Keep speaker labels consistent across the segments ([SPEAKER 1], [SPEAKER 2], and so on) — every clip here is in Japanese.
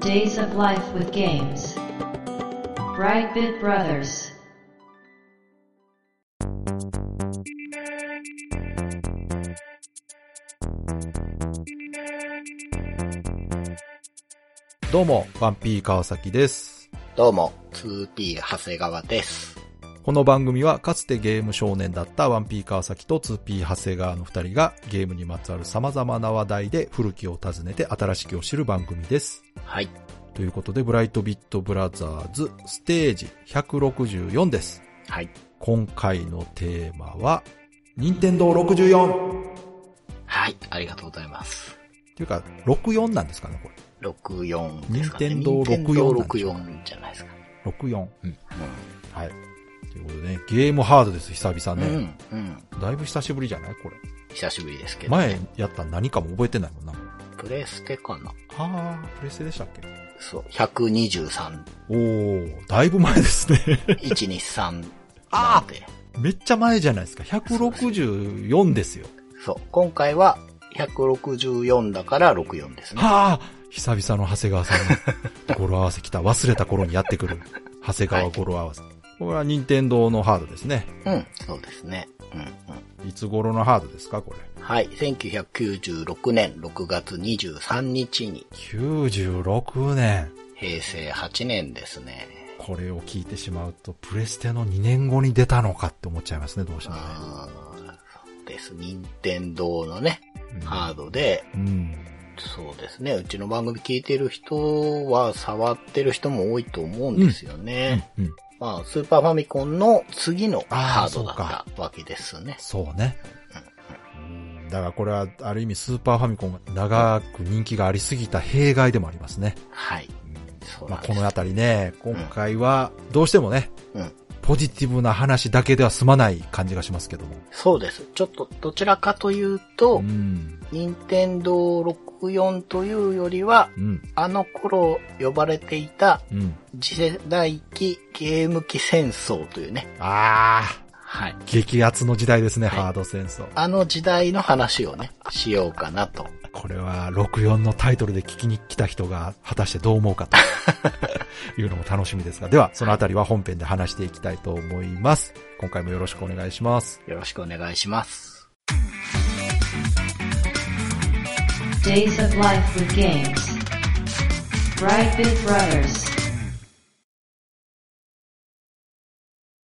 [SPEAKER 1] Days of Life with Games. Brightbit Brothers.
[SPEAKER 2] どうも、ワンピー川崎です。
[SPEAKER 3] どうも、2P 長谷川です。
[SPEAKER 2] この番組はかつてゲーム少年だったワンピー川崎と 2P 長谷川の二人がゲームにまつわる様々な話題で古きを訪ねて新しきを知る番組です。
[SPEAKER 3] はい。
[SPEAKER 2] ということで、ブライトビットブラザーズステージ164です。
[SPEAKER 3] はい。
[SPEAKER 2] 今回のテーマは、任天堂64っ
[SPEAKER 3] はい。ありがとうございます。
[SPEAKER 2] ていうか、64なんですかね、こ
[SPEAKER 3] 64ですかね。
[SPEAKER 2] 任天堂
[SPEAKER 3] 任天堂
[SPEAKER 2] 64
[SPEAKER 3] 64じゃないですか。
[SPEAKER 2] れ。64。
[SPEAKER 3] う
[SPEAKER 2] はい。ということでね、ゲームハードです、久々
[SPEAKER 3] ん。う
[SPEAKER 2] ね。
[SPEAKER 3] ん。うん。
[SPEAKER 2] だいぶ久しぶりじゃないこれ。
[SPEAKER 3] 久しぶりですけど、
[SPEAKER 2] 前やった何かも覚えてないもんな。
[SPEAKER 3] プレステかな
[SPEAKER 2] ああ、プレステでしたっけ
[SPEAKER 3] そう。123、
[SPEAKER 2] おー、だいぶ前ですね。
[SPEAKER 3] 123なんで。
[SPEAKER 2] めっちゃ前じゃないですか。164ですよ。
[SPEAKER 3] そう。今回は164だから64ですね。
[SPEAKER 2] はあ久々の長谷川さんの 語呂合わせきた。忘れた頃にやってくる。長谷川語呂合わせ。これ は任天堂のハードですね。
[SPEAKER 3] うん。そうですね。うん。う
[SPEAKER 2] いつ頃のハードですかこれ。
[SPEAKER 3] ん。はい。1996年6月23日に、
[SPEAKER 2] 96年。
[SPEAKER 3] 平成8年ですね。
[SPEAKER 2] これを聞いてしまうと、プレステの2年後に出たのかって思っちゃいますね、どうしてもね。
[SPEAKER 3] あーそうです。任天堂のね、
[SPEAKER 2] うん
[SPEAKER 3] ハードで、
[SPEAKER 2] うん。
[SPEAKER 3] そうですね。うちの番組聞いてる人は触ってる人も多いと思うんですよね。
[SPEAKER 2] うん。
[SPEAKER 3] まあ、スーパーファミコンの次の
[SPEAKER 2] あー
[SPEAKER 3] ハードだ
[SPEAKER 2] そ
[SPEAKER 3] ったわけですね。
[SPEAKER 2] そうね。うんだからこれは、ある意味スーパーファミコンが長く人気がありすぎた弊害でもありますね。
[SPEAKER 3] はい。そう
[SPEAKER 2] まあ、
[SPEAKER 3] なんで
[SPEAKER 2] こ
[SPEAKER 3] す。
[SPEAKER 2] のあたりね、今回は、どうしてもね、
[SPEAKER 3] うん。
[SPEAKER 2] ポジティブな話だけでは済まない感じがしますけども。
[SPEAKER 3] そうです。ちょっと、どちらかというと、
[SPEAKER 2] うん。
[SPEAKER 3] 任天堂64というよりは、
[SPEAKER 2] うん。
[SPEAKER 3] あの頃呼ばれていた
[SPEAKER 2] うん。
[SPEAKER 3] 次世代機ゲーム機戦争というね。
[SPEAKER 2] ああ、
[SPEAKER 3] はい。
[SPEAKER 2] 激アツの時代ですね、
[SPEAKER 3] はい
[SPEAKER 2] ハード戦争。
[SPEAKER 3] あの時代の話をね、しようかなと。
[SPEAKER 2] これは、64のタイトルで聞きに来た人が、果たしてどう思う かというのも楽しみですが、では、そのあたりは本編で話していきたいと思います。今回もよろしくお願いします。
[SPEAKER 3] よろしくお願いします。
[SPEAKER 1] Days of Life with Games. Brightbit Brothers.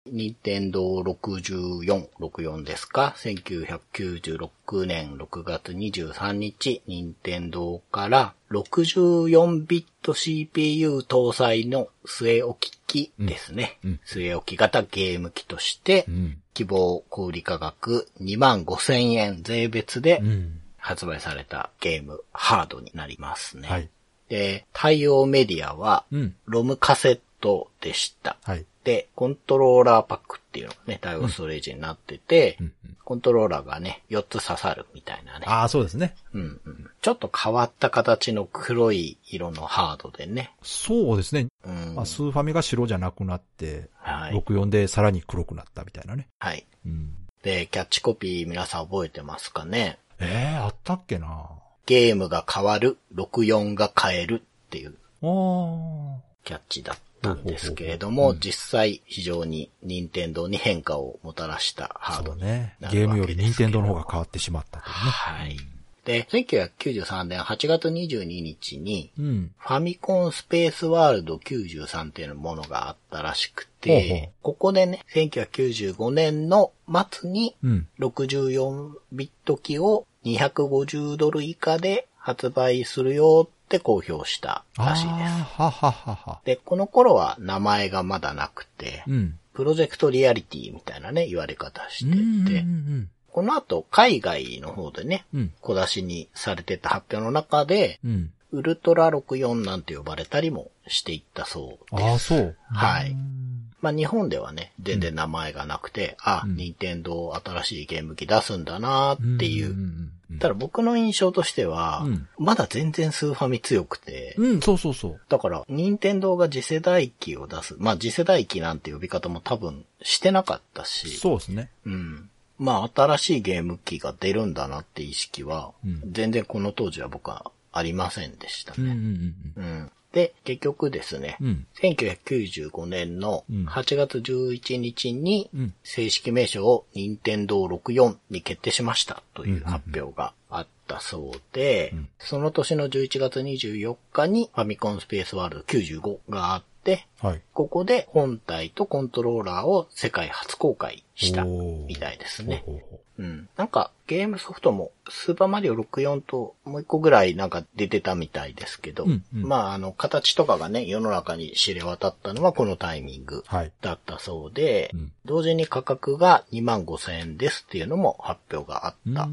[SPEAKER 3] 任天堂64、64ですか ?1996 年6月23日、任天堂から64ビット CPU 搭載の据え置き機ですね。
[SPEAKER 2] うんうん
[SPEAKER 3] 据え置き型ゲーム機として、
[SPEAKER 2] ん。
[SPEAKER 3] 希望小売価格2万5千円税別で
[SPEAKER 2] うん。
[SPEAKER 3] 発売されたゲームハードになりますね。
[SPEAKER 2] はい。
[SPEAKER 3] で、対応メディアは、
[SPEAKER 2] うん。
[SPEAKER 3] ロムカセットでした。
[SPEAKER 2] はい。
[SPEAKER 3] で、コントローラーパックっていうのがね、対応ストレージになってて、
[SPEAKER 2] うん。
[SPEAKER 3] コントローラーがね、4つ刺さるみたいなね。
[SPEAKER 2] ああ、そうですね。
[SPEAKER 3] うんうん、ちょっと変わった形の黒い色のハードでね。
[SPEAKER 2] そうですね。
[SPEAKER 3] うん。
[SPEAKER 2] まあ、スーファミが白じゃなくなって、
[SPEAKER 3] はい。
[SPEAKER 2] 64でさらに黒くなったみたいなね。
[SPEAKER 3] はい。
[SPEAKER 2] うん。
[SPEAKER 3] で、キャッチコピー皆さん覚えてますかね
[SPEAKER 2] ええあったっけな
[SPEAKER 3] ゲームが変わる、64が変えるっていう
[SPEAKER 2] ああ。
[SPEAKER 3] キャッチだったんですけれど
[SPEAKER 2] ほうほう
[SPEAKER 3] も、
[SPEAKER 2] ほううん
[SPEAKER 3] 実際非常に任天堂に変化をもたらしたハー
[SPEAKER 2] そ
[SPEAKER 3] ド
[SPEAKER 2] う
[SPEAKER 3] に
[SPEAKER 2] ね
[SPEAKER 3] な。る
[SPEAKER 2] ゲーム
[SPEAKER 3] わけ
[SPEAKER 2] より
[SPEAKER 3] です
[SPEAKER 2] 任
[SPEAKER 3] け
[SPEAKER 2] 天
[SPEAKER 3] ど
[SPEAKER 2] 堂の方が変わってしまったと
[SPEAKER 3] はい。で、1993年8月22日に、
[SPEAKER 2] いうね。うん。
[SPEAKER 3] ファミコンスペースワールド93っていうものがあったらしく
[SPEAKER 2] ほうほう
[SPEAKER 3] て、ここでね、1995年の末に
[SPEAKER 2] うん。
[SPEAKER 3] 64ビット機を250ドル以下で発売するよって公表した
[SPEAKER 2] あ
[SPEAKER 3] らしいで
[SPEAKER 2] あ
[SPEAKER 3] す。
[SPEAKER 2] はははは。
[SPEAKER 3] で、この頃は名前がまだなくて、
[SPEAKER 2] うん。
[SPEAKER 3] プロジェクトリアリティみたいなね、言われ方してて、
[SPEAKER 2] うん。
[SPEAKER 3] この後海外の方でね、
[SPEAKER 2] うん。
[SPEAKER 3] 小出しにされてた発表の中で、
[SPEAKER 2] うん。
[SPEAKER 3] ウルトラ64なんて呼ばれたりもしていったそうです。
[SPEAKER 2] ああ、そう。
[SPEAKER 3] はい
[SPEAKER 2] うん
[SPEAKER 3] まあ日本ではね、全然名前がなくて、あ、
[SPEAKER 2] うん
[SPEAKER 3] 任天堂新しいゲーム機出すんだなーっていう。
[SPEAKER 2] んんうん
[SPEAKER 3] ただ僕の印象としては、
[SPEAKER 2] うん
[SPEAKER 3] まだ全然スーファミ強くて、
[SPEAKER 2] うん、そうそうそう。
[SPEAKER 3] だから、任天堂が次世代機を出す。まあ次世代機なんて呼び方も多分してなかったし、
[SPEAKER 2] そうですね。
[SPEAKER 3] うん。まあ、新しいゲーム機が出るんだなって意識は
[SPEAKER 2] う、ん
[SPEAKER 3] 全然この当時は僕はありませんでした
[SPEAKER 2] うんうんう
[SPEAKER 3] ね。
[SPEAKER 2] んうん。
[SPEAKER 3] うん。で、結局ですね、
[SPEAKER 2] うん。
[SPEAKER 3] 1995年の8月11日に
[SPEAKER 2] うん
[SPEAKER 3] 正式名称を任天堂64に決定しましたと
[SPEAKER 2] うんう
[SPEAKER 3] い
[SPEAKER 2] ん
[SPEAKER 3] う
[SPEAKER 2] うん
[SPEAKER 3] 発表があったそうで
[SPEAKER 2] うん、
[SPEAKER 3] その年の11月24日にファミコンスペースワールド95があって、
[SPEAKER 2] はい。
[SPEAKER 3] ここで本体とコントローラーを世界初公開した
[SPEAKER 2] おー
[SPEAKER 3] みたいですね。
[SPEAKER 2] ほうほうほ
[SPEAKER 3] うん。なんか、ゲームソフトも、スーパーマリオ64ともう一個ぐらいなんか出てたみたいですけど、
[SPEAKER 2] うんうん
[SPEAKER 3] まあ、あの、形とかがね、世の中に知れ渡ったのはこのタイミング
[SPEAKER 2] うはい。
[SPEAKER 3] だったそうで、
[SPEAKER 2] うん
[SPEAKER 3] 同時に価格が2万5千円ですっていうのも発表があ
[SPEAKER 2] う
[SPEAKER 3] っ
[SPEAKER 2] ん
[SPEAKER 3] た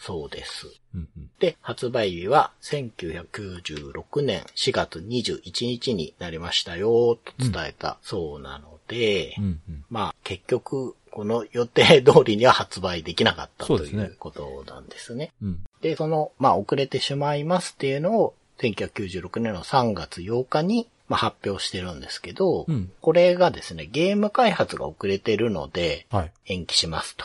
[SPEAKER 3] そうです。
[SPEAKER 2] うんうん
[SPEAKER 3] で、発売日は1996年4月21日になりましたよ、と伝えたそうなので、
[SPEAKER 2] うんうん
[SPEAKER 3] まあ結局、この予定通りには発売できなかった
[SPEAKER 2] そう
[SPEAKER 3] と
[SPEAKER 2] です
[SPEAKER 3] い
[SPEAKER 2] ね
[SPEAKER 3] うことなんですね。
[SPEAKER 2] うん
[SPEAKER 3] で、その、まあ遅れてしまいますっていうのを、1996年の3月8日に、まあ、発表してるんですけど、
[SPEAKER 2] うん
[SPEAKER 3] これがですね、ゲーム開発が遅れてるので、
[SPEAKER 2] はい。
[SPEAKER 3] 延期しますと。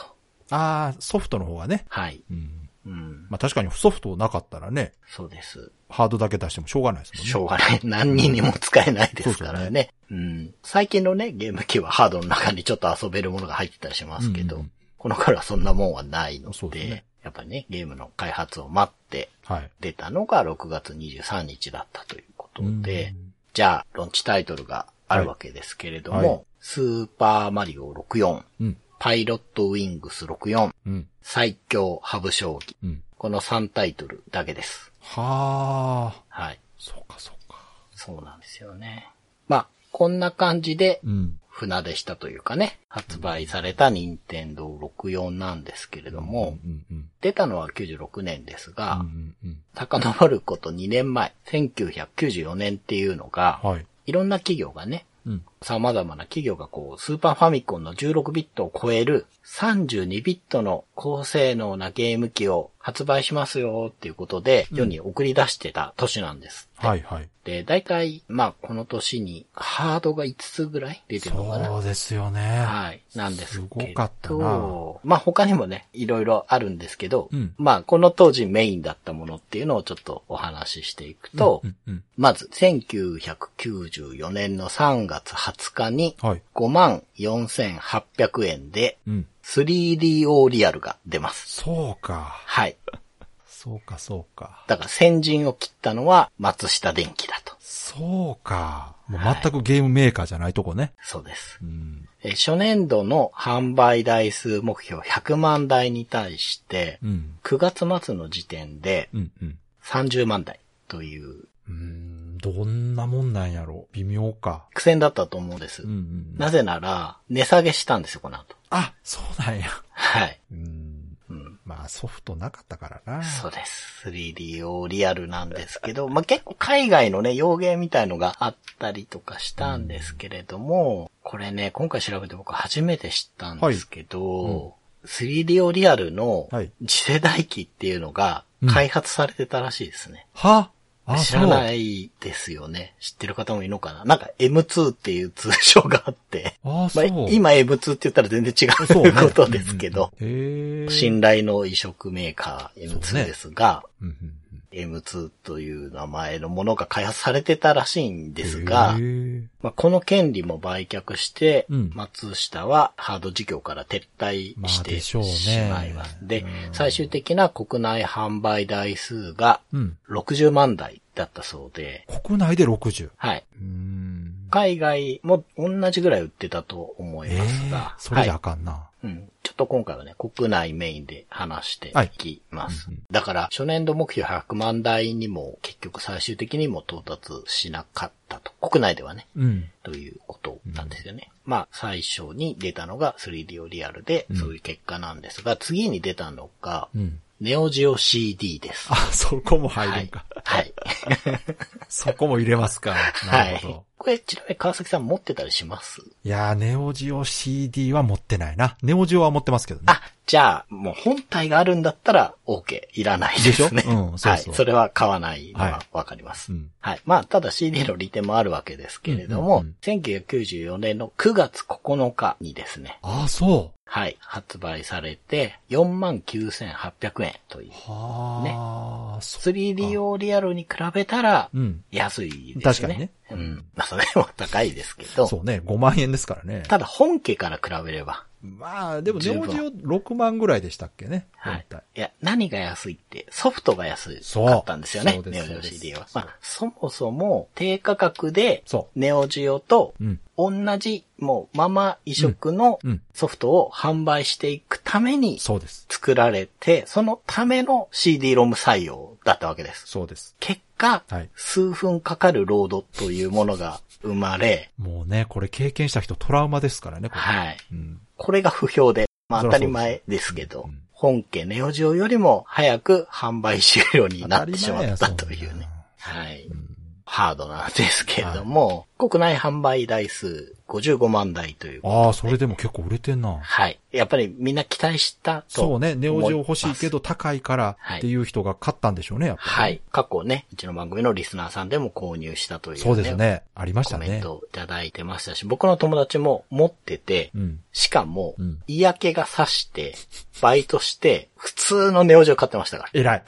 [SPEAKER 2] ああ、ソフトの方はね。
[SPEAKER 3] はい。
[SPEAKER 2] うん。
[SPEAKER 3] うん。
[SPEAKER 2] まあ確かにソフトなかったらね、
[SPEAKER 3] そうです。
[SPEAKER 2] ハードだけ出してもしょうがないですもんね。
[SPEAKER 3] しょうがない。何人にも使えないですから
[SPEAKER 2] そう
[SPEAKER 3] ね。うん。最近のね、ゲーム機はハードの中にちょっと遊べるものが入ってたりしますけど、
[SPEAKER 2] うんうんうん
[SPEAKER 3] この頃はそんなもんはないの
[SPEAKER 2] そう
[SPEAKER 3] で、
[SPEAKER 2] ですね
[SPEAKER 3] やっぱりね、ゲームの開発を待って
[SPEAKER 2] はい。
[SPEAKER 3] 出たのが6月23日だったということで、
[SPEAKER 2] うん
[SPEAKER 3] じゃあ、ロンチタイトルがあるわけですけれども、
[SPEAKER 2] はい
[SPEAKER 3] スーパーマリオ64、
[SPEAKER 2] うん。
[SPEAKER 3] パイロットウィングス64、
[SPEAKER 2] うん。
[SPEAKER 3] 最強ハブ将棋、
[SPEAKER 2] うん。
[SPEAKER 3] この3タイトルだけです。
[SPEAKER 2] はあ。
[SPEAKER 3] はい。
[SPEAKER 2] そうか、そうか。
[SPEAKER 3] そうなんですよね。まあ、こんな感じで
[SPEAKER 2] うん。
[SPEAKER 3] 船出したというかね、発売された任天堂64なんですけれども、
[SPEAKER 2] うんうん。
[SPEAKER 3] 出たのは96年です
[SPEAKER 2] うんう
[SPEAKER 3] が、
[SPEAKER 2] んうん。
[SPEAKER 3] 遡ること2年前、1994年っていうのが、
[SPEAKER 2] はい。
[SPEAKER 3] いろんな企業がね、
[SPEAKER 2] うん。
[SPEAKER 3] 様々な企業がこう、スーパーファミコンの16ビットを超える32ビットの高性能なゲーム機を発売しますよっていうことで、世に送り出してた年なんです。
[SPEAKER 2] はい、はい。
[SPEAKER 3] で、大体、まあ、この年に、ハードが5つぐらい出てるのかな
[SPEAKER 2] そうですよね。
[SPEAKER 3] はい。なんですけど。
[SPEAKER 2] すごかったな
[SPEAKER 3] まあ、他にもね、いろいろあるんですけど、
[SPEAKER 2] うん
[SPEAKER 3] まあ、この当時メインだったものっていうのをちょっとお話ししていくと、
[SPEAKER 2] うんうん。
[SPEAKER 3] まず、1994年の3月20日に、
[SPEAKER 2] はい。
[SPEAKER 3] 54,800円で
[SPEAKER 2] うん。
[SPEAKER 3] 3DO リアルが出ます。
[SPEAKER 2] そうか。
[SPEAKER 3] はい。
[SPEAKER 2] そうか、そうか。
[SPEAKER 3] だから先陣を切ったのは松下電器だと。
[SPEAKER 2] そうか。もう全くゲームメーカーじゃないとこね。
[SPEAKER 3] そうです。
[SPEAKER 2] うん。
[SPEAKER 3] え初年度の販売台数目標100万台に対して、
[SPEAKER 2] うん。
[SPEAKER 3] 9月末の時点で
[SPEAKER 2] うん。うん。
[SPEAKER 3] 30万台という
[SPEAKER 2] うーん。どんなもんなんやろう。微妙か。
[SPEAKER 3] 苦戦だったと思うんです。
[SPEAKER 2] うんうん。
[SPEAKER 3] なぜなら、値下げしたんですよ、この後。
[SPEAKER 2] あ、そうなんや。
[SPEAKER 3] はい。
[SPEAKER 2] うん。
[SPEAKER 3] うん。
[SPEAKER 2] まあ、ソフトなかったからな。
[SPEAKER 3] そうです。3DO リアルなんですけど、まあ、結構海外のね、洋芸みたいのがあったりとかしたんですけれども、これね、今回調べて僕初めて知ったんですけど、3DO リアルの
[SPEAKER 2] はい
[SPEAKER 3] 次世代機っていうのが
[SPEAKER 2] うん
[SPEAKER 3] 開発されてたらしいですね。
[SPEAKER 2] はあ、。
[SPEAKER 3] 知らないいですよね。知ってる方もいるのかななんか M2 っていう通称があって、
[SPEAKER 2] あ、
[SPEAKER 3] ま
[SPEAKER 2] そ
[SPEAKER 3] あ
[SPEAKER 2] う。、
[SPEAKER 3] 今 M2 って言ったら全然違う
[SPEAKER 2] そうね
[SPEAKER 3] ことですけど、。
[SPEAKER 2] うんうんへえ。
[SPEAKER 3] 信頼の移植メーカー
[SPEAKER 2] そうね
[SPEAKER 3] M2 ですが、
[SPEAKER 2] うんうんうん
[SPEAKER 3] M2 という名前のものが開発されてたらしいんです
[SPEAKER 2] へ、
[SPEAKER 3] が
[SPEAKER 2] え
[SPEAKER 3] まあ、この権利も売却して、
[SPEAKER 2] うん
[SPEAKER 3] 松下はハード事業から撤退
[SPEAKER 2] まあ
[SPEAKER 3] して
[SPEAKER 2] でし
[SPEAKER 3] し
[SPEAKER 2] ょうね
[SPEAKER 3] まいます。で
[SPEAKER 2] うん
[SPEAKER 3] 最終的な国内販売台数が
[SPEAKER 2] うん。
[SPEAKER 3] 60万台だったそうで、
[SPEAKER 2] 国内で60。
[SPEAKER 3] はい。
[SPEAKER 2] うーん。
[SPEAKER 3] 海外も同じぐらい売ってたと思い
[SPEAKER 2] ええ
[SPEAKER 3] ますが、
[SPEAKER 2] それじゃ
[SPEAKER 3] は
[SPEAKER 2] あかんな。
[SPEAKER 3] いうん、ちょっと今回はね、国内メインで話していきます。
[SPEAKER 2] はいうんう
[SPEAKER 3] だから、初年度目標100万台にも結局最終的にも到達しなかったと。国内ではね、
[SPEAKER 2] うん。
[SPEAKER 3] ということなんですよね。まあ、最初に出たのが 3D オリアルで、
[SPEAKER 2] うん
[SPEAKER 3] そういう結果なんですが、次に出たのが、
[SPEAKER 2] うん。
[SPEAKER 3] ネオジオ CD です。
[SPEAKER 2] あ、そこも入
[SPEAKER 3] は
[SPEAKER 2] るん
[SPEAKER 3] い
[SPEAKER 2] か。。
[SPEAKER 3] はい。
[SPEAKER 2] そこも入れますか。
[SPEAKER 3] は
[SPEAKER 2] なる
[SPEAKER 3] い
[SPEAKER 2] ほど。。
[SPEAKER 3] これ、ちなみに川崎さん持ってたりします
[SPEAKER 2] いやー、ネオジオ CD は持ってないな。ネオジオは持ってますけどね。
[SPEAKER 3] あ、じゃあ、もう本体があるんだったら OK。いらないです
[SPEAKER 2] で
[SPEAKER 3] ね。
[SPEAKER 2] しょうんそうそう
[SPEAKER 3] はい。それは買わないの
[SPEAKER 2] は
[SPEAKER 3] はわかります。
[SPEAKER 2] うん。
[SPEAKER 3] はい。まあ、ただ CD の利点もあるわけですけれど
[SPEAKER 2] う
[SPEAKER 3] も、
[SPEAKER 2] んうんうん
[SPEAKER 3] 1994年の9月9日にですね、
[SPEAKER 2] ああ、そ
[SPEAKER 3] はい、発売されて、49,800円という
[SPEAKER 2] う。。はあ、そ
[SPEAKER 3] 3D 用リアルに比べたら
[SPEAKER 2] う。、うん。
[SPEAKER 3] 安いですね。
[SPEAKER 2] 確かにね。
[SPEAKER 3] うん。まあ、それも高いですけど、
[SPEAKER 2] そうね、5万円ですからね。
[SPEAKER 3] ただ本家から比べれば、
[SPEAKER 2] まあ、でも、ジ
[SPEAKER 3] 十
[SPEAKER 2] ョ
[SPEAKER 3] 分
[SPEAKER 2] ージを6万ぐらいでしたっけね。
[SPEAKER 3] はい
[SPEAKER 2] 本体。
[SPEAKER 3] いや、何が安いって、ソフトが安
[SPEAKER 2] そう
[SPEAKER 3] かったんですよ
[SPEAKER 2] そ
[SPEAKER 3] ね
[SPEAKER 2] う。です
[SPEAKER 3] ネ
[SPEAKER 2] そう
[SPEAKER 3] オジオ
[SPEAKER 2] です
[SPEAKER 3] CD は。まあ、そもそも低価格で、
[SPEAKER 2] そ
[SPEAKER 3] ネオジオと
[SPEAKER 2] う。うん。
[SPEAKER 3] 同じ、もうまま移植の
[SPEAKER 2] うん。
[SPEAKER 3] ソフトを販売していくために
[SPEAKER 2] そうです。
[SPEAKER 3] 作られて、そのための CD ロム採用だったわけです。
[SPEAKER 2] そうです。
[SPEAKER 3] 結果、
[SPEAKER 2] はい
[SPEAKER 3] 数分かかるロードというものが生まれ、
[SPEAKER 2] もうね、これ経験した人トラウマですからね、これ。
[SPEAKER 3] はい。
[SPEAKER 2] うん。
[SPEAKER 3] これが不評で、まあ
[SPEAKER 2] そ
[SPEAKER 3] 当
[SPEAKER 2] りゃそうです
[SPEAKER 3] たり前ですけど、
[SPEAKER 2] うんうん
[SPEAKER 3] 本家ネオジオよりも早く販売終了になってしまった
[SPEAKER 2] 当
[SPEAKER 3] と
[SPEAKER 2] たり
[SPEAKER 3] い
[SPEAKER 2] 前や
[SPEAKER 3] う
[SPEAKER 2] そん
[SPEAKER 3] ね
[SPEAKER 2] な。
[SPEAKER 3] はい。ハードなんですけれども、国内販売台数55万台という。
[SPEAKER 2] ああ、それでも結構売れてんな。
[SPEAKER 3] はい。やっぱりみんな期待したと。
[SPEAKER 2] そうね、ネオジオ欲しいけど高いから
[SPEAKER 3] はい
[SPEAKER 2] っていう人が買ったんでしょうね、やっぱり。
[SPEAKER 3] はい。過去ね、うちの番組のリスナーさんでも購入したという、
[SPEAKER 2] そうです。ね。ありまし
[SPEAKER 3] コ
[SPEAKER 2] た
[SPEAKER 3] メン
[SPEAKER 2] ね。
[SPEAKER 3] トをいただいてましたし、僕の友達も持ってて、
[SPEAKER 2] うん。
[SPEAKER 3] しかも
[SPEAKER 2] うん、
[SPEAKER 3] 嫌気がさして、バイトして、普通のネオジオ買ってましたから。
[SPEAKER 2] 偉 い。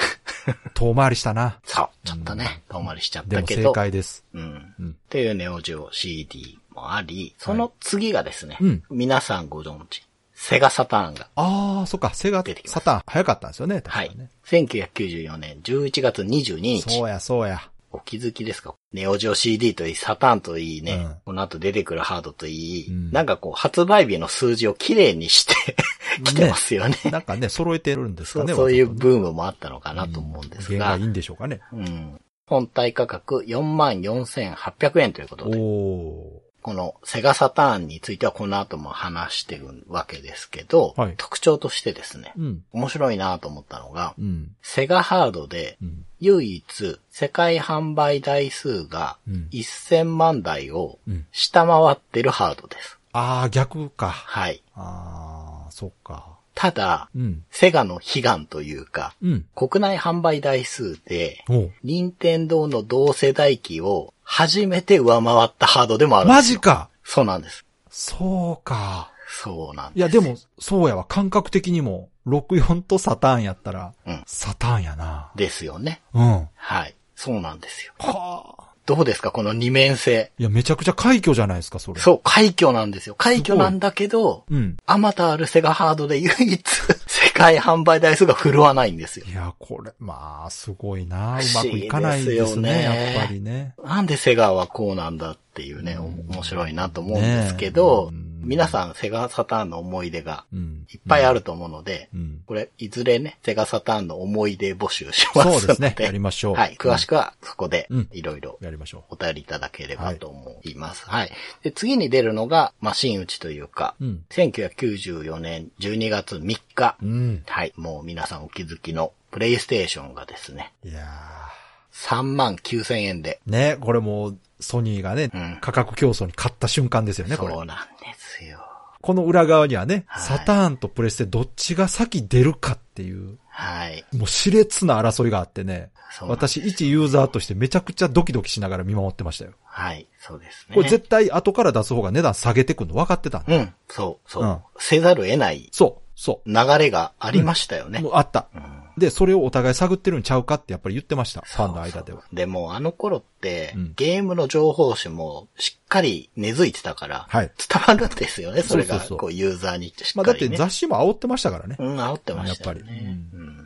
[SPEAKER 2] 遠回りしたな。
[SPEAKER 3] そう、ちょっとね、遠回りしちゃっ
[SPEAKER 2] で
[SPEAKER 3] た
[SPEAKER 2] も
[SPEAKER 3] け
[SPEAKER 2] 正
[SPEAKER 3] ど、
[SPEAKER 2] 解です。
[SPEAKER 3] うん。
[SPEAKER 2] うん
[SPEAKER 3] っていうネオジオ CD もあり、その次がですね、
[SPEAKER 2] うん
[SPEAKER 3] 皆さんご存知、セガサターンが、
[SPEAKER 2] ああ、そっか、セガ
[SPEAKER 3] 出てき、ます
[SPEAKER 2] サターン、早かったんですよね、確
[SPEAKER 3] は
[SPEAKER 2] か
[SPEAKER 3] い
[SPEAKER 2] にね。。
[SPEAKER 3] 1994年11月22日
[SPEAKER 2] そう、や、そうや。
[SPEAKER 3] お気づきですかネオジオ CD といい、サターンといいね、
[SPEAKER 2] うん
[SPEAKER 3] この後出てくるハードといい、
[SPEAKER 2] うん
[SPEAKER 3] なんかこう、発売日の数字を綺麗にしてきてますよね。
[SPEAKER 2] なんかね、揃えてるんです
[SPEAKER 3] そ
[SPEAKER 2] か
[SPEAKER 3] う
[SPEAKER 2] ね、
[SPEAKER 3] そういう
[SPEAKER 2] わ
[SPEAKER 3] ブームもあったのかな
[SPEAKER 2] ざ
[SPEAKER 3] と
[SPEAKER 2] とね
[SPEAKER 3] 思うんです
[SPEAKER 2] 弦
[SPEAKER 3] が、
[SPEAKER 2] が
[SPEAKER 3] う
[SPEAKER 2] いいんでしょうかね。
[SPEAKER 3] ん本体価格44,800円ということ
[SPEAKER 2] お
[SPEAKER 3] で、
[SPEAKER 2] お
[SPEAKER 3] このセガサターンについてはこの後も話してるわけですけど、
[SPEAKER 2] はい
[SPEAKER 3] 特徴としてですね
[SPEAKER 2] ー。、うん。
[SPEAKER 3] 面白いなと思ったのが、
[SPEAKER 2] うん。
[SPEAKER 3] セガハードで
[SPEAKER 2] うん。
[SPEAKER 3] 唯一世界販売台数が
[SPEAKER 2] うん
[SPEAKER 3] 1000万台を
[SPEAKER 2] うん
[SPEAKER 3] 下回ってるハードです。
[SPEAKER 2] ああ、逆か。
[SPEAKER 3] はい。
[SPEAKER 2] ああ、そっか。
[SPEAKER 3] ただ、
[SPEAKER 2] うん。
[SPEAKER 3] セガの悲願というか、
[SPEAKER 2] うん。
[SPEAKER 3] 国内販売台数で、
[SPEAKER 2] おう
[SPEAKER 3] 任天堂の同世代機を初めて上回ったハードでもあるんで
[SPEAKER 2] マ
[SPEAKER 3] す。
[SPEAKER 2] ジか
[SPEAKER 3] そうなんです。
[SPEAKER 2] そうか。
[SPEAKER 3] そうなん
[SPEAKER 2] い
[SPEAKER 3] です。
[SPEAKER 2] や、でも、そうやわ。感覚的にも、64とサターンやったら、
[SPEAKER 3] うん
[SPEAKER 2] サターンやな。
[SPEAKER 3] ですよね。
[SPEAKER 2] うん。は
[SPEAKER 3] はい。そうなんですよ。
[SPEAKER 2] あ。
[SPEAKER 3] どうですかこの二面性。
[SPEAKER 2] いや、めちゃくちゃ快挙じゃないですか、それ。
[SPEAKER 3] そう、快挙なんですよ。快挙なんだけど、
[SPEAKER 2] う。うん。
[SPEAKER 3] あまたあるセガハードで唯一世界販売台数が振るわないんですよ。
[SPEAKER 2] いや、これ、まあ、すごいな。う
[SPEAKER 3] 不
[SPEAKER 2] ま
[SPEAKER 3] 思
[SPEAKER 2] く
[SPEAKER 3] 議
[SPEAKER 2] いかないで
[SPEAKER 3] ですす
[SPEAKER 2] ね、
[SPEAKER 3] よね
[SPEAKER 2] やっぱりね。
[SPEAKER 3] なんでセガはこうなんだっていうね、お面白いなと思うんですけど、
[SPEAKER 2] ねえ
[SPEAKER 3] 皆さんセガサターンの思い出が
[SPEAKER 2] うん。
[SPEAKER 3] いっぱいあると思うので、
[SPEAKER 2] うん。
[SPEAKER 3] これ、いずれね、セガサターンの思い出募集しますの
[SPEAKER 2] そ
[SPEAKER 3] で。
[SPEAKER 2] うですね。やりましょう。
[SPEAKER 3] はい。詳しくは、そこで
[SPEAKER 2] うん、
[SPEAKER 3] いろいろ
[SPEAKER 2] うん。やりましょ
[SPEAKER 3] お便りいただければと思います。はい。で、次に出るのが、マシン打ちというか、
[SPEAKER 2] う。うん。
[SPEAKER 3] 1994年12月3日。
[SPEAKER 2] うん。
[SPEAKER 3] はい。もう皆さんお気づきの、プレイステーションがですね、
[SPEAKER 2] いや
[SPEAKER 3] 3万9000円で。
[SPEAKER 2] ーね、これもう、ソニーがね、
[SPEAKER 3] うん
[SPEAKER 2] 価格競争に勝った瞬間ですよね、
[SPEAKER 3] そ
[SPEAKER 2] これ。
[SPEAKER 3] うなんですよ。
[SPEAKER 2] この裏側にはね、
[SPEAKER 3] はい
[SPEAKER 2] サターンとプレステどっちが先出るかっていう、
[SPEAKER 3] はい。
[SPEAKER 2] もう熾烈な争いがあってね、
[SPEAKER 3] そうなんです
[SPEAKER 2] 私一ユーザーとしてめちゃくちゃドキドキしながら見守ってましたよ。
[SPEAKER 3] はい。そうですね。
[SPEAKER 2] これ絶対後から出す方が値段下げてくるの分かってたんだ。
[SPEAKER 3] うん。そう、そう。
[SPEAKER 2] うん
[SPEAKER 3] せざるを得ない
[SPEAKER 2] そう、そ
[SPEAKER 3] 流れがありましたよね。
[SPEAKER 2] う。もうあった。
[SPEAKER 3] うん
[SPEAKER 2] で、それをお互い探ってるんちゃうかってやっぱり言ってました。ファンの間では。
[SPEAKER 3] でもあの頃って、
[SPEAKER 2] うん
[SPEAKER 3] ゲームの情報誌もしっかり根付いてたから、
[SPEAKER 2] はい
[SPEAKER 3] 伝わるんですよね、それ
[SPEAKER 2] そ
[SPEAKER 3] が。
[SPEAKER 2] うそうそう
[SPEAKER 3] こうユーザーにし
[SPEAKER 2] ま
[SPEAKER 3] っ
[SPEAKER 2] あだ
[SPEAKER 3] か
[SPEAKER 2] って
[SPEAKER 3] り、ね。
[SPEAKER 2] 雑誌も煽ってましたからね。
[SPEAKER 3] うん、煽ってましたよね。
[SPEAKER 2] やっぱりうん
[SPEAKER 3] うん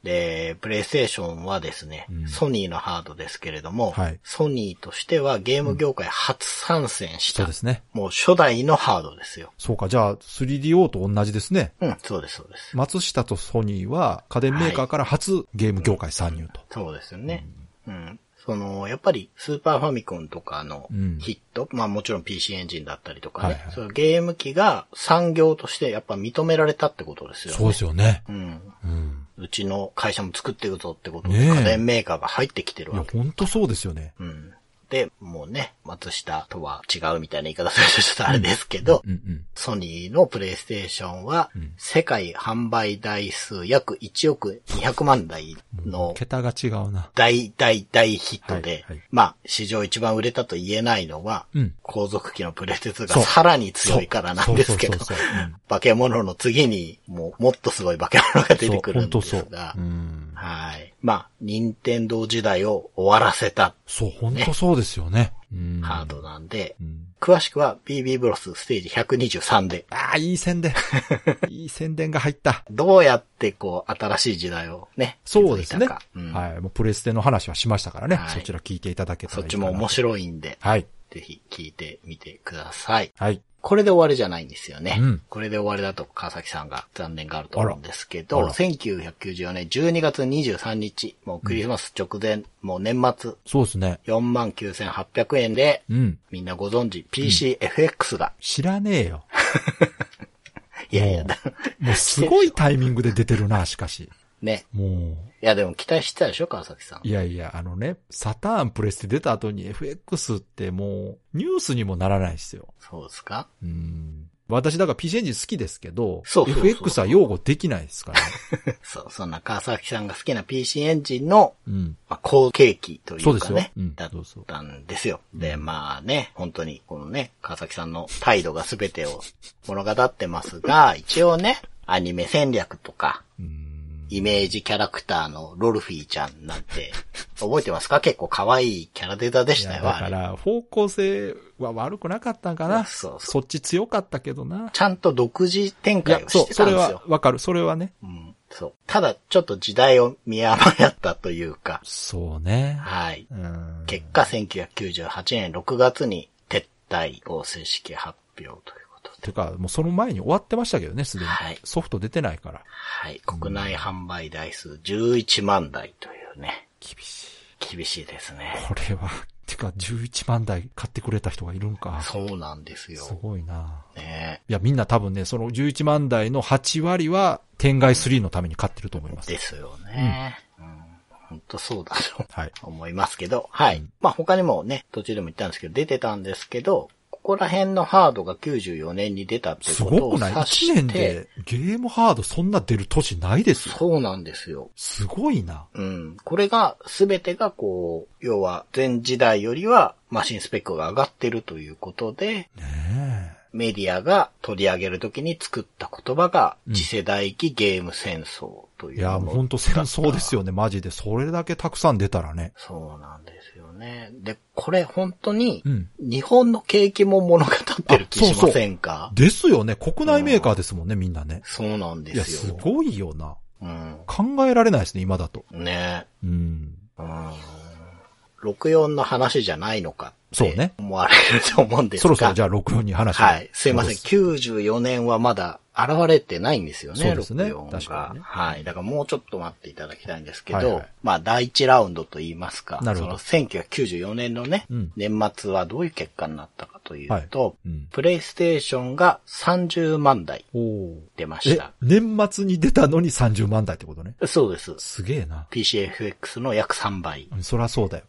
[SPEAKER 3] で、プレイステーションはですね、
[SPEAKER 2] うん
[SPEAKER 3] ソニーのハードですけれども、
[SPEAKER 2] はい
[SPEAKER 3] ソニーとしてはゲーム業界初参戦し
[SPEAKER 2] そ
[SPEAKER 3] た、
[SPEAKER 2] うですね。
[SPEAKER 3] もう初代のハードですよ。
[SPEAKER 2] そうか、じゃあ 3DO と同じですね。
[SPEAKER 3] うん、そうです、そうです。
[SPEAKER 2] 松下とソニーは家電メーカーから初ゲーム業界参入と。
[SPEAKER 3] そうですよね。うん。その、やっぱり、スーパーファミコンとかの
[SPEAKER 2] うん
[SPEAKER 3] ヒット、まあもちろん PC エンジンだったりとかね、
[SPEAKER 2] はいはい
[SPEAKER 3] そういうゲーム機が産業としてやっぱ認められたってことですよね。
[SPEAKER 2] そうですよね。
[SPEAKER 3] うん。
[SPEAKER 2] うん。
[SPEAKER 3] うちの会社も作っていくぞってことで、
[SPEAKER 2] ねえ
[SPEAKER 3] 家電メーカーが入ってきてる
[SPEAKER 2] いや
[SPEAKER 3] わ、け。
[SPEAKER 2] ほんとそうですよね。
[SPEAKER 3] うん。で、もうね、松下とは違うみたいな言い方するとちょっとあれですけど、
[SPEAKER 2] うんうん。
[SPEAKER 3] ソニーのプレイステーションは
[SPEAKER 2] うん、
[SPEAKER 3] 世界販売台数約1億200万台
[SPEAKER 2] もう
[SPEAKER 3] の
[SPEAKER 2] 桁が違うな。
[SPEAKER 3] 大大大ヒットで、
[SPEAKER 2] はいはい
[SPEAKER 3] まあ、史上一番売れたと言えないのは、
[SPEAKER 2] うん。
[SPEAKER 3] 後続機のプレテスが
[SPEAKER 2] そう
[SPEAKER 3] さらに強いからなんですけど
[SPEAKER 2] そうそうそうそううん、
[SPEAKER 3] 化け物の次に、もう、もっとすごい化け物が出てくるんです
[SPEAKER 2] そう、本
[SPEAKER 3] が
[SPEAKER 2] 当そう。う、ん。
[SPEAKER 3] はい。まあ、任天堂時代を終わらせた
[SPEAKER 2] そう、本当そうですよね。うん。
[SPEAKER 3] ハードなんで、
[SPEAKER 2] うん。
[SPEAKER 3] 詳しくは BB ブロスステージ123で、
[SPEAKER 2] ああ、いい宣 伝。いい宣伝が入った。
[SPEAKER 3] どうやってこう、新しい時代をね、
[SPEAKER 2] そうですね
[SPEAKER 3] 築いたか。うん
[SPEAKER 2] はい。もうプレステの話はしましたからね。
[SPEAKER 3] はい
[SPEAKER 2] そちら聞いていただけたら
[SPEAKER 3] そ
[SPEAKER 2] い
[SPEAKER 3] っ
[SPEAKER 2] い
[SPEAKER 3] ち
[SPEAKER 2] かな
[SPEAKER 3] も面白いんで、
[SPEAKER 2] はい。
[SPEAKER 3] ぜひ聞いてみてください。
[SPEAKER 2] はい。
[SPEAKER 3] これで終わりじゃないんですよね。
[SPEAKER 2] うん
[SPEAKER 3] これで終わりだと川崎さんが残念があると思うんですけ
[SPEAKER 2] あ
[SPEAKER 3] ど、
[SPEAKER 2] らあら
[SPEAKER 3] 1994年12月23日、もうクリスマス直前、もう年末、
[SPEAKER 2] そうですね。
[SPEAKER 3] 49,800円で、
[SPEAKER 2] うん。
[SPEAKER 3] みんなご存知、PCFX が、
[SPEAKER 2] 知らねえよ。
[SPEAKER 3] いやいや、
[SPEAKER 2] もう、もうすごいタイミングで出てる な、しかし。
[SPEAKER 3] ね。
[SPEAKER 2] も
[SPEAKER 3] いやでも期待してたでしょ、川崎さん
[SPEAKER 2] う、。いやいや、あのね、サターンプレステ出た後に FX ってもう、ニュースにもならないですよ。
[SPEAKER 3] そうですか
[SPEAKER 2] うん。私、だから PC エンジン好きですけど、
[SPEAKER 3] そうそうそう
[SPEAKER 2] FX は擁護できないです から、ね。
[SPEAKER 3] そう、そんな川崎さんが好きな PC エンジンの、
[SPEAKER 2] うん。
[SPEAKER 3] まあ、好景気とい
[SPEAKER 2] そう
[SPEAKER 3] う
[SPEAKER 2] で
[SPEAKER 3] か
[SPEAKER 2] すよ
[SPEAKER 3] ね、
[SPEAKER 2] うん
[SPEAKER 3] だっ
[SPEAKER 2] そうそう
[SPEAKER 3] たんですよ。で、まあね、本当に、このね、川崎さんの態度が全てを物語ってますが、一応ね、アニメ戦略とか、
[SPEAKER 2] うん。
[SPEAKER 3] イメージキャラクターのロルフィーちゃんなんて、覚えてますか結構可愛いキャラデータで
[SPEAKER 2] い
[SPEAKER 3] した
[SPEAKER 2] や
[SPEAKER 3] よ、
[SPEAKER 2] だか
[SPEAKER 3] あれ
[SPEAKER 2] ら、方向性は悪くなかったんかな。
[SPEAKER 3] そうそう
[SPEAKER 2] っち強かったけどな。
[SPEAKER 3] ちゃんと独自展
[SPEAKER 2] いや
[SPEAKER 3] 開、を
[SPEAKER 2] そ
[SPEAKER 3] し
[SPEAKER 2] う、
[SPEAKER 3] て
[SPEAKER 2] そ
[SPEAKER 3] たん
[SPEAKER 2] れ
[SPEAKER 3] です
[SPEAKER 2] は
[SPEAKER 3] よ。
[SPEAKER 2] わかる。それはね。
[SPEAKER 3] うん、そう。ただ、ちょっと時代を見誤ったというか、
[SPEAKER 2] そうね。
[SPEAKER 3] はい。
[SPEAKER 2] うん。
[SPEAKER 3] 結果、1998年6月に撤退を正式発表ということ
[SPEAKER 2] て
[SPEAKER 3] で。
[SPEAKER 2] か、もうその前に終わってましたけどね、すでに。
[SPEAKER 3] はい
[SPEAKER 2] ソフト出てないから。
[SPEAKER 3] はい。国内販売台数11万台というね。
[SPEAKER 2] 厳しい。
[SPEAKER 3] 厳しいですね。
[SPEAKER 2] これは、てか、11万台買ってくれた人がいるんか。
[SPEAKER 3] そうなんですよ
[SPEAKER 2] す。ごいな。
[SPEAKER 3] ね
[SPEAKER 2] いや、みんな多分ね、その11万台の8割は、天外3のために買ってると思います。
[SPEAKER 3] ですよね。うん。本当そうだと
[SPEAKER 2] はい。
[SPEAKER 3] 思いますけど。はい。まあ他にもね、途中でも言ったんですけど、出てたんですけど、ここら辺のハードが94年に出たって
[SPEAKER 2] す
[SPEAKER 3] こと
[SPEAKER 2] ご
[SPEAKER 3] を
[SPEAKER 2] くない
[SPEAKER 3] 指
[SPEAKER 2] ?1
[SPEAKER 3] し
[SPEAKER 2] 年
[SPEAKER 3] て、
[SPEAKER 2] でゲームハードそんな出る年ないですよ。
[SPEAKER 3] そうなんですよ。
[SPEAKER 2] すごいな。
[SPEAKER 3] うん。これが、すべてがこう、要は前時代よりはマシンスペックが上がってるということで、
[SPEAKER 2] ね
[SPEAKER 3] メディアが取り上げるときに作った言葉が、次世代機ゲーム戦争と
[SPEAKER 2] え。
[SPEAKER 3] いう、
[SPEAKER 2] いや、もうほんと戦争ですよね、マジで。それだけたくさん出たらね。
[SPEAKER 3] そうなんですよね。で、これ本当に
[SPEAKER 2] う、ん。
[SPEAKER 3] 日本の景気も物語ってる気
[SPEAKER 2] あそう
[SPEAKER 3] し
[SPEAKER 2] そう
[SPEAKER 3] ませんか
[SPEAKER 2] ですよね。国内メーカーですもんね、みんなね。
[SPEAKER 3] そうなんで
[SPEAKER 2] いや、
[SPEAKER 3] す
[SPEAKER 2] す
[SPEAKER 3] よ。
[SPEAKER 2] ごいよな。
[SPEAKER 3] うん。
[SPEAKER 2] 考えられないですね、今だと。
[SPEAKER 3] ね
[SPEAKER 2] うん。
[SPEAKER 3] うん。64の話じゃないのかって
[SPEAKER 2] そうね
[SPEAKER 3] 思われると思うんです
[SPEAKER 2] そ
[SPEAKER 3] が。
[SPEAKER 2] ろそろじゃあ64に話を
[SPEAKER 3] はい。すいません。94年はまだ現れてないんですよね、
[SPEAKER 2] そうですね
[SPEAKER 3] 64が
[SPEAKER 2] 確かにね
[SPEAKER 3] はい。だからもうちょっと待っていただきたいんですけど、
[SPEAKER 2] はいはい
[SPEAKER 3] まあ、第1ラウンドと言いますか、
[SPEAKER 2] なるほど
[SPEAKER 3] その1994年のね、
[SPEAKER 2] うん
[SPEAKER 3] 年末はどういう結果になったかというと、
[SPEAKER 2] うん。
[SPEAKER 3] プレイステーションが30万台
[SPEAKER 2] おお。
[SPEAKER 3] 出まし
[SPEAKER 2] え
[SPEAKER 3] た、。
[SPEAKER 2] 年末に出たのに30万台ってことね。
[SPEAKER 3] そうです。
[SPEAKER 2] すげえな。
[SPEAKER 3] PCFX の約3倍。
[SPEAKER 2] うんそりゃそうだよ。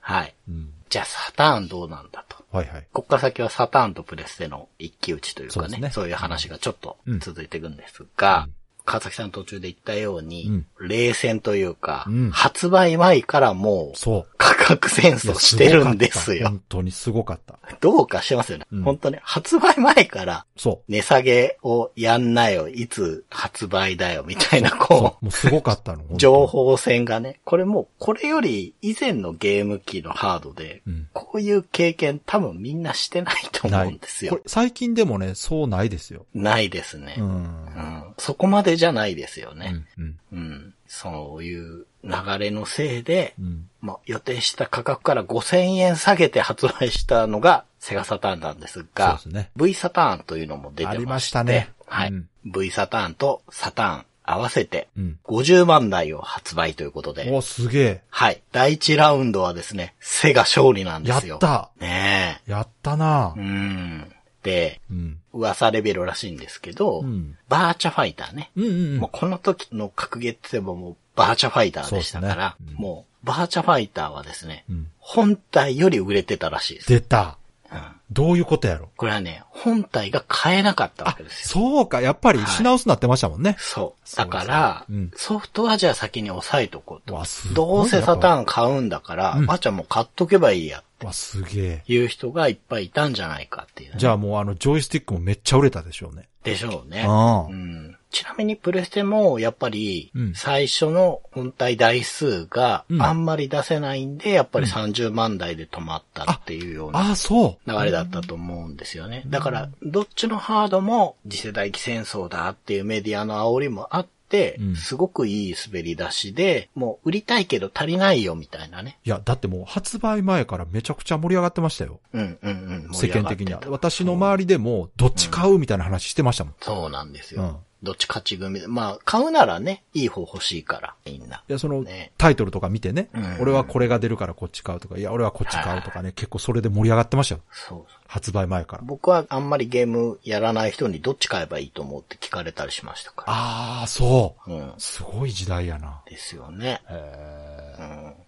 [SPEAKER 3] はい。
[SPEAKER 2] うん。
[SPEAKER 3] じゃあ、サターンどうなんだと。
[SPEAKER 2] はいはい。
[SPEAKER 3] こっから先はサターンとプレステの一騎打ちという
[SPEAKER 2] そう
[SPEAKER 3] か
[SPEAKER 2] で
[SPEAKER 3] ね、
[SPEAKER 2] す
[SPEAKER 3] そう
[SPEAKER 2] ね
[SPEAKER 3] いう話がちょっと続いていくんです
[SPEAKER 2] う
[SPEAKER 3] が
[SPEAKER 2] ん、
[SPEAKER 3] 川崎さん途中で言ったように、
[SPEAKER 2] うん
[SPEAKER 3] 冷戦というか、
[SPEAKER 2] うん
[SPEAKER 3] 発売前からもう
[SPEAKER 2] そう。
[SPEAKER 3] 価格戦
[SPEAKER 2] いや
[SPEAKER 3] 争してるんで
[SPEAKER 2] ごかっ
[SPEAKER 3] す
[SPEAKER 2] た
[SPEAKER 3] よ。
[SPEAKER 2] 本当にすごかった。
[SPEAKER 3] どうかしてますよね。
[SPEAKER 2] うん
[SPEAKER 3] 本当ね、発売前から
[SPEAKER 2] そう。
[SPEAKER 3] 値下げをやんなよ、いつ発売だよ、みたいな
[SPEAKER 2] そ
[SPEAKER 3] こ
[SPEAKER 2] う。もうすごかったの。本当
[SPEAKER 3] う、
[SPEAKER 2] に
[SPEAKER 3] 情。報戦がね、これもう、これより以前のゲーム機のハードで、
[SPEAKER 2] うん。
[SPEAKER 3] こういう経験多分みんなしてないと思うんですよ。
[SPEAKER 2] これ最近でもね、そうないですよ。
[SPEAKER 3] ないですね、
[SPEAKER 2] う
[SPEAKER 3] うん
[SPEAKER 2] ん。
[SPEAKER 3] そこまでじゃないですよ
[SPEAKER 2] う
[SPEAKER 3] ね。
[SPEAKER 2] ん。うん。
[SPEAKER 3] うん。そういう流れのせいで、
[SPEAKER 2] うん。
[SPEAKER 3] まあ、予定した価格から5000円下げて発売したのがセガサターンなんです
[SPEAKER 2] そうで
[SPEAKER 3] が、
[SPEAKER 2] すね。
[SPEAKER 3] V サターンというのも出てまして
[SPEAKER 2] ありましたね
[SPEAKER 3] はい、
[SPEAKER 2] うん
[SPEAKER 3] V サターンとサターン合わせて
[SPEAKER 2] うん。
[SPEAKER 3] 50万台を発売ということで、
[SPEAKER 2] おすげえ。
[SPEAKER 3] はい。第1ラウンドはですね、セガ勝利なんで
[SPEAKER 2] やっ
[SPEAKER 3] すよ。
[SPEAKER 2] た。
[SPEAKER 3] ね
[SPEAKER 2] やったな
[SPEAKER 3] え。うん。で、
[SPEAKER 2] うん。
[SPEAKER 3] 噂レベルらしいんですけど、
[SPEAKER 2] うん
[SPEAKER 3] バーチャファイターね。
[SPEAKER 2] うんうんうん
[SPEAKER 3] もう。この時の格ゲーって言えばもうバーチャファイターでしたから、
[SPEAKER 2] そうですねうん
[SPEAKER 3] もうバーチャファイターはですね、
[SPEAKER 2] うん。
[SPEAKER 3] 本体より売れてたらしいです。
[SPEAKER 2] 出た。
[SPEAKER 3] うん
[SPEAKER 2] どういうことやろ
[SPEAKER 3] これはね、本体が買えなかったわ
[SPEAKER 2] あ
[SPEAKER 3] け、ですよ。
[SPEAKER 2] そうか。やっぱり品薄になってましたもんね。
[SPEAKER 3] そう。
[SPEAKER 2] そう
[SPEAKER 3] だ
[SPEAKER 2] です
[SPEAKER 3] から、
[SPEAKER 2] うん
[SPEAKER 3] ソフトはじゃあ先に押さえとこうと
[SPEAKER 2] わすごい。
[SPEAKER 3] どうせサターン買うんだから、
[SPEAKER 2] うん
[SPEAKER 3] バーチャもう買っとけばいいや、
[SPEAKER 2] わ、すげえ。
[SPEAKER 3] いう人がいっぱいいたんじゃないかっていう、ね。
[SPEAKER 2] じゃあもうあの、ジョイスティックもめっちゃ売れたでしょうね。
[SPEAKER 3] でしょうね。
[SPEAKER 2] ああ
[SPEAKER 3] うんちなみにプレステも、やっぱり
[SPEAKER 2] うん、
[SPEAKER 3] 最初の本体台数が
[SPEAKER 2] うん
[SPEAKER 3] あんまり出せないんで、やっぱり30万台で止まったっていうような
[SPEAKER 2] ああ、そ
[SPEAKER 3] 流れだったと思うんですよね。だから、どっちのハードも次世代機戦争だっていうメディアの煽りもあって
[SPEAKER 2] うん、
[SPEAKER 3] すごくいい滑り出しで、もう売りたいけど足りないよみたいなね。
[SPEAKER 2] う。いや、だってもう発売前からめちゃくちゃ盛り上がってましたよ。
[SPEAKER 3] うんうんうん。
[SPEAKER 2] 世
[SPEAKER 3] 盛り上
[SPEAKER 2] 間
[SPEAKER 3] がって
[SPEAKER 2] 的
[SPEAKER 3] た
[SPEAKER 2] には。私の周りでも、どっち買うみたいな話してましたもん。い
[SPEAKER 3] そうなんです
[SPEAKER 2] うん
[SPEAKER 3] よ。どっち勝ち組で。まあ、買うならね、いい方欲しいから、みんな。
[SPEAKER 2] や、その
[SPEAKER 3] ね、
[SPEAKER 2] タイトルとか見てね
[SPEAKER 3] うん、
[SPEAKER 2] 俺はこれが出るからこっち買うとか、いや、俺はこっち買うとかね、結構それで盛り上がってましたよ。
[SPEAKER 3] そうそう。
[SPEAKER 2] 発売前から。
[SPEAKER 3] 僕はあんまりゲームやらない人にどっち買えばいいと思うって聞かれたりしましたか
[SPEAKER 2] ああ、そ
[SPEAKER 3] ら。うん
[SPEAKER 2] う。。すごい時代やな。
[SPEAKER 3] ですよね。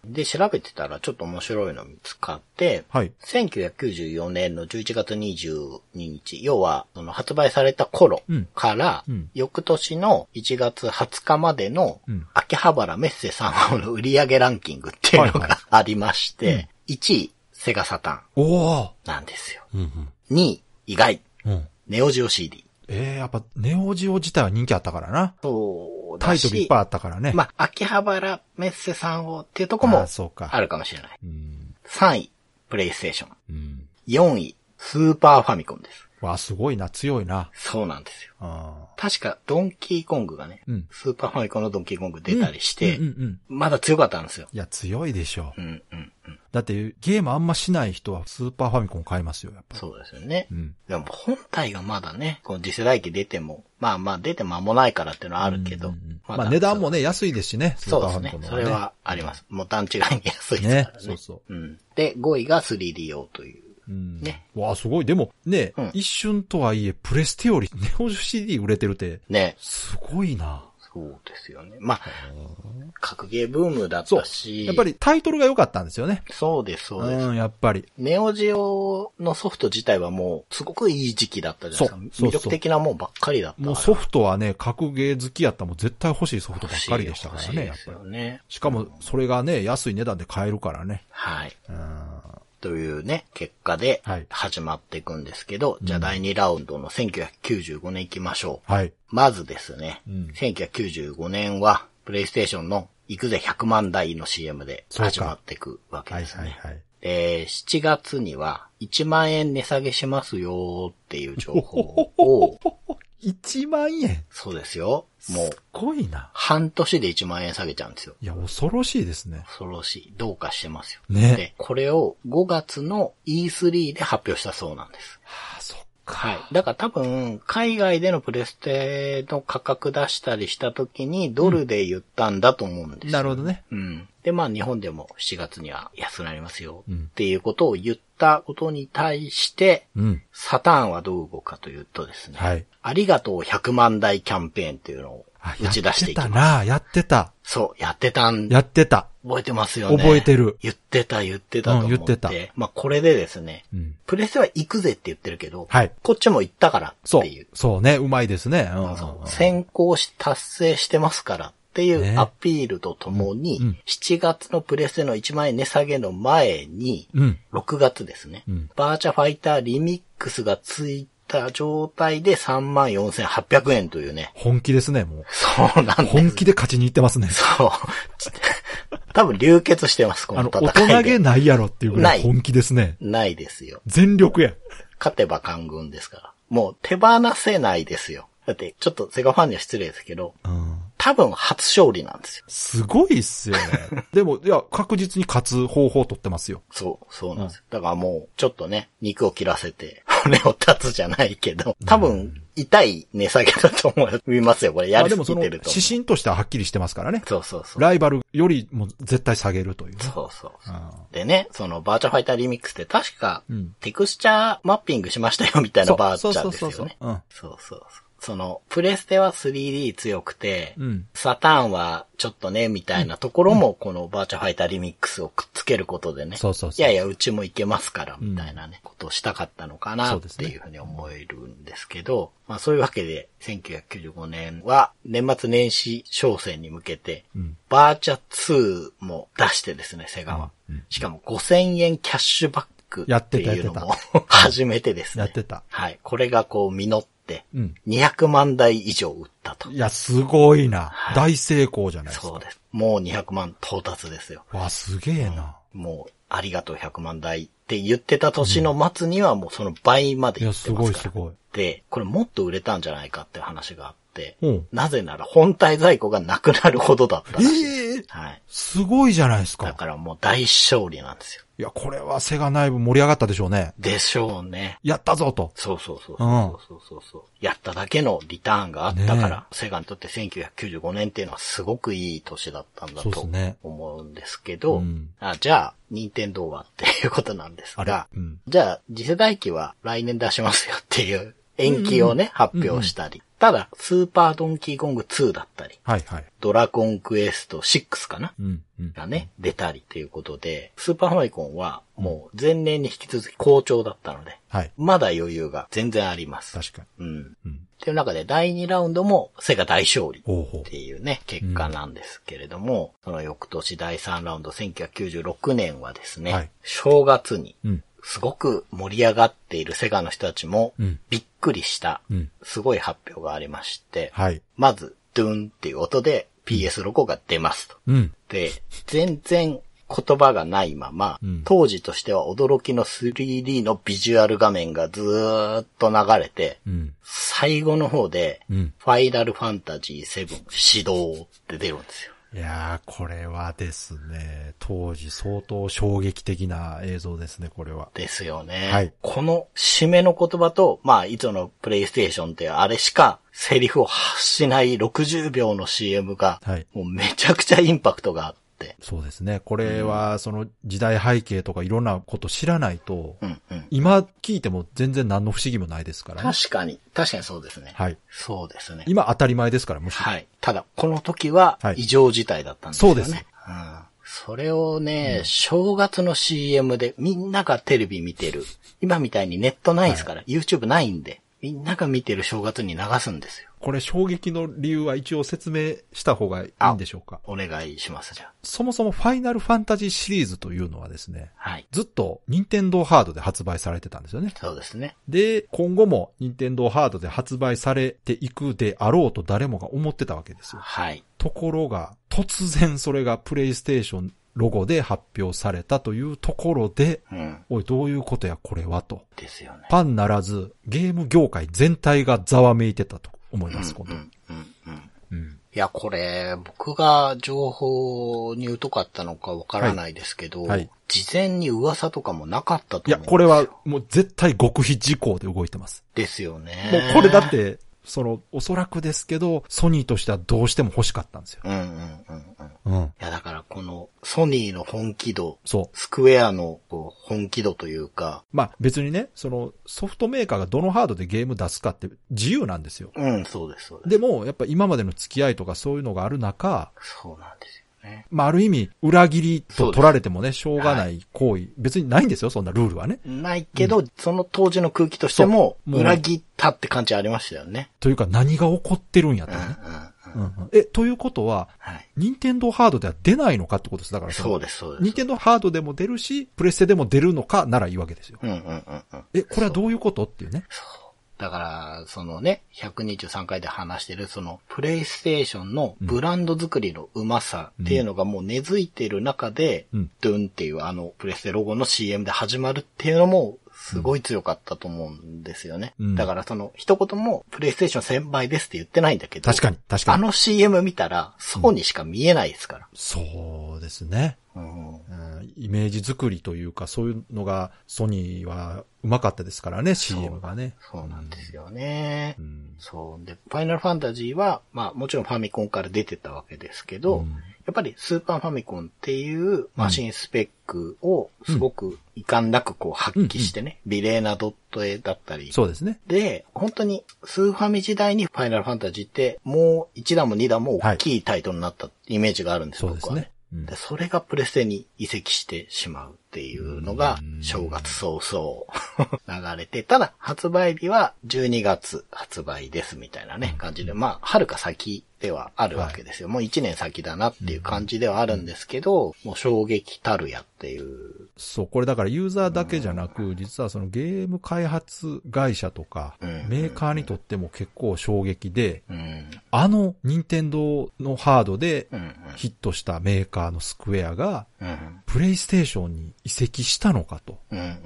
[SPEAKER 3] うん、で、調べてたらちょっと面白いの見つかって、
[SPEAKER 2] はい。
[SPEAKER 3] 1994年の11月22日、要は、その発売された頃
[SPEAKER 2] うん
[SPEAKER 3] から
[SPEAKER 2] うん、
[SPEAKER 3] 翌年の1月20日までの
[SPEAKER 2] うん、
[SPEAKER 3] 秋葉原メッセ3号の売上ランキングっていうの
[SPEAKER 2] はいはい
[SPEAKER 3] がありまして、1位、セガサタン
[SPEAKER 2] おお。
[SPEAKER 3] なんですよ。
[SPEAKER 2] うん
[SPEAKER 3] 2位、意外、
[SPEAKER 2] うん。うん。
[SPEAKER 3] ネオジオ CD。
[SPEAKER 2] ええやっぱ、ネオジオ自体は人気あったからな。
[SPEAKER 3] そう
[SPEAKER 2] タ
[SPEAKER 3] だ
[SPEAKER 2] イ
[SPEAKER 3] し、
[SPEAKER 2] トルいっぱいあったからね。
[SPEAKER 3] まあ、秋葉原メッセさんをっていうとこ
[SPEAKER 2] あ
[SPEAKER 3] も
[SPEAKER 2] ーそうか
[SPEAKER 3] あるかもしれない。
[SPEAKER 2] うん。
[SPEAKER 3] 3位、プレイステーション。
[SPEAKER 2] うん。
[SPEAKER 3] 4位、スーパーファミコンです。
[SPEAKER 2] わ、すごいな、強いな。
[SPEAKER 3] そうなんですよ。
[SPEAKER 2] あ
[SPEAKER 3] 確か、ドンキーコングがね、
[SPEAKER 2] うん
[SPEAKER 3] スーパーファミコンのドンキーコング出たりし
[SPEAKER 2] ー
[SPEAKER 3] て、
[SPEAKER 2] うんうんうん。
[SPEAKER 3] まだ強かったんですよ。
[SPEAKER 2] いや、強いでしょ
[SPEAKER 3] う。んうんうん。
[SPEAKER 2] だって、ゲームあんましない人はスーパーファミコン買いますよ、やっぱ。
[SPEAKER 3] そうですよね。
[SPEAKER 2] うん。
[SPEAKER 3] でも本体がまだね、この次世代機出ても、まあまあ出て間もないからっていうのはあるけど、
[SPEAKER 2] うんうんうん
[SPEAKER 3] だ
[SPEAKER 2] まあ、値段もね、安いですしね、スー
[SPEAKER 3] そう
[SPEAKER 2] パーファミ
[SPEAKER 3] です
[SPEAKER 2] コ
[SPEAKER 3] ね
[SPEAKER 2] ン。の
[SPEAKER 3] そ
[SPEAKER 2] 方が
[SPEAKER 3] れ
[SPEAKER 2] ね。
[SPEAKER 3] はあります。もう段違いに安いですからね。。
[SPEAKER 2] ね、そうそう
[SPEAKER 3] ん。で、5位が 3DO という。
[SPEAKER 2] う。うん。
[SPEAKER 3] ね
[SPEAKER 2] わあ、すごい。でも、ね、
[SPEAKER 3] うん
[SPEAKER 2] 一瞬とはいえ、プレステよりネオジオ CD 売れてるって、
[SPEAKER 3] ね。
[SPEAKER 2] すごいな。
[SPEAKER 3] そうですよね。まあ、格ゲーブームだっ
[SPEAKER 2] そう
[SPEAKER 3] た。し、
[SPEAKER 2] やっぱ、りタイトルが良かったんですよね。
[SPEAKER 3] そうです、そうです。
[SPEAKER 2] うん、やっぱり。
[SPEAKER 3] ネオジオのソフト自体はもう、すごくいい時期だったじゃないで
[SPEAKER 2] そ
[SPEAKER 3] すか。
[SPEAKER 2] うそう
[SPEAKER 3] 魅力的なもんばっかりだったから。
[SPEAKER 2] もうソフトはね、格ゲー好きやったらもう絶対欲しいソフトばっかりでしたから
[SPEAKER 3] 欲しい
[SPEAKER 2] ね、や
[SPEAKER 3] で
[SPEAKER 2] っ
[SPEAKER 3] す
[SPEAKER 2] ぱり
[SPEAKER 3] よ。ね。
[SPEAKER 2] しかも、それがね、安い値段で買えるからね。
[SPEAKER 3] はい。
[SPEAKER 2] うん。
[SPEAKER 3] というね、結果で
[SPEAKER 2] はい、
[SPEAKER 3] 始まっていくんですけど、じゃあ第2ラウンドの1995年行きましょう。
[SPEAKER 2] はい。
[SPEAKER 3] まずですね、
[SPEAKER 2] うん
[SPEAKER 3] 1995年は、プレイステーションの行くぜ100万台の CM で始まっていくわけ
[SPEAKER 2] はい
[SPEAKER 3] ですね。
[SPEAKER 2] はいはい。
[SPEAKER 3] で、7月には1万円値下げしますよーっていう情報 を、
[SPEAKER 2] 1万円
[SPEAKER 3] そうですよ。もう
[SPEAKER 2] すごいな。
[SPEAKER 3] 半年で1万円下げちゃうんですよ。
[SPEAKER 2] いや、恐ろしいですね。
[SPEAKER 3] 恐ろしい。どうかしてますよ。
[SPEAKER 2] ね
[SPEAKER 3] で、これを5月の E3 で発表したそうなんです。
[SPEAKER 2] ああ、そっか。
[SPEAKER 3] はい。だから多分、海外でのプレステの価格出したりした時にドルで言ったんだと思うんですよ。
[SPEAKER 2] なるほどね。
[SPEAKER 3] うん。で、まあ日本でも7月には安くなりますよ
[SPEAKER 2] うん
[SPEAKER 3] っていうことを言ったことに対して、
[SPEAKER 2] うん。
[SPEAKER 3] サターンはどう動くかというとですね、
[SPEAKER 2] はい。
[SPEAKER 3] ありがとう100万台キャンペーンっていうのを
[SPEAKER 2] あ
[SPEAKER 3] 打ち出していき
[SPEAKER 2] やってた
[SPEAKER 3] ます。
[SPEAKER 2] な、やってた。
[SPEAKER 3] そう、やってたん、
[SPEAKER 2] やってた。
[SPEAKER 3] 覚えてますよね。
[SPEAKER 2] 覚えてる
[SPEAKER 3] 言ってた、言ってたと思っ
[SPEAKER 2] う
[SPEAKER 3] て。
[SPEAKER 2] ん言ってた
[SPEAKER 3] まあこれでですね、
[SPEAKER 2] うん。
[SPEAKER 3] プレステは行くぜって言ってるけど、
[SPEAKER 2] はい
[SPEAKER 3] こっちも行ったから
[SPEAKER 2] そ
[SPEAKER 3] っ
[SPEAKER 2] う
[SPEAKER 3] ていう。。
[SPEAKER 2] そうね、うまいですね。うん。
[SPEAKER 3] そう先行し、達成してますからってい
[SPEAKER 2] ね
[SPEAKER 3] うアピールとともに、
[SPEAKER 2] うんうん
[SPEAKER 3] 7月のプレステの1万円値下げの前に、
[SPEAKER 2] うん。
[SPEAKER 3] 6月ですね、
[SPEAKER 2] うん
[SPEAKER 3] バーチャファイターリミックスがついた状態で34,800円というね。
[SPEAKER 2] 本気ですね、もう。
[SPEAKER 3] そうなんです。
[SPEAKER 2] 本気で勝ちに行ってますね。
[SPEAKER 3] そう。 多分流血してます、こ
[SPEAKER 2] あ
[SPEAKER 3] の
[SPEAKER 2] の、
[SPEAKER 3] 戦
[SPEAKER 2] 大
[SPEAKER 3] い
[SPEAKER 2] 人
[SPEAKER 3] で
[SPEAKER 2] げ。ないやろっていうぐらい
[SPEAKER 3] ない
[SPEAKER 2] 本気ですね。
[SPEAKER 3] ないですよ。
[SPEAKER 2] 全力や。
[SPEAKER 3] 勝てば官軍ですから。もう手放せないですよ。だって、ちょっとセガファンには失礼ですけど、
[SPEAKER 2] うん。
[SPEAKER 3] 多分初勝利なんですよ。
[SPEAKER 2] すごいっすよね。 でも、いや、確実に勝つ方法を取ってますよ。
[SPEAKER 3] そう、そうなんですよ。だからもう、ちょっとね、肉を切らせて、 骨を立つじゃないけど、多分、痛い値下げだと思いますよ。これ、や
[SPEAKER 2] あ
[SPEAKER 3] り
[SPEAKER 2] ですも
[SPEAKER 3] ぎ
[SPEAKER 2] その、
[SPEAKER 3] てる
[SPEAKER 2] 指
[SPEAKER 3] と思う。
[SPEAKER 2] 針としてははっきりしてますからね。
[SPEAKER 3] そうそうそう。
[SPEAKER 2] ライバルよりも絶対下げるというね。
[SPEAKER 3] そうそうそう
[SPEAKER 2] うん
[SPEAKER 3] でね、そのバーチャファイターリミックスって確か
[SPEAKER 2] うん、
[SPEAKER 3] テクスチャーマッピングしましたよみたいなバーチ
[SPEAKER 2] そう
[SPEAKER 3] ャ
[SPEAKER 2] そ
[SPEAKER 3] ー
[SPEAKER 2] う
[SPEAKER 3] です
[SPEAKER 2] そ
[SPEAKER 3] よ
[SPEAKER 2] うそう
[SPEAKER 3] ね。
[SPEAKER 2] うん。
[SPEAKER 3] そうそうそう。その、プレステは 3D 強くて、
[SPEAKER 2] うん。
[SPEAKER 3] サターンはちょっとね、みたいなところも、このバーチャファイターリミックスをくっつけることでね、
[SPEAKER 2] そうそうそう。
[SPEAKER 3] いやいや、うちもいけますから、
[SPEAKER 2] うん
[SPEAKER 3] みたいなね、ことをしたかったのかな、
[SPEAKER 2] そ
[SPEAKER 3] っ
[SPEAKER 2] うです
[SPEAKER 3] て
[SPEAKER 2] ね
[SPEAKER 3] いうふうに思えるんですけど、まあそういうわけで、1995年は、年末年始商戦に向けて、
[SPEAKER 2] うん。
[SPEAKER 3] バーチャ2も出してですね、セガは。
[SPEAKER 2] うん
[SPEAKER 3] しかも5000円キャッシュバック
[SPEAKER 2] や
[SPEAKER 3] っ
[SPEAKER 2] って
[SPEAKER 3] て
[SPEAKER 2] た
[SPEAKER 3] いうの
[SPEAKER 2] や
[SPEAKER 3] も
[SPEAKER 2] っ
[SPEAKER 3] 初めてですね。
[SPEAKER 2] やってた。
[SPEAKER 3] はい。これがこう実って、
[SPEAKER 2] うん。
[SPEAKER 3] 200万台以上売ったと。
[SPEAKER 2] いや、すごいな
[SPEAKER 3] は。い
[SPEAKER 2] 大成功じゃないですか。
[SPEAKER 3] そうです。もう200万到達ですよ。
[SPEAKER 2] わ、すげえな。
[SPEAKER 3] もう、ありがとう100万台って言ってた年の末にはもうその倍まで
[SPEAKER 2] い
[SPEAKER 3] 行
[SPEAKER 2] や、
[SPEAKER 3] って
[SPEAKER 2] す
[SPEAKER 3] ま
[SPEAKER 2] ご
[SPEAKER 3] す
[SPEAKER 2] い
[SPEAKER 3] か
[SPEAKER 2] す
[SPEAKER 3] ら。
[SPEAKER 2] ごい。
[SPEAKER 3] で、これもっと売れたんじゃないかっていう話があって、
[SPEAKER 2] うん。
[SPEAKER 3] なぜなら本体在庫がなくなるほどだったらしいです。
[SPEAKER 2] ええ
[SPEAKER 3] はい。
[SPEAKER 2] すごいじゃないです
[SPEAKER 3] だ
[SPEAKER 2] か。
[SPEAKER 3] からもう大勝利なんですよ。
[SPEAKER 2] いや、これはセガ内部盛り上がったでしょうね。
[SPEAKER 3] でしょうね。
[SPEAKER 2] やったぞと。
[SPEAKER 3] そうそうそう
[SPEAKER 2] う
[SPEAKER 3] そ
[SPEAKER 2] ん
[SPEAKER 3] うそうそうそう。やっただけのリターンがあったから、
[SPEAKER 2] ね
[SPEAKER 3] セガにとって1995年っていうのはすごくいい年だったんだ
[SPEAKER 2] そうです
[SPEAKER 3] と
[SPEAKER 2] ね。
[SPEAKER 3] 思うんですけど、
[SPEAKER 2] うん
[SPEAKER 3] あじゃあ、任天堂はっていうことなんです
[SPEAKER 2] あれ
[SPEAKER 3] が、
[SPEAKER 2] うん。
[SPEAKER 3] じゃあ、次世代機は来年出しますよっていう延期をね、発表したり、ただ、スーパードンキーコング2だったり、
[SPEAKER 2] はいはい。
[SPEAKER 3] ドラゴンクエスト6かな
[SPEAKER 2] うん。うん。
[SPEAKER 3] がね、出たりということで、スーパーファミコンはもう前年に引き続き好調だったので、
[SPEAKER 2] はい。
[SPEAKER 3] まだ余裕が全然あります。
[SPEAKER 2] 確かに。
[SPEAKER 3] うん。
[SPEAKER 2] うん。
[SPEAKER 3] っていう中で第2ラウンドもセガ大勝利。
[SPEAKER 2] ほうほ
[SPEAKER 3] っていうね、結果なんですけれども、その翌年第3ラウンド1996年はですね、
[SPEAKER 2] はい
[SPEAKER 3] 正月に
[SPEAKER 2] う。うん。
[SPEAKER 3] すごく盛り上がっているセガの人たちも
[SPEAKER 2] うん
[SPEAKER 3] びっくりした
[SPEAKER 2] うん。
[SPEAKER 3] すごい発表がありまして、
[SPEAKER 2] はい。
[SPEAKER 3] まずドゥンっていう音で PS ロゴが出ますと。
[SPEAKER 2] うん。
[SPEAKER 3] で、全然言葉がないまま、
[SPEAKER 2] うん
[SPEAKER 3] 当時としては驚きの 3D のビジュアル画面がずーっと流れて、
[SPEAKER 2] うん。
[SPEAKER 3] 最後の方で、
[SPEAKER 2] うん。
[SPEAKER 3] ファイナルファンタジー7始動って出るんですよ。
[SPEAKER 2] いやー、これはですね、当時相当衝撃的な映像ですね、これは。
[SPEAKER 3] ですよね。
[SPEAKER 2] はい
[SPEAKER 3] この締めの言葉と、まあ、いつものプレイステーションってあれしかセリフを発しない60秒の CM が、
[SPEAKER 2] はい。
[SPEAKER 3] もうめちゃくちゃインパクトがあって。
[SPEAKER 2] そうですね。これは、その時代背景とかいろんなこと知らないと、
[SPEAKER 3] うんうん。
[SPEAKER 2] 今聞いても全然何の不思議もないですからね。
[SPEAKER 3] 確かに、確かにそうですね。
[SPEAKER 2] はい。
[SPEAKER 3] そうですね。
[SPEAKER 2] 今当たり前ですから、むしろ。
[SPEAKER 3] はい。ただ、この時は
[SPEAKER 2] はい
[SPEAKER 3] 異常事態だったんですよね。
[SPEAKER 2] そうです
[SPEAKER 3] うん。それをね、正月の CM でみんながテレビ見てる。今みたいにネットないですから、YouTube ないんで、みんなが見てる正月に流すんですよ。
[SPEAKER 2] これ衝撃の理由は一応説明した方がいいんでしょうか。
[SPEAKER 3] お願いします、じゃあ。
[SPEAKER 2] そもそもファイナルファンタジーシリーズというのはですね、
[SPEAKER 3] はい。
[SPEAKER 2] ずっと任天堂ハードで発売されてたんですよね。
[SPEAKER 3] そうですね。
[SPEAKER 2] で、今後も任天堂ハードで発売されていくであろうと誰もが思ってたわけですよ。
[SPEAKER 3] はい。
[SPEAKER 2] ところが、突然それがプレイステーションロゴで発表されたというところで、
[SPEAKER 3] うん。
[SPEAKER 2] おい、どういうことやこれはと。
[SPEAKER 3] ですよね。
[SPEAKER 2] ファンならず、ゲーム業界全体がざわめいてたと思います、
[SPEAKER 3] う
[SPEAKER 2] 今
[SPEAKER 3] ん、
[SPEAKER 2] 度
[SPEAKER 3] うん、うん、うん。
[SPEAKER 2] うん。
[SPEAKER 3] いや、これ、僕が情報に疎かったのかわからないですけど、
[SPEAKER 2] はいはい
[SPEAKER 3] 事前に噂とかもなかった
[SPEAKER 2] い
[SPEAKER 3] と思うんですよ
[SPEAKER 2] や、。これは、もう絶対極秘事項で動いてます。
[SPEAKER 3] ですよね。
[SPEAKER 2] もうこれだっ。て、その、おそらくですけど、ソニーとしてはどうしても欲しかったんですよ。
[SPEAKER 3] うんうんうんうん。
[SPEAKER 2] うん。
[SPEAKER 3] いや、だからこのソニーの本気度、
[SPEAKER 2] そう。
[SPEAKER 3] スクエアのこう本気度というか、
[SPEAKER 2] まあ別にね、そのソフトメーカーがどのハードでゲーム出すかって自由なんですよ。
[SPEAKER 3] うん、そうです、そうで
[SPEAKER 2] で
[SPEAKER 3] す。
[SPEAKER 2] も、やっぱ今までの付き合いとかそういうのがある中、
[SPEAKER 3] そうなんですよね。
[SPEAKER 2] まあある意味、裏切りと取られてもね、しょうがない行為、別にないんですよ、そんなルールはね。
[SPEAKER 3] ないけど、その当時の空気としても、
[SPEAKER 2] そうもう
[SPEAKER 3] 裏切ったって感じありましたよね。
[SPEAKER 2] というか何が起こってるんやと
[SPEAKER 3] うん、うん、うん
[SPEAKER 2] ね。。うんうん、え、ということは、
[SPEAKER 3] はい。
[SPEAKER 2] 任天堂ハードでは出ないのかってことです。だから
[SPEAKER 3] そう
[SPEAKER 2] で
[SPEAKER 3] です、そうで
[SPEAKER 2] 任
[SPEAKER 3] す。
[SPEAKER 2] 天堂ハードでも出るし、プレステでも出るのかならいいわけですよ。
[SPEAKER 3] うん、うん、うん、うん。
[SPEAKER 2] え、これはどういうことっていうね。
[SPEAKER 3] だから、そのね、123回で話してる、その、プレイステーションのブランド作りのうまさっていうのがもう根付いてる中で、
[SPEAKER 2] うん
[SPEAKER 3] ドゥンっていうあの、プレステロゴの CM で始まるっていうのも、すごい強かったと思うんですよね。
[SPEAKER 2] うん
[SPEAKER 3] だからその、一言も、プレイステーション1000倍ですって言ってないんだけど、
[SPEAKER 2] 確か
[SPEAKER 3] に。
[SPEAKER 2] に、確か
[SPEAKER 3] あ
[SPEAKER 2] に。
[SPEAKER 3] の CM 見たら、そうにしか見えないですから。
[SPEAKER 2] そうですね。
[SPEAKER 3] うん。
[SPEAKER 2] うんイメージ作りというか、そういうのがソニーはうまかったですからね、CM がね。
[SPEAKER 3] そうなんですよね。
[SPEAKER 2] うん。
[SPEAKER 3] そう。で、ファイナルファンタジーは、まあもちろんファミコンから出てたわけですけど、
[SPEAKER 2] うん
[SPEAKER 3] やっぱりスーパーファミコンっていうマシンスペックをすごく遺憾なくこう発揮してね、美麗なドット絵だったり。
[SPEAKER 2] そうですね。
[SPEAKER 3] で、本当にスーファミ時代にファイナルファンタジーってもう1段も2段も大きいタイトルになったイメージがあるんです、
[SPEAKER 2] そうです
[SPEAKER 3] 僕はね
[SPEAKER 2] ね。。うん
[SPEAKER 3] で、それがプレステに移籍してしまうっていうのが
[SPEAKER 2] うん、
[SPEAKER 3] 正月早々流れて、ただ発売日は12月発売ですみたいなね、感じで、まあ、はるか先ではあるわけですよ。もう1年先だなっていう感じではあるんですけど、もう衝撃たるやっていう、
[SPEAKER 2] そう、これだからユーザーだけじゃなく、実はそのゲーム開発会社とか、
[SPEAKER 3] うん
[SPEAKER 2] メーカーにとっても結構衝撃で、
[SPEAKER 3] うん、
[SPEAKER 2] あの任天堂のハードで
[SPEAKER 3] うん、
[SPEAKER 2] ヒットしたメーカーのスクエアが、
[SPEAKER 3] うん、うん、
[SPEAKER 2] プレイステーションに移籍したのかと
[SPEAKER 3] うん、うん、うん、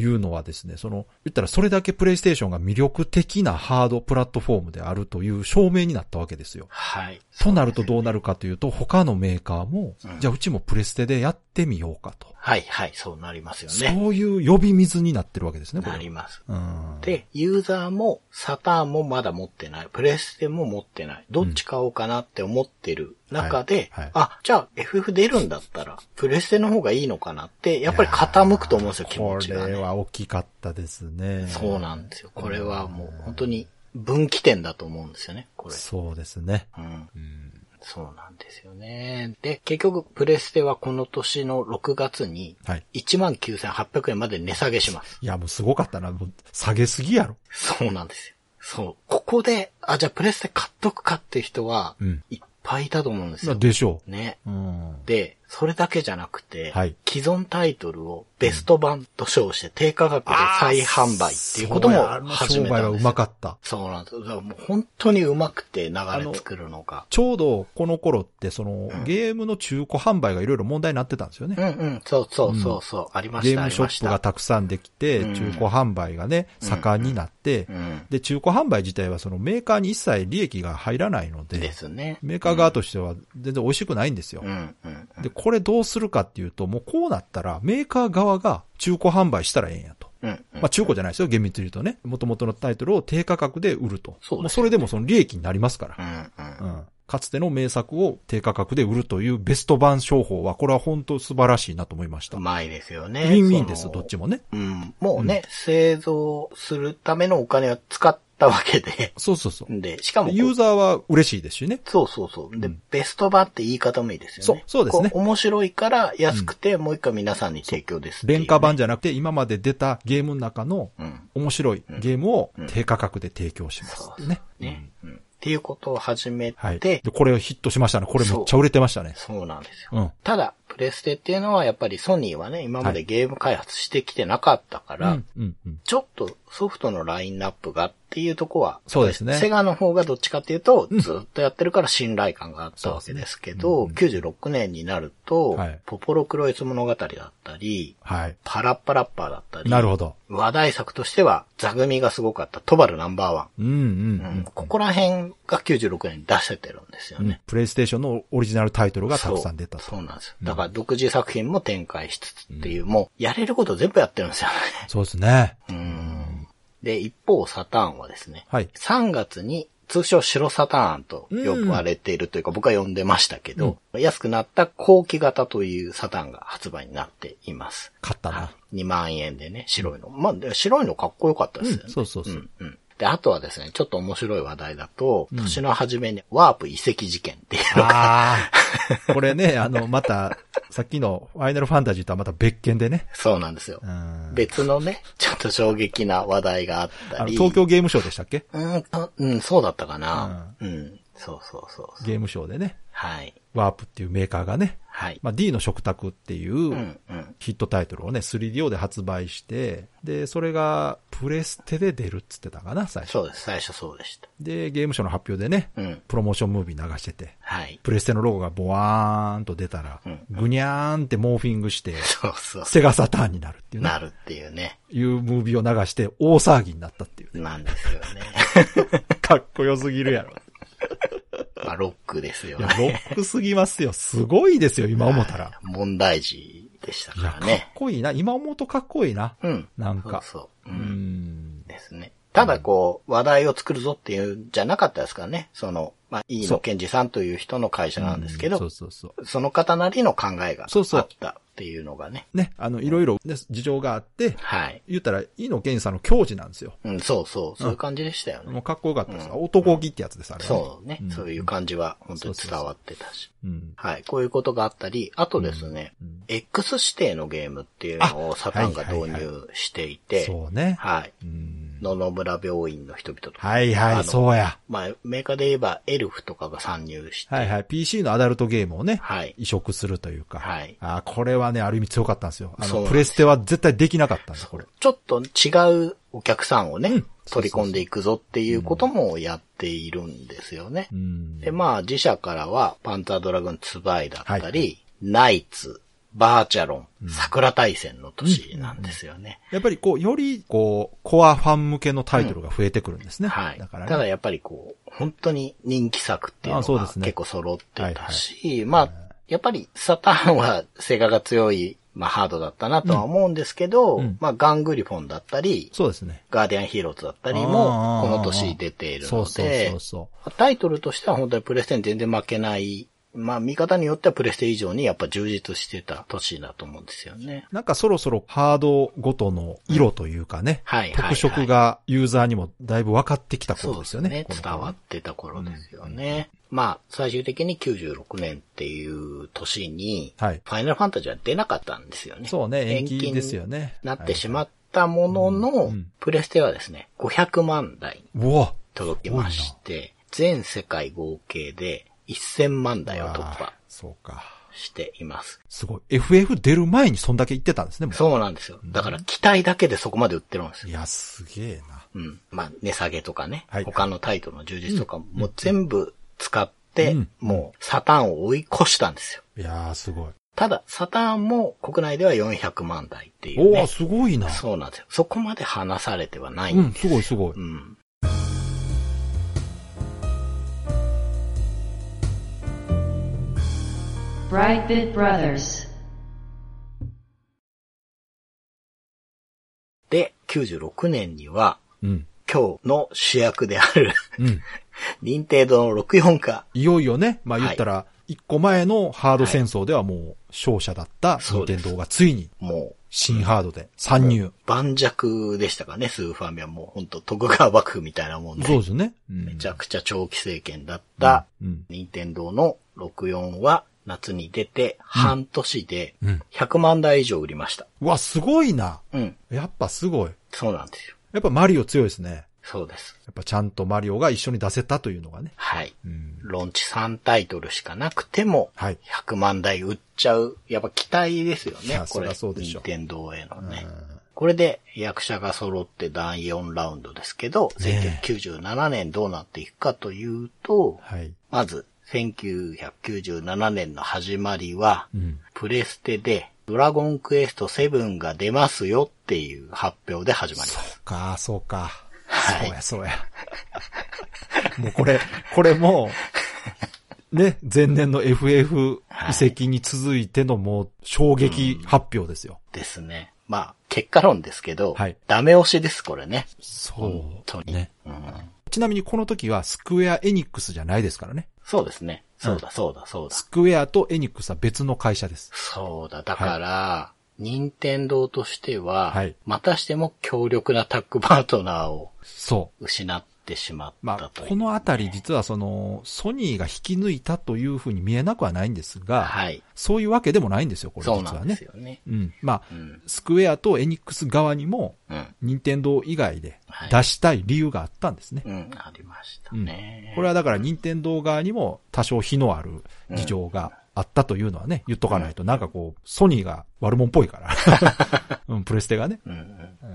[SPEAKER 2] いうのはですね、その、言ったらそれだけプレイステーションが魅力的なハードプラットフォームであるという証明になったわけですよ。
[SPEAKER 3] はい。
[SPEAKER 2] となるとどうなるかというと、他のメーカーも、
[SPEAKER 3] うん
[SPEAKER 2] じゃあうちもプレステでやってみようかと。
[SPEAKER 3] はい、はい、そうなりますよね。
[SPEAKER 2] そういう呼び水になってるわけですね、これ
[SPEAKER 3] な
[SPEAKER 2] は。
[SPEAKER 3] ります。
[SPEAKER 2] うん、
[SPEAKER 3] で、ユーザーもサターンもまだ持ってない。プレステも持ってない。どっち買おうかなって思ってる中で、
[SPEAKER 2] はいはい
[SPEAKER 3] あ、じゃあ FF 出るんだったら、プレステの方がいいのかなって、やっぱり傾くと思うんですよ、気持ちが、
[SPEAKER 2] これ
[SPEAKER 3] ね。
[SPEAKER 2] は大きかったですね。
[SPEAKER 3] そうなんですよ。これはもう本当に分岐点だと思うんですよね、これ。
[SPEAKER 2] そうですね。
[SPEAKER 3] うん
[SPEAKER 2] うん
[SPEAKER 3] そうなんですよね。で、結局、プレステはこの年の6月に、
[SPEAKER 2] はい。
[SPEAKER 3] 19,800円まで値下げします。
[SPEAKER 2] いや、もうすごかったな。もう下げすぎやろ。
[SPEAKER 3] そうなんですよ。そう。ここで、あ、じゃあプレステ買っとくかって人は、
[SPEAKER 2] うん
[SPEAKER 3] いっぱいいたと思うんですよ。
[SPEAKER 2] でしょ
[SPEAKER 3] ね。
[SPEAKER 2] う。うん。
[SPEAKER 3] で、それだけじゃなくて、
[SPEAKER 2] はい
[SPEAKER 3] 既存タイトルをベスト版と称して低価格で再販売っていうことも
[SPEAKER 2] そうやあの
[SPEAKER 3] 始め
[SPEAKER 2] 商売
[SPEAKER 3] た
[SPEAKER 2] は
[SPEAKER 3] んで
[SPEAKER 2] う
[SPEAKER 3] す
[SPEAKER 2] ま
[SPEAKER 3] よ。
[SPEAKER 2] かった。
[SPEAKER 3] そうなんですよ。だからもう本当にうまくて流れ作るのが。
[SPEAKER 2] ちょうどこの頃って、その、ゲームの中古販売がいろいろ問題になってたんですよね
[SPEAKER 3] う。んうん、そうそうそうそう、ありまし
[SPEAKER 2] ゲ
[SPEAKER 3] た、
[SPEAKER 2] ー
[SPEAKER 3] あ
[SPEAKER 2] ム
[SPEAKER 3] り
[SPEAKER 2] ショ
[SPEAKER 3] まし
[SPEAKER 2] ップが
[SPEAKER 3] た。
[SPEAKER 2] たくさんできて、
[SPEAKER 3] うん
[SPEAKER 2] 中古販売がね、盛んになって
[SPEAKER 3] う、ん。
[SPEAKER 2] で、中古販売自体はそのメーカーに一切利益が入らないの
[SPEAKER 3] で
[SPEAKER 2] で、
[SPEAKER 3] すね。
[SPEAKER 2] メーカー側としては全然美味しくないんですよ
[SPEAKER 3] う。んうん。
[SPEAKER 2] で、これどうするかっていうと、もうこうなったら、メーカー側が中古販売したらええんやと。
[SPEAKER 3] うん、うん
[SPEAKER 2] まあ中古じゃないですよ、厳密に言うとね。元々のタイトルを低価格で売ると。
[SPEAKER 3] そうですね
[SPEAKER 2] もうそれでもその利益になりますから
[SPEAKER 3] う。んうん
[SPEAKER 2] う。ん。かつての名作を低価格で売るというベスト版商法は、これは本当素晴らしいなと思いました。
[SPEAKER 3] う
[SPEAKER 2] ウ
[SPEAKER 3] まいですよね。
[SPEAKER 2] ィンウィンで
[SPEAKER 3] そ
[SPEAKER 2] す、
[SPEAKER 3] の
[SPEAKER 2] どっちもね。
[SPEAKER 3] うん、もうね、製造するためのお金は使ったわけで。
[SPEAKER 2] そうそうそう。
[SPEAKER 3] で、しかもこう、
[SPEAKER 2] ユーザーは嬉しいですしね。
[SPEAKER 3] そうそうそう。で、ベスト版って言い方もいいですよね。
[SPEAKER 2] そうそうですね
[SPEAKER 3] こ面白いから安くて、もう一回皆さんに提供ですっていう
[SPEAKER 2] 廉
[SPEAKER 3] ね
[SPEAKER 2] 価版じゃなくて、今まで出たゲームの中の
[SPEAKER 3] うん。
[SPEAKER 2] 面白いゲームを低価格で提供しますってね。
[SPEAKER 3] ね。うん。っていうことを始めて、
[SPEAKER 2] はい。で、これヒットしましたね。これめっちゃ売れてましたね。
[SPEAKER 3] そうなんです
[SPEAKER 2] う
[SPEAKER 3] よ。
[SPEAKER 2] ん。
[SPEAKER 3] ただ、プレステっていうのはやっぱりソニーはね、今ま
[SPEAKER 2] は
[SPEAKER 3] で
[SPEAKER 2] い
[SPEAKER 3] ゲーム開発してきてなかったか
[SPEAKER 2] う
[SPEAKER 3] ら、
[SPEAKER 2] ん、うん、うん。
[SPEAKER 3] ちょっとソフトのラインナップがっていうとこは、
[SPEAKER 2] そうですね
[SPEAKER 3] セガの方がどっちかっていうと、ずっとやってるから信頼感があったわけですけど、96年になると、
[SPEAKER 2] はい
[SPEAKER 3] ポポロクロイツ物語だったり、
[SPEAKER 2] はい。
[SPEAKER 3] パラッパラッパーだったり、
[SPEAKER 2] なるほど。
[SPEAKER 3] 話題作としては、座組がすごかった、トバルナンバーワ
[SPEAKER 2] うん、うん、
[SPEAKER 3] ン。
[SPEAKER 2] うん。
[SPEAKER 3] ここら辺が96年に出せてるんですよね。
[SPEAKER 2] プレイステーションのオリジナルタイトルがたくさん出たと。
[SPEAKER 3] そうそうなんですよ。だから独自作品も展開しつつっていう、もうやれること全部やってるんですよね。
[SPEAKER 2] そうですね。
[SPEAKER 3] うんで、一方、サターンはですね、
[SPEAKER 2] はい
[SPEAKER 3] 3月に通称白サターンとよく言われているというか、僕は呼んでましたけど、安くなった後期型というサターンが発売になっています。
[SPEAKER 2] 勝った
[SPEAKER 3] は
[SPEAKER 2] な。
[SPEAKER 3] い2万円でね、白いの。まあ、で白いのかっこよかったですよね。
[SPEAKER 2] うんそうそうそう
[SPEAKER 3] うんうんで、あとはですね、ちょっと面白い話題だと、年の初めにワープ遺跡事件っていうのが、
[SPEAKER 2] あ あ。これね、あの、また、さっきのファイナルファンタジーとはまた別件でね。
[SPEAKER 3] そうなんですよ
[SPEAKER 2] う。ん。
[SPEAKER 3] 別のね、ちょっと衝撃な話題があった
[SPEAKER 2] あの、
[SPEAKER 3] り。
[SPEAKER 2] 東京ゲームショーでしたっけ
[SPEAKER 3] うーんと、うん、そうだったかな。うん。そうそうそうそう。
[SPEAKER 2] ゲームショーでね。
[SPEAKER 3] はい。
[SPEAKER 2] ワープっていうメーカーがね。
[SPEAKER 3] はい。
[SPEAKER 2] まあ、D の食卓っていう、
[SPEAKER 3] うん、うん。
[SPEAKER 2] ヒットタイトルをね、3DO で発売して、で、それが、プレステで出るっつってたかな、最初。
[SPEAKER 3] そうです。最初そうでした。
[SPEAKER 2] で、ゲームショーの発表でね、
[SPEAKER 3] うん。
[SPEAKER 2] プロモーションムービー流してて、
[SPEAKER 3] はい。
[SPEAKER 2] プレステのロゴがボワーンと出たら
[SPEAKER 3] うん、
[SPEAKER 2] ぐにゃーんってモーフィングして、
[SPEAKER 3] そうそう。
[SPEAKER 2] セガサターンになるっていうね、
[SPEAKER 3] なるっていうね。
[SPEAKER 2] いうムービーを流して、大 騒ぎになったっていうね。
[SPEAKER 3] なんですよね。
[SPEAKER 2] かっこよすぎるやろ。
[SPEAKER 3] ぱロックですよ
[SPEAKER 2] いや、
[SPEAKER 3] ね。
[SPEAKER 2] ロックすぎますよ。すごいですよ、今思ったら。
[SPEAKER 3] 問題児でした
[SPEAKER 2] い
[SPEAKER 3] か
[SPEAKER 2] や、からっ
[SPEAKER 3] ね。
[SPEAKER 2] こいいな。今思うとかっこいいな。
[SPEAKER 3] うん。
[SPEAKER 2] なん
[SPEAKER 3] そう
[SPEAKER 2] か。
[SPEAKER 3] そう。う。
[SPEAKER 2] うんん。
[SPEAKER 3] ですね。ただこう、話題を作るぞっていうんじゃなかったですからね。その、まあ、飯
[SPEAKER 2] そ
[SPEAKER 3] 野
[SPEAKER 2] う
[SPEAKER 3] 健二さんという人の会社なんですけど、
[SPEAKER 2] そうそうそう。
[SPEAKER 3] その方なりの考えがあ
[SPEAKER 2] そうそう
[SPEAKER 3] ったっていうのがね。
[SPEAKER 2] ね、あの、いろいろね事情があって、
[SPEAKER 3] はい。
[SPEAKER 2] 言ったら、井野健さんの教授なんですよ。
[SPEAKER 3] うん、そうそう。そういう感じでしたよね。
[SPEAKER 2] もうかっこよかったです。
[SPEAKER 3] うん
[SPEAKER 2] 男気ってやつです、あれは、
[SPEAKER 3] そうね、
[SPEAKER 2] ん
[SPEAKER 3] そういう感じは本当に伝わってたし。
[SPEAKER 2] うん。
[SPEAKER 3] はい。こういうことがあったり、あとですね、
[SPEAKER 2] うん
[SPEAKER 3] X 指定のゲームっていうのをサタンが導入していて、
[SPEAKER 2] そうね。
[SPEAKER 3] はい。
[SPEAKER 2] うん。
[SPEAKER 3] 野々村病院の人々とか、
[SPEAKER 2] はいは
[SPEAKER 3] あの
[SPEAKER 2] い、そうや。
[SPEAKER 3] まあ、メーカーで言えばエルフとかが参入して、
[SPEAKER 2] はいはい。PC のアダルトゲームをね、
[SPEAKER 3] はい。
[SPEAKER 2] 移植するというか。
[SPEAKER 3] はい
[SPEAKER 2] あーこれはね、ある意味強かったんですよ。あ
[SPEAKER 3] そう
[SPEAKER 2] の、
[SPEAKER 3] なんですよ
[SPEAKER 2] プレステは絶対できなかったんです、これ。
[SPEAKER 3] ちょっと違うお客さんをね、
[SPEAKER 2] うん
[SPEAKER 3] 取り込んでいくぞっていうこともやっているんですよね。
[SPEAKER 2] うん。
[SPEAKER 3] で、まあ、自社からは、パンタードラグーンツバイだったり、
[SPEAKER 2] はいはい
[SPEAKER 3] ナイツ、バーチャロン、桜大戦の年なんですよね。
[SPEAKER 2] やっぱりこう、より、こう、コアファン向けのタイトルが増えてくるんですね。
[SPEAKER 3] はい。
[SPEAKER 2] だから
[SPEAKER 3] ただ
[SPEAKER 2] ね。
[SPEAKER 3] やっぱりこう、本当に人気作っていうの
[SPEAKER 2] あそう
[SPEAKER 3] が
[SPEAKER 2] ですね
[SPEAKER 3] 結構揃ってたし、まあ、やっぱりサターンはセガが強い、まあハードだったなとは思うんですけど、
[SPEAKER 2] うんうん
[SPEAKER 3] まあガングリフォンだったり、
[SPEAKER 2] そうですね。
[SPEAKER 3] ガーディアンヒーローズだったり
[SPEAKER 2] あ
[SPEAKER 3] も、
[SPEAKER 2] ー
[SPEAKER 3] この年出ている
[SPEAKER 2] そ
[SPEAKER 3] の
[SPEAKER 2] うそう
[SPEAKER 3] で
[SPEAKER 2] そう、そ
[SPEAKER 3] タイトルとしては本当にプレステに全然負けない、まあ見方によってはプレステ以上にやっぱ充実してた年だと思うんですよね。
[SPEAKER 2] う。なんかそろそろハードごとの色というかね。
[SPEAKER 3] はいはいはい
[SPEAKER 2] 特色がユーザーにもだいぶ分かってきたこ
[SPEAKER 3] そう
[SPEAKER 2] と
[SPEAKER 3] で
[SPEAKER 2] ですす
[SPEAKER 3] よ
[SPEAKER 2] よ
[SPEAKER 3] ね
[SPEAKER 2] ね。。
[SPEAKER 3] 伝わってた頃ですよね。まあ、最終的に96年っていう年に、
[SPEAKER 2] はい
[SPEAKER 3] ファイナルファンタジーは出なかったんですよね。
[SPEAKER 2] そうね、延期
[SPEAKER 3] に
[SPEAKER 2] ですよね。
[SPEAKER 3] なってしま
[SPEAKER 2] っ
[SPEAKER 3] ったものの
[SPEAKER 2] うん、
[SPEAKER 3] プレステはですね、500万台
[SPEAKER 2] うわ
[SPEAKER 3] 届きまして、全世界合計で1000万台を突
[SPEAKER 2] あー
[SPEAKER 3] 破
[SPEAKER 2] そうか。
[SPEAKER 3] しています。
[SPEAKER 2] すごい。FF 出る前にそんだけ言ってたんですね、もう
[SPEAKER 3] そうなんですよ。だから期待だけでそこまで売ってるんです
[SPEAKER 2] い
[SPEAKER 3] よ。
[SPEAKER 2] や、すげえな。
[SPEAKER 3] うん。まあ、値下げとかね、
[SPEAKER 2] はい
[SPEAKER 3] 他のタイトルの充実とかも全部使って、
[SPEAKER 2] うん
[SPEAKER 3] もうサターンを追い越したんですよ。
[SPEAKER 2] いやー、すごい。
[SPEAKER 3] ただ、サターンも国内では400万台っていう、
[SPEAKER 2] おー、
[SPEAKER 3] ね。
[SPEAKER 2] すごいな。
[SPEAKER 3] そうなんですよ。そこまで話されてはないん
[SPEAKER 2] う
[SPEAKER 3] で
[SPEAKER 2] ん、すごいすごい。
[SPEAKER 3] うん。
[SPEAKER 1] Brightbit Brothers.
[SPEAKER 3] で、96年には、
[SPEAKER 2] うん。
[SPEAKER 3] 今日の主役である、
[SPEAKER 2] うん。
[SPEAKER 3] 任天堂の64が、
[SPEAKER 2] いよいよね、まあ言ったら、一個前のハード戦争ではもう勝者だった
[SPEAKER 3] そ
[SPEAKER 2] 任
[SPEAKER 3] うで
[SPEAKER 2] 天
[SPEAKER 3] す
[SPEAKER 2] 堂がついに
[SPEAKER 3] も
[SPEAKER 2] 新ハードで参入。
[SPEAKER 3] う、盤石でしたかね、スーファミはもう、本当徳川幕府みたいなもんで、
[SPEAKER 2] そうですね。め
[SPEAKER 3] めちゃくちゃ長期政権だった、
[SPEAKER 2] うん。
[SPEAKER 3] 任天堂の64は、夏に出て、半年で
[SPEAKER 2] うん、
[SPEAKER 3] 100万台以上売りました。
[SPEAKER 2] うわ、すごいな。
[SPEAKER 3] うん。
[SPEAKER 2] やっぱすごい。
[SPEAKER 3] そうなんですよ。
[SPEAKER 2] やっぱマリオ強いですね。
[SPEAKER 3] そうです。
[SPEAKER 2] やっぱちゃんとマリオが一緒に出せたというのがね。
[SPEAKER 3] はい。
[SPEAKER 2] うん。
[SPEAKER 3] ロンチ3タイトルしかなくても、
[SPEAKER 2] はい
[SPEAKER 3] 100万台売っちゃう。やっぱ期待ですよ
[SPEAKER 2] い
[SPEAKER 3] ね
[SPEAKER 2] や、
[SPEAKER 3] こ
[SPEAKER 2] そり
[SPEAKER 3] れ。
[SPEAKER 2] ゃそうでしょ
[SPEAKER 3] 任天堂へのね
[SPEAKER 2] うん。
[SPEAKER 3] これで役者が揃って第4ラウンドですけど、
[SPEAKER 2] ねえ
[SPEAKER 3] 1997年どうなっていくかというと、
[SPEAKER 2] はい。
[SPEAKER 3] まず、1997年の始まりは、
[SPEAKER 2] うん。
[SPEAKER 3] プレステで、ドラゴンクエスト7が出ますよっていう発表で始まりま
[SPEAKER 2] そ
[SPEAKER 3] す。
[SPEAKER 2] うか、そうか。そ
[SPEAKER 3] はい
[SPEAKER 2] うや、そうや。 もうこれ、これもう、ね、前年の FF
[SPEAKER 3] はい
[SPEAKER 2] 遺跡に続いてのもう衝撃発表ですよ。
[SPEAKER 3] ですね。まあ、結果論ですけど、
[SPEAKER 2] はい
[SPEAKER 3] ダメ押しです、これね。本
[SPEAKER 2] そ
[SPEAKER 3] 当
[SPEAKER 2] う。
[SPEAKER 3] に。
[SPEAKER 2] ね。
[SPEAKER 3] うん
[SPEAKER 2] ちなみにこの時はスクエアエニックスじゃないですからね。
[SPEAKER 3] そうですね。そうだ、そうだ、そうだ。
[SPEAKER 2] スクエアとエニックスは別の会社です。
[SPEAKER 3] そうだ、だから、任天堂としては、
[SPEAKER 2] はい
[SPEAKER 3] またしても強力なタッグパートナーを
[SPEAKER 2] そう。
[SPEAKER 3] 失ってしまっ
[SPEAKER 2] ま
[SPEAKER 3] た
[SPEAKER 2] あ、
[SPEAKER 3] という。
[SPEAKER 2] このあたり実はその、ソニーが引き抜いたというふうに見えなくはないんですが、
[SPEAKER 3] はい。
[SPEAKER 2] そういうわけでもないんですよ、これ実
[SPEAKER 3] そう
[SPEAKER 2] はね。
[SPEAKER 3] なんですよね。
[SPEAKER 2] うん。まあ、
[SPEAKER 3] うん。
[SPEAKER 2] スクエアとエニックス側にも、
[SPEAKER 3] うん。
[SPEAKER 2] 任天堂以外で
[SPEAKER 3] はい
[SPEAKER 2] 出したい理由があったんですね。
[SPEAKER 3] うん、ありました
[SPEAKER 2] うん
[SPEAKER 3] ね。
[SPEAKER 2] これはだから任天堂側にも多少非のある事情があったというのはね、言っとかないと、なんかこう、ソニーが悪者っぽい から。うん、プレステがね。
[SPEAKER 3] うんうん、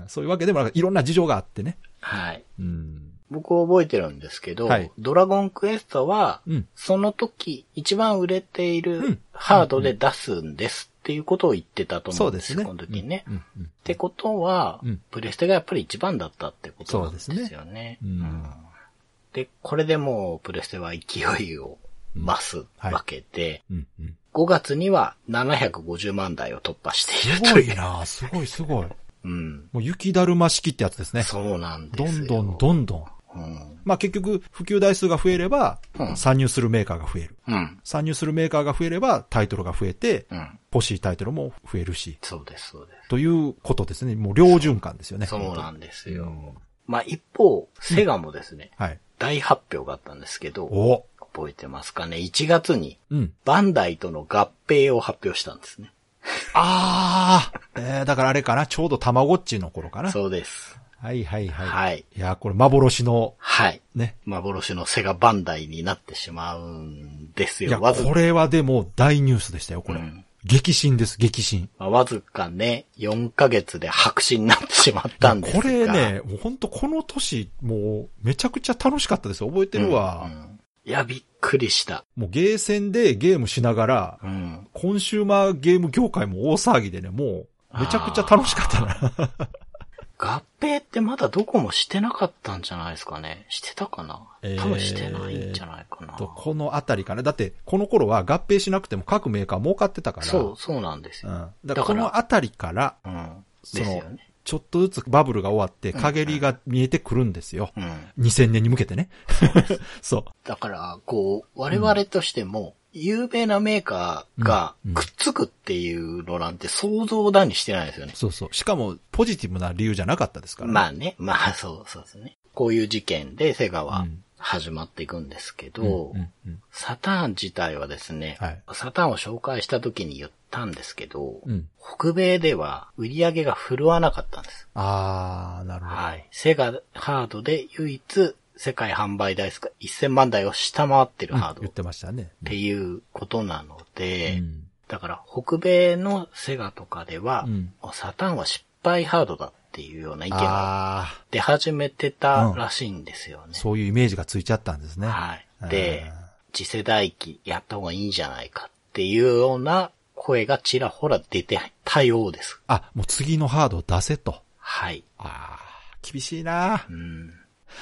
[SPEAKER 2] うんそういうわけでもなんかいろんな事情があってね。
[SPEAKER 3] はい。
[SPEAKER 2] うん。
[SPEAKER 3] 僕覚えてるんですけど、
[SPEAKER 2] はい
[SPEAKER 3] ドラゴンクエストは、
[SPEAKER 2] うん
[SPEAKER 3] その時一番売れていうる
[SPEAKER 2] ん
[SPEAKER 3] ハードで出すんですっていうことを言ってたと思
[SPEAKER 2] そううん
[SPEAKER 3] で
[SPEAKER 2] ですす
[SPEAKER 3] よ、
[SPEAKER 2] ね。
[SPEAKER 3] この時ね。
[SPEAKER 2] うん。うん
[SPEAKER 3] ってことは、
[SPEAKER 2] うん
[SPEAKER 3] プレステがやっぱり一番だったってことなんですよね。
[SPEAKER 2] そうですねうん
[SPEAKER 3] うんで、これでもうプレステは勢いを増すわけで、
[SPEAKER 2] うんうん。
[SPEAKER 3] 5月には750万台を突破している
[SPEAKER 2] す
[SPEAKER 3] と
[SPEAKER 2] ご
[SPEAKER 3] い。
[SPEAKER 2] いうなすごいすごい。も
[SPEAKER 3] うん。
[SPEAKER 2] う雪だるま式ってやつですね。
[SPEAKER 3] そうなん
[SPEAKER 2] ど
[SPEAKER 3] です
[SPEAKER 2] ん
[SPEAKER 3] よ。
[SPEAKER 2] どんどんどん。
[SPEAKER 3] うん。
[SPEAKER 2] まあ結局、普及台数が増えれば
[SPEAKER 3] う、ん
[SPEAKER 2] 参入するメーカーが増える。
[SPEAKER 3] うん。
[SPEAKER 2] 参入するメーカーが増えれば、タイトルが増えて、
[SPEAKER 3] うん。
[SPEAKER 2] 欲しいタイトルも増えるし、
[SPEAKER 3] そうです、そうです。
[SPEAKER 2] ということですね。もう両循環ですよね。
[SPEAKER 3] そう
[SPEAKER 2] 本
[SPEAKER 3] なんです
[SPEAKER 2] 当にう
[SPEAKER 3] よ。
[SPEAKER 2] ん
[SPEAKER 3] まあ一方、セガもですね、
[SPEAKER 2] はい。
[SPEAKER 3] 大発表があったんですけど、
[SPEAKER 2] お
[SPEAKER 3] 覚えてますかね ?1 月に
[SPEAKER 2] うん。
[SPEAKER 3] バンダイとの合併を発表したんですね。
[SPEAKER 2] あー、えー、だからあれかな、ちょうどたまごっちの頃かな。
[SPEAKER 3] そうです。
[SPEAKER 2] はいはいはい。
[SPEAKER 3] はい。
[SPEAKER 2] いやー、これ幻の、
[SPEAKER 3] はい。
[SPEAKER 2] ね。
[SPEAKER 3] 幻のセガバンダイになってしまうんです
[SPEAKER 2] い
[SPEAKER 3] よ。
[SPEAKER 2] や、
[SPEAKER 3] わず
[SPEAKER 2] これはでも大ニュースでしたよ、これ。
[SPEAKER 3] うん
[SPEAKER 2] 激震です、激震。
[SPEAKER 3] まあわずかね、4ヶ月で白紙になってしまったんですが。
[SPEAKER 2] これね、もうほんとこの年、もうめちゃくちゃ楽しかったですよ。覚えてるわ。
[SPEAKER 3] うんうんいや、びっくりした。
[SPEAKER 2] もうゲーセンでゲームしながら、
[SPEAKER 3] うん。
[SPEAKER 2] コンシューマーゲーム業界も大騒ぎでね、もう、めちゃくちゃ楽しかったな。
[SPEAKER 3] 合併ってまだどこもしてなかったんじゃないですかね。してたかな
[SPEAKER 2] えー
[SPEAKER 3] 多分してないんじゃないかな。
[SPEAKER 2] とこのあたりかな。だって、この頃は合併しなくても各メーカー儲かってたから。
[SPEAKER 3] そう、そうなんです
[SPEAKER 2] う
[SPEAKER 3] よ。
[SPEAKER 2] ん。だから
[SPEAKER 3] だ
[SPEAKER 2] こ
[SPEAKER 3] から
[SPEAKER 2] のあたりから、
[SPEAKER 3] うん。
[SPEAKER 2] そ
[SPEAKER 3] で
[SPEAKER 2] の
[SPEAKER 3] すよね。
[SPEAKER 2] ちょっとずつバブルが終わって、陰りが見えてくるんですよ。
[SPEAKER 3] うん。
[SPEAKER 2] 2000年に向けてね。そう。
[SPEAKER 3] だから、こう、我々としても、有名なメーカーが
[SPEAKER 2] うん
[SPEAKER 3] くっつくっていうのなんて想像だにしてないですよね。
[SPEAKER 2] そうそう。しかも、ポジティブな理由じゃなかったですから、
[SPEAKER 3] まあね、まあそうそうですね。こういう事件でセガ
[SPEAKER 2] う
[SPEAKER 3] は
[SPEAKER 2] ん
[SPEAKER 3] 始まっていくんですけ
[SPEAKER 2] うん
[SPEAKER 3] ど、
[SPEAKER 2] うんうん
[SPEAKER 3] サターン自体はですね、
[SPEAKER 2] はい
[SPEAKER 3] サターンを紹介した時に言ったんですけど、
[SPEAKER 2] うん。
[SPEAKER 3] 北米では売り上げが振るわなかったんです。
[SPEAKER 2] あー、なるほど。
[SPEAKER 3] はい。セガハードで唯一世界販売台数が1000万台を下回ってる
[SPEAKER 2] うん
[SPEAKER 3] ハード
[SPEAKER 2] 言
[SPEAKER 3] っ
[SPEAKER 2] ってましたね。
[SPEAKER 3] ていうことなので、
[SPEAKER 2] うん
[SPEAKER 3] だから北米のセガとかでは、
[SPEAKER 2] うん
[SPEAKER 3] サターンは失敗ハードだっていうような意見が
[SPEAKER 2] あー、
[SPEAKER 3] 出始めてたらしいんですよね。
[SPEAKER 2] そういうイメージがついちゃったんですね。
[SPEAKER 3] はい。で、次世代機やった方がいいんじゃないかっていうような声がちらほら出てたようです。
[SPEAKER 2] あ、もう次のハードを出せと。
[SPEAKER 3] はい。
[SPEAKER 2] あー、厳しいな
[SPEAKER 3] うん。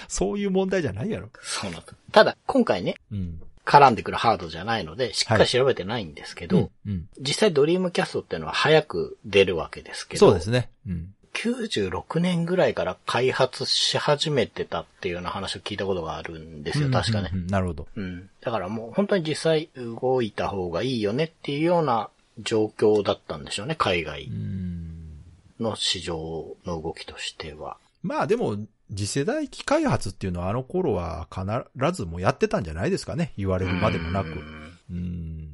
[SPEAKER 2] そういう問題じゃないやろ。
[SPEAKER 3] そうなんだ。ただ、今回ね、
[SPEAKER 2] うん。
[SPEAKER 3] 絡んでくるハードじゃないので、しっか
[SPEAKER 2] は
[SPEAKER 3] り
[SPEAKER 2] い
[SPEAKER 3] 調べてないんですけど、
[SPEAKER 2] うんうん。
[SPEAKER 3] 実際ドリームキャストっていうのは早く出るわけですけど、
[SPEAKER 2] そうですね。うん。
[SPEAKER 3] 96年ぐらいから開発し始めてたっていうような話を聞いたことがあるんですよ、確かね
[SPEAKER 2] う。んうんうんなるほど。
[SPEAKER 3] うん。だからもう本当に実際動いた方がいいよねっていうような状況だったんでしょうね、海外
[SPEAKER 2] うん。
[SPEAKER 3] の市場の動きとしては。
[SPEAKER 2] まあでも、次世代機開発っていうのはあの頃は必ずもうやってたんじゃないですかね。言われるまでもなく。うん。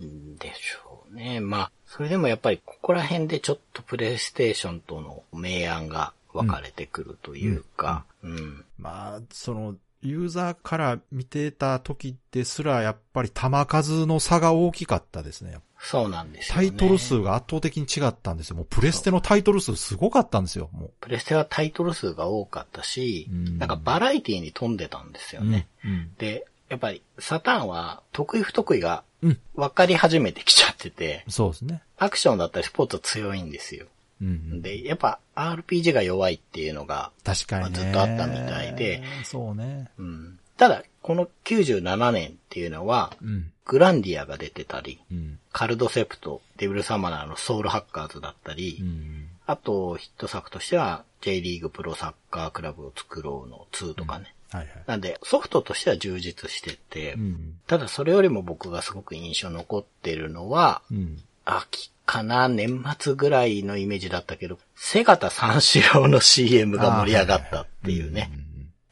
[SPEAKER 3] うんでしょうね。まあ、それでもやっぱりここら辺でちょっとプレイステーションとの明暗が分かれてくるというか、うん。
[SPEAKER 2] まあ、その、ユーザーから見てた時ですら、やっぱり球数の差が大きかったですね。
[SPEAKER 3] そうなんですよ
[SPEAKER 2] タ
[SPEAKER 3] ね。
[SPEAKER 2] イトル数が圧倒的に違ったんですよ。もうプレステのタイトル数すごかったんですよ。も
[SPEAKER 3] プレステはタイトル数が多かったし、
[SPEAKER 2] うん
[SPEAKER 3] なんかバラエティに富んでたんですよ
[SPEAKER 2] う。
[SPEAKER 3] ね。
[SPEAKER 2] うん。
[SPEAKER 3] で、やっぱりサターンは得意不得意が
[SPEAKER 2] うん。
[SPEAKER 3] 分かり始めてきちゃってて、
[SPEAKER 2] そうですね。
[SPEAKER 3] アクションだったりスポーツは強いんですよ。
[SPEAKER 2] うん。
[SPEAKER 3] で、やっぱ RPG が弱いっていうのが、
[SPEAKER 2] 確かにね。
[SPEAKER 3] ずっとあったみたいで。
[SPEAKER 2] そうね。
[SPEAKER 3] うん。ただ、この97年っていうのは、
[SPEAKER 2] うん。
[SPEAKER 3] グランディアが出てたり、
[SPEAKER 2] うん。
[SPEAKER 3] カルドセプト、デビルサマナーのソウルハッカーズだったり、
[SPEAKER 2] うん。
[SPEAKER 3] あとヒット作としては J リーグプロサッカークラブを作ろうの2とかね。
[SPEAKER 2] はいはい。
[SPEAKER 3] なんで、ソフトとしては充実してて、
[SPEAKER 2] うん。
[SPEAKER 3] ただそれよりも僕がすごく印象に残ってるのは、
[SPEAKER 2] うん。
[SPEAKER 3] 秋かな、年末ぐらいのイメージだったけど、セガタ三四郎の CM が盛り上がったっていうね。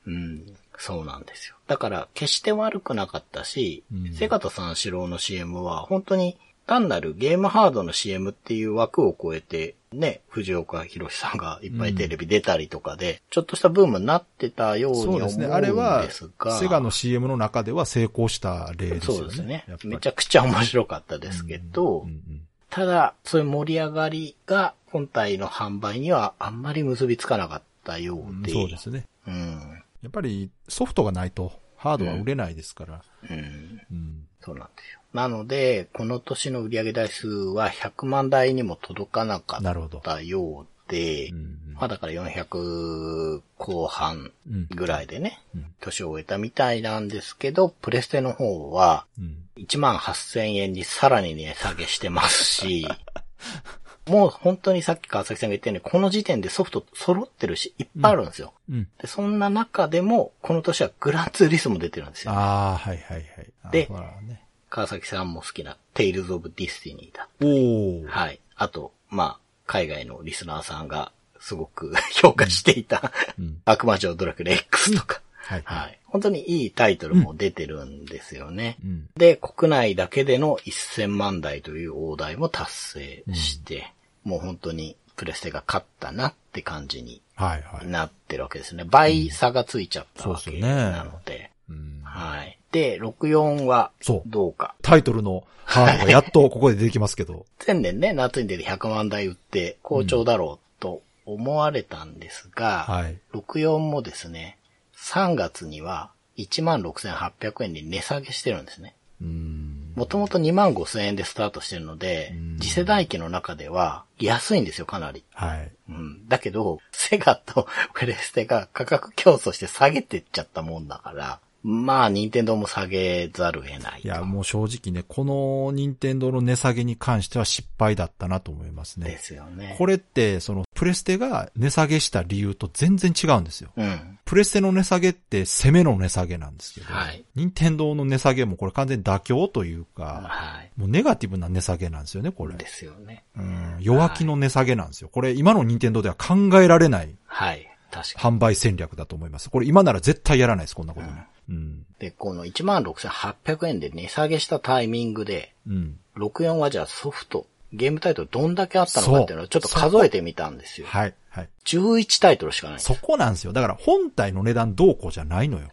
[SPEAKER 3] うん、そうなんですよ。だから、決して悪くなかったし、
[SPEAKER 2] うん
[SPEAKER 3] セガタ三四郎の CM は、本当に単なるゲームハードの CM っていう枠を超えて、ね、藤岡弘さんがいっぱいテレビ出たりとかで、ちょっとしたブームになってたように
[SPEAKER 2] そ
[SPEAKER 3] 思う
[SPEAKER 2] うんで
[SPEAKER 3] ですす
[SPEAKER 2] ね。
[SPEAKER 3] が、
[SPEAKER 2] あれは、セガの CM の中では成功した例ですよね。
[SPEAKER 3] そうですね
[SPEAKER 2] やっ。ぱり
[SPEAKER 3] めちゃくちゃ面白かったですけど、
[SPEAKER 2] うんうん
[SPEAKER 3] ただ、そういう盛り上がりが本体の販売にはあんまり結びつかなかったよ
[SPEAKER 2] う
[SPEAKER 3] うんで。
[SPEAKER 2] そうですね。
[SPEAKER 3] うん。
[SPEAKER 2] やっぱりソフトがないとハードは売れないですから。
[SPEAKER 3] うん。
[SPEAKER 2] うん。
[SPEAKER 3] そうなんですよ。なので、この年の売上台数は100万台にも届かなか
[SPEAKER 2] なるほど
[SPEAKER 3] っ。たようで
[SPEAKER 2] うん、
[SPEAKER 3] まあだから400後半
[SPEAKER 2] うん。
[SPEAKER 3] ぐらいでね、
[SPEAKER 2] うん
[SPEAKER 3] 年を終えたみたいなんですけど、プレステの方は
[SPEAKER 2] うん。
[SPEAKER 3] 1万8000円にさらに値下げしてま すし、もう本当にさっき川崎さんが言ったように、この時点でソフト揃ってるし、いっぱいあるんですよ。
[SPEAKER 2] うん。
[SPEAKER 3] でそんな中でも、この年はグランツーリスも出てるんですよ。
[SPEAKER 2] ああ、はいはいはい。あ
[SPEAKER 3] で
[SPEAKER 2] ほらね、
[SPEAKER 3] 川崎さんも好きな、テイルズ・オブ・ディスティニーだ。
[SPEAKER 2] おお、
[SPEAKER 3] はい。あと、まあ、海外のリスナーさんがすごく 評価していた、
[SPEAKER 2] うん。
[SPEAKER 3] 悪魔城ドラクレ X とか。
[SPEAKER 2] はい。
[SPEAKER 3] はい。本当にいいタイトルも出てるんですよね。
[SPEAKER 2] うん。
[SPEAKER 3] で、国内だけでの1000万台という大台も達成して、もう本当にプレステが勝ったなって感じに
[SPEAKER 2] はいはい。
[SPEAKER 3] なってるわけですね。倍差がついちゃったわ
[SPEAKER 2] そう
[SPEAKER 3] け
[SPEAKER 2] ですよね
[SPEAKER 3] なので。
[SPEAKER 2] うん、
[SPEAKER 3] はい。で、64は
[SPEAKER 2] そう
[SPEAKER 3] どうか。
[SPEAKER 2] タイトル のハードがやっとここで出てきますけど。
[SPEAKER 3] 前年ね、夏に出る100万台売って好調だろうと思われたんですが、
[SPEAKER 2] はい。
[SPEAKER 3] 64もですね、3月には16,800円に値下げしてるんですね。
[SPEAKER 2] うん。
[SPEAKER 3] もともと25,000円でスタートしてるので
[SPEAKER 2] うん、
[SPEAKER 3] 次世代機の中では安いんですよ、かなり。
[SPEAKER 2] はい。
[SPEAKER 3] うん。だけど、セガと プレステが価格競争して下げてっちゃったもんだから、まあ、任天堂も下げざるを得ない
[SPEAKER 2] い
[SPEAKER 3] と。
[SPEAKER 2] や、もう正直ね、この任天堂の値下げに関しては失敗だったなと思います
[SPEAKER 3] で
[SPEAKER 2] ね。
[SPEAKER 3] すよね。
[SPEAKER 2] これって、その、プレステが値下げした理由と全然違うんですよ。
[SPEAKER 3] うん。
[SPEAKER 2] プレステの値下げって攻めの値下げなんですけど、
[SPEAKER 3] はい
[SPEAKER 2] 任天堂の値下げもこれ完全に妥協というか、
[SPEAKER 3] はい。
[SPEAKER 2] もうネガティブな値下げなんですよね、これ
[SPEAKER 3] で。すよね。
[SPEAKER 2] うん、弱気の値下げなんですよ。これ今の任天堂では考えられない
[SPEAKER 3] はい。確かに。
[SPEAKER 2] 販売戦略だと思います。これ今なら絶対やらないです、こんなことね。うん。
[SPEAKER 3] で、この16,800円で値下げしたタイミングで、
[SPEAKER 2] うん。
[SPEAKER 3] 64はじゃあソフト、ゲームタイトルどんだけあったのかっていう
[SPEAKER 2] そ
[SPEAKER 3] のを
[SPEAKER 2] う
[SPEAKER 3] ちょっと数えてみたんですよ。
[SPEAKER 2] はい、はい。
[SPEAKER 3] 11タイトルしかないんです
[SPEAKER 2] そこなんですよ。だから本体の値段どうこうじゃないのよ。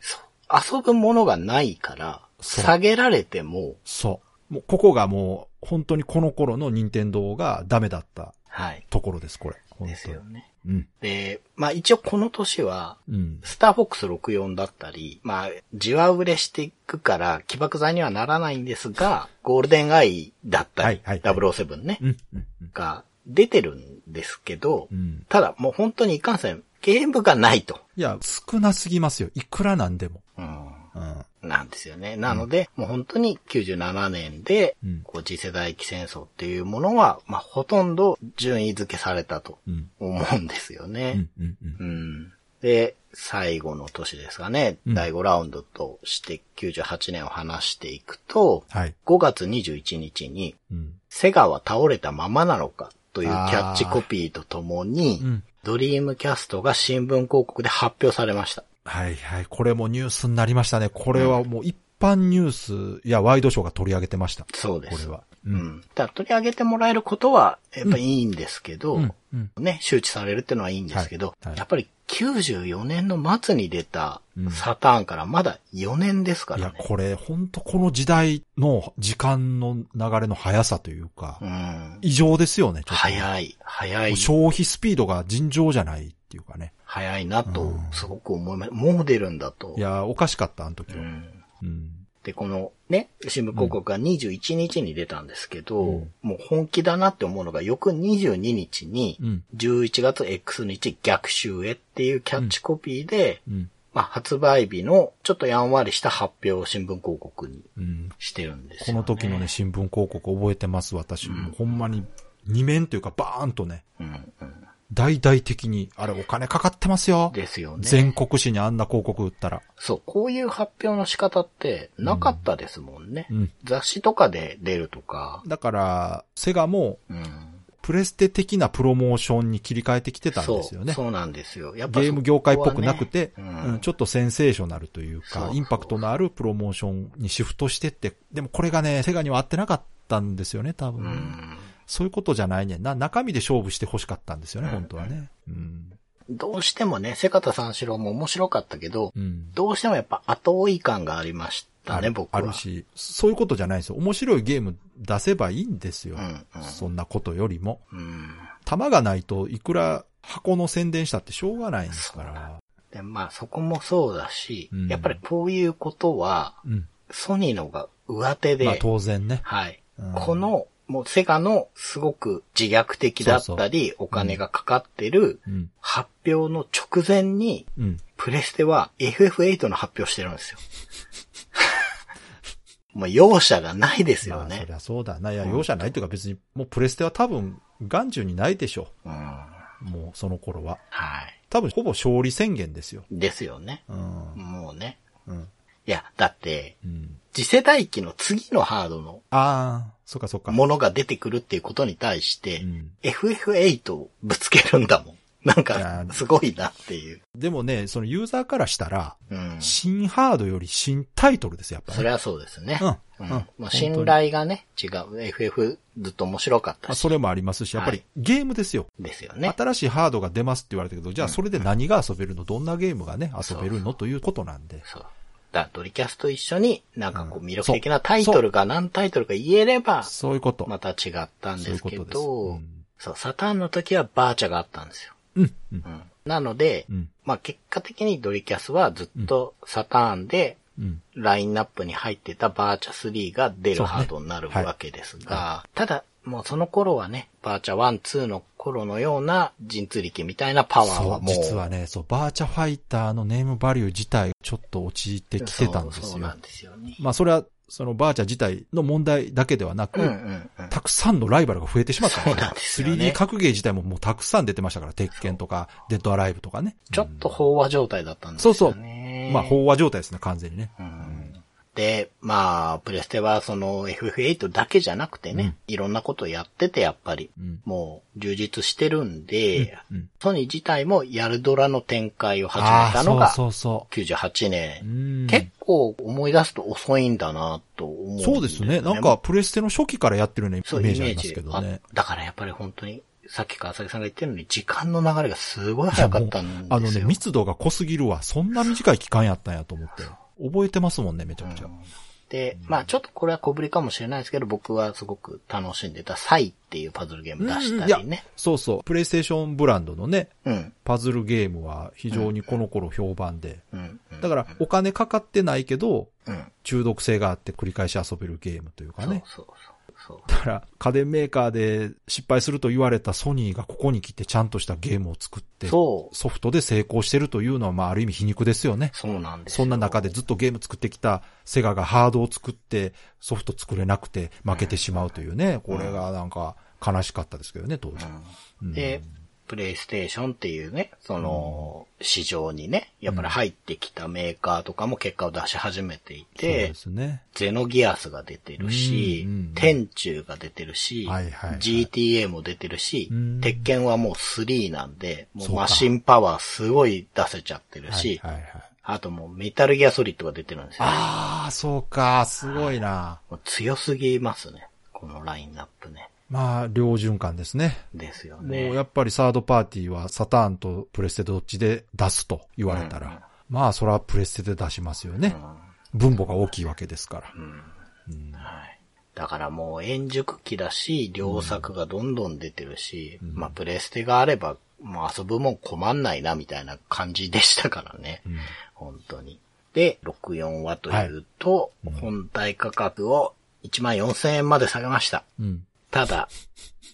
[SPEAKER 3] 遊ぶものがないから、
[SPEAKER 2] そう
[SPEAKER 3] 下げられても、
[SPEAKER 2] そう。もうここがもう本当にこの頃の任天堂がダメだった
[SPEAKER 3] はい。
[SPEAKER 2] ところです、これ。本当に
[SPEAKER 3] ですよね。
[SPEAKER 2] うん。
[SPEAKER 3] で、まあ一応この年は、
[SPEAKER 2] うん。
[SPEAKER 3] スターフォックス64だったり、まあ、じわ売れしていくから起爆剤にはならないんですが、ゴールデンアイだったり、
[SPEAKER 2] はいはい
[SPEAKER 3] 007ね、
[SPEAKER 2] うん。うん。うん
[SPEAKER 3] が出てるんですけど、
[SPEAKER 2] うん。
[SPEAKER 3] ただもう本当にいかんせん、ゲームがないと。
[SPEAKER 2] いや、少なすぎますよ。いくらなんでも。
[SPEAKER 3] うん
[SPEAKER 2] うん。
[SPEAKER 3] なんですよね。なので、もう本当に97年で
[SPEAKER 2] うん、
[SPEAKER 3] こう次世代機戦争っていうものは、まあほとんど順位付けされたと
[SPEAKER 2] うん。
[SPEAKER 3] 思うんですよ
[SPEAKER 2] う
[SPEAKER 3] ね
[SPEAKER 2] ん。。うん。うん
[SPEAKER 3] うん。で、最後の年ですかね、
[SPEAKER 2] うん
[SPEAKER 3] 第5ラウンドとして98年を話していくと、
[SPEAKER 2] はい。
[SPEAKER 3] 5月21日に、
[SPEAKER 2] うん。
[SPEAKER 3] セガは倒れたままなのかというキャッチコピーとともに、
[SPEAKER 2] うん。
[SPEAKER 3] ドリームキャストが新聞広告で発表されました。
[SPEAKER 2] はいはい。これもニュースになりましたね。これはもう一般ニュースやワイドショーが取り上げてました。
[SPEAKER 3] そうで
[SPEAKER 2] こ
[SPEAKER 3] す。
[SPEAKER 2] れは。
[SPEAKER 3] う。
[SPEAKER 2] うん
[SPEAKER 3] ただ取り上げてもらえることは、やっぱいいんですけど、
[SPEAKER 2] うん。うん。
[SPEAKER 3] ね、周知されるってのはいいんですけど、
[SPEAKER 2] はいはい
[SPEAKER 3] やっぱり94年の末に出た
[SPEAKER 2] うん
[SPEAKER 3] サターンからまだ4年ですか
[SPEAKER 2] い
[SPEAKER 3] ら
[SPEAKER 2] や、
[SPEAKER 3] ね。
[SPEAKER 2] これ、ほんとこの時代の時間の流れの速さというか、
[SPEAKER 3] うん。
[SPEAKER 2] 異常ですよね、ちょっと。も
[SPEAKER 3] 早い、早
[SPEAKER 2] う
[SPEAKER 3] い、
[SPEAKER 2] 消費スピードが尋常じゃないっていうかね。
[SPEAKER 3] 早いなと
[SPEAKER 2] うん、
[SPEAKER 3] すごく思います。もう出るんだと。
[SPEAKER 2] いや、おかしかった、あの時
[SPEAKER 3] う
[SPEAKER 2] は。
[SPEAKER 3] ん
[SPEAKER 2] うん。
[SPEAKER 3] で、このね、新聞広告が21日に出たんですけど、
[SPEAKER 2] うん
[SPEAKER 3] もう本気だなって思うのが、翌22日に
[SPEAKER 2] う、ん。
[SPEAKER 3] 11月 X 日逆襲へっていうキャッチコピーで、
[SPEAKER 2] うん。
[SPEAKER 3] まあ、発売日のちょっとやんわりした発表を新聞広告に
[SPEAKER 2] うん。
[SPEAKER 3] してるんです
[SPEAKER 2] こ
[SPEAKER 3] よ、
[SPEAKER 2] の
[SPEAKER 3] ね。
[SPEAKER 2] 時のね、新聞広告覚えてます、私。
[SPEAKER 3] うん
[SPEAKER 2] もうほんまに、二面というか、バーンとね、
[SPEAKER 3] うんうん。
[SPEAKER 2] 大々的に、あれお金かかってますよ。
[SPEAKER 3] ですよね。
[SPEAKER 2] 全国紙にあんな広告売ったら。
[SPEAKER 3] そう、こういう発表の仕方ってなかったですもんね。
[SPEAKER 2] うん。
[SPEAKER 3] 雑誌とかで出るとか。
[SPEAKER 2] だから、セガも、
[SPEAKER 3] うん。
[SPEAKER 2] プレステ的なプロモーションに切り替えてきてたん
[SPEAKER 3] そ
[SPEAKER 2] で
[SPEAKER 3] う、
[SPEAKER 2] すよね。
[SPEAKER 3] そうなんですよ。やっぱ
[SPEAKER 2] ゲーム業界っぽくなく
[SPEAKER 3] て。
[SPEAKER 2] て、
[SPEAKER 3] そこはねうん
[SPEAKER 2] うんちょっとセンセーショナルという
[SPEAKER 3] そう
[SPEAKER 2] か
[SPEAKER 3] そ、う
[SPEAKER 2] インパクトのあるプロモーションにシフトしてって、でもこれがね、セガには合ってなかったんですよね、多
[SPEAKER 3] う
[SPEAKER 2] 分。
[SPEAKER 3] ん。
[SPEAKER 2] そういうことじゃないねんな。中身で勝負して欲しかったんですよね、
[SPEAKER 3] うん
[SPEAKER 2] 本当はね。うん。
[SPEAKER 3] どうしてもね、セカタ三四郎も面白かったけど、
[SPEAKER 2] うん。
[SPEAKER 3] どうしてもやっぱ後追い感がありました
[SPEAKER 2] あ
[SPEAKER 3] ね、
[SPEAKER 2] る
[SPEAKER 3] 僕は。
[SPEAKER 2] あるし、そういうことじゃないんですよ。面白いゲーム出せばいいんですよ
[SPEAKER 3] う。ん、
[SPEAKER 2] そんなことよりも。
[SPEAKER 3] うん。うん。
[SPEAKER 2] 玉がないといくら箱の宣伝したってしょうがないんですから。
[SPEAKER 3] で、まあそこもそうだし、
[SPEAKER 2] うん
[SPEAKER 3] やっぱりこういうことは、
[SPEAKER 2] うん。
[SPEAKER 3] ソニーの方が上手で、
[SPEAKER 2] まあ当然ね。
[SPEAKER 3] はい、
[SPEAKER 2] うん
[SPEAKER 3] このもうセガのすごく自虐的だったり、お金がかかってる
[SPEAKER 2] うん。
[SPEAKER 3] 発表の直前に、
[SPEAKER 2] うん。
[SPEAKER 3] プレステは FF8 の発表してるんですよ。 もう容赦がないですよ
[SPEAKER 2] まあ、そ
[SPEAKER 3] ね
[SPEAKER 2] り。ゃそうだな。いや、容赦ないというか別に、もうプレステは多分、眼中にないでしょ
[SPEAKER 3] う
[SPEAKER 2] う。
[SPEAKER 3] ん。
[SPEAKER 2] もう、その頃は。
[SPEAKER 3] はい。
[SPEAKER 2] 多分、ほぼ勝利宣言ですよ。
[SPEAKER 3] ですよね。
[SPEAKER 2] うん。
[SPEAKER 3] もうね。
[SPEAKER 2] うん。
[SPEAKER 3] いや、だって、
[SPEAKER 2] うん。
[SPEAKER 3] 次世代機の次のハードの
[SPEAKER 2] ああ、そっかそっか。
[SPEAKER 3] ものが出てくるっていうことに対して、
[SPEAKER 2] うん
[SPEAKER 3] FF8 をぶつけるんだもん。 なん
[SPEAKER 2] いや
[SPEAKER 3] か、すごいなっていう。
[SPEAKER 2] でもね、そのユーザーからしたら、
[SPEAKER 3] うん。
[SPEAKER 2] 新ハードより新タイトルです、やっぱ
[SPEAKER 3] そ
[SPEAKER 2] り、
[SPEAKER 3] れはそうですね。
[SPEAKER 2] う
[SPEAKER 3] うんん。
[SPEAKER 2] うん
[SPEAKER 3] まあ、信頼がね、違う。FF ずっと面白かっ
[SPEAKER 2] まあ
[SPEAKER 3] たし。
[SPEAKER 2] それもありますし、やっぱり
[SPEAKER 3] はい
[SPEAKER 2] ゲームですよ。
[SPEAKER 3] ですよね。
[SPEAKER 2] 新しいハードが出ますって言われたけど、じゃあそれで何が遊べるのどんなゲームがね、遊べるのということなんで。
[SPEAKER 3] そう。だからドリキャスと一緒に、なんかこ
[SPEAKER 2] う
[SPEAKER 3] うん魅力的なタイトルが何タイトルか言えれば、
[SPEAKER 2] そういうこと。
[SPEAKER 3] また違ったん
[SPEAKER 2] そうい
[SPEAKER 3] で
[SPEAKER 2] う
[SPEAKER 3] す
[SPEAKER 2] こ
[SPEAKER 3] け
[SPEAKER 2] とです。う
[SPEAKER 3] ど、
[SPEAKER 2] ん。
[SPEAKER 3] そう、サターンの時はバーチャがあったんですよ。
[SPEAKER 2] うん。うん
[SPEAKER 3] うん。なので
[SPEAKER 2] う、ん。
[SPEAKER 3] まあ結果的にドリキャスはずっとサターンで
[SPEAKER 2] うん。
[SPEAKER 3] ラインナップに入ってたバーチャ3が出
[SPEAKER 2] そう
[SPEAKER 3] る
[SPEAKER 2] ね
[SPEAKER 3] ハードになる
[SPEAKER 2] はい
[SPEAKER 3] わけですが、ただ、もうその頃はね、バーチャ1、2の頃のような神通力みたいなパワー
[SPEAKER 2] そ
[SPEAKER 3] は
[SPEAKER 2] う、
[SPEAKER 3] もう。
[SPEAKER 2] 実はね、そう、バーチャファイターのネームバリュー自体、ちょっと落ちてきてたんです
[SPEAKER 3] そ
[SPEAKER 2] よ。
[SPEAKER 3] うそうなんですよね。
[SPEAKER 2] まあ、それは、そのバーチャ自体の問題だけではなく、
[SPEAKER 3] うんうんうん。
[SPEAKER 2] たくさんのライバルが増えてしまったから
[SPEAKER 3] そうなんですよね
[SPEAKER 2] 3D 格ゲー自体ももうたくさん出てましたから、鉄拳とか、デッドアライブとかね。
[SPEAKER 3] ちょっと飽和状態だったんです
[SPEAKER 2] そう
[SPEAKER 3] よね。
[SPEAKER 2] そう。まあ、飽和状態ですね、完全にね。
[SPEAKER 3] うんで、まあ、プレステはその FF8 だけじゃなくてね、いろんなことやっててやっぱり、
[SPEAKER 2] うん。
[SPEAKER 3] もう充実してるんで、
[SPEAKER 2] うん。
[SPEAKER 3] ソニー自体もヤルドラの展開を始
[SPEAKER 2] あ
[SPEAKER 3] め
[SPEAKER 2] あ
[SPEAKER 3] たのが
[SPEAKER 2] ー、そうそ
[SPEAKER 3] 98
[SPEAKER 2] うそう。う
[SPEAKER 3] 年。
[SPEAKER 2] ん。
[SPEAKER 3] 結構思い出すと遅いんだなと思うん
[SPEAKER 2] そうですね。なんか、、プレステの初期からやってるようなイ
[SPEAKER 3] そう、
[SPEAKER 2] メ
[SPEAKER 3] イ
[SPEAKER 2] ージあ
[SPEAKER 3] メ
[SPEAKER 2] り
[SPEAKER 3] ー
[SPEAKER 2] ます
[SPEAKER 3] ジ
[SPEAKER 2] けどね。
[SPEAKER 3] あだからやっぱり本当に、さっき川崎さんが言ってるのに、時間の流れがすごい早かったんですよ。
[SPEAKER 2] あのね、密度が濃すぎるわ。そんな短い期間やったんやと思って。覚えてますもんね、めちゃくちゃ。
[SPEAKER 3] で、まあちょっとこれは小ぶりかもしれないですけど、僕はすごく楽しんでたサイっていうパズルゲーム出したりね。
[SPEAKER 2] そうそう。プレイステーションブランドのね、
[SPEAKER 3] うん。
[SPEAKER 2] パズルゲームは非常にこの頃評判で。
[SPEAKER 3] うん。うん
[SPEAKER 2] だから、お金かかってないけど、
[SPEAKER 3] うん。
[SPEAKER 2] 中毒性があって繰り返し遊べるゲームというか
[SPEAKER 3] そう
[SPEAKER 2] ね。
[SPEAKER 3] そうそう。
[SPEAKER 2] だから、家電メーカーで失敗すると言われたソニーがここに来てちゃんとしたゲームを作って、
[SPEAKER 3] そう。
[SPEAKER 2] ソフトで成功してるというのは、まあ、ある意味皮肉ですよね。
[SPEAKER 3] そうなんですよ
[SPEAKER 2] そんな中でずっとゲーム作ってきたセガがハードを作って、ソフト作れなくて負けてしまうというね、これがなんか悲しかったですけどね、当時。うん
[SPEAKER 3] で、プレイステーションっていうね、その、市場にね、やっぱり入ってきたメーカーとかも結果を出し始めてい
[SPEAKER 2] そう
[SPEAKER 3] て、
[SPEAKER 2] ですね。
[SPEAKER 3] ゼノギアスが出てるし、
[SPEAKER 2] うんうん
[SPEAKER 3] 天柱が出てるし、
[SPEAKER 2] はいはいはい
[SPEAKER 3] GTA も出てるし
[SPEAKER 2] うん、
[SPEAKER 3] 鉄拳はもう3なんで、も
[SPEAKER 2] そう
[SPEAKER 3] う
[SPEAKER 2] か
[SPEAKER 3] マシンパワーすごい出せちゃってる
[SPEAKER 2] はい
[SPEAKER 3] し、
[SPEAKER 2] はいはい。
[SPEAKER 3] あともうメタルギアソリッドが出てるんですよ。
[SPEAKER 2] ああ、そうか、すごいな。
[SPEAKER 3] もう強すぎますね。このラインナップね。
[SPEAKER 2] まあ、両循環ですね。
[SPEAKER 3] ですよ
[SPEAKER 2] もう
[SPEAKER 3] ね。
[SPEAKER 2] やっぱりサードパーティーはサターンとプレステどっちで出すと言われたら、まあそれはプレステで出しますよね。分母が大きいわけですから。
[SPEAKER 3] はい。だからもう円熟期だし、良作がどんどん出てるし、まあプレステがあれば、もう遊ぶもん困んないなみたいな感じでしたからね。本当に。で、64はというと、本体価格を14,000円まで下げました。
[SPEAKER 2] うん。
[SPEAKER 3] ただ、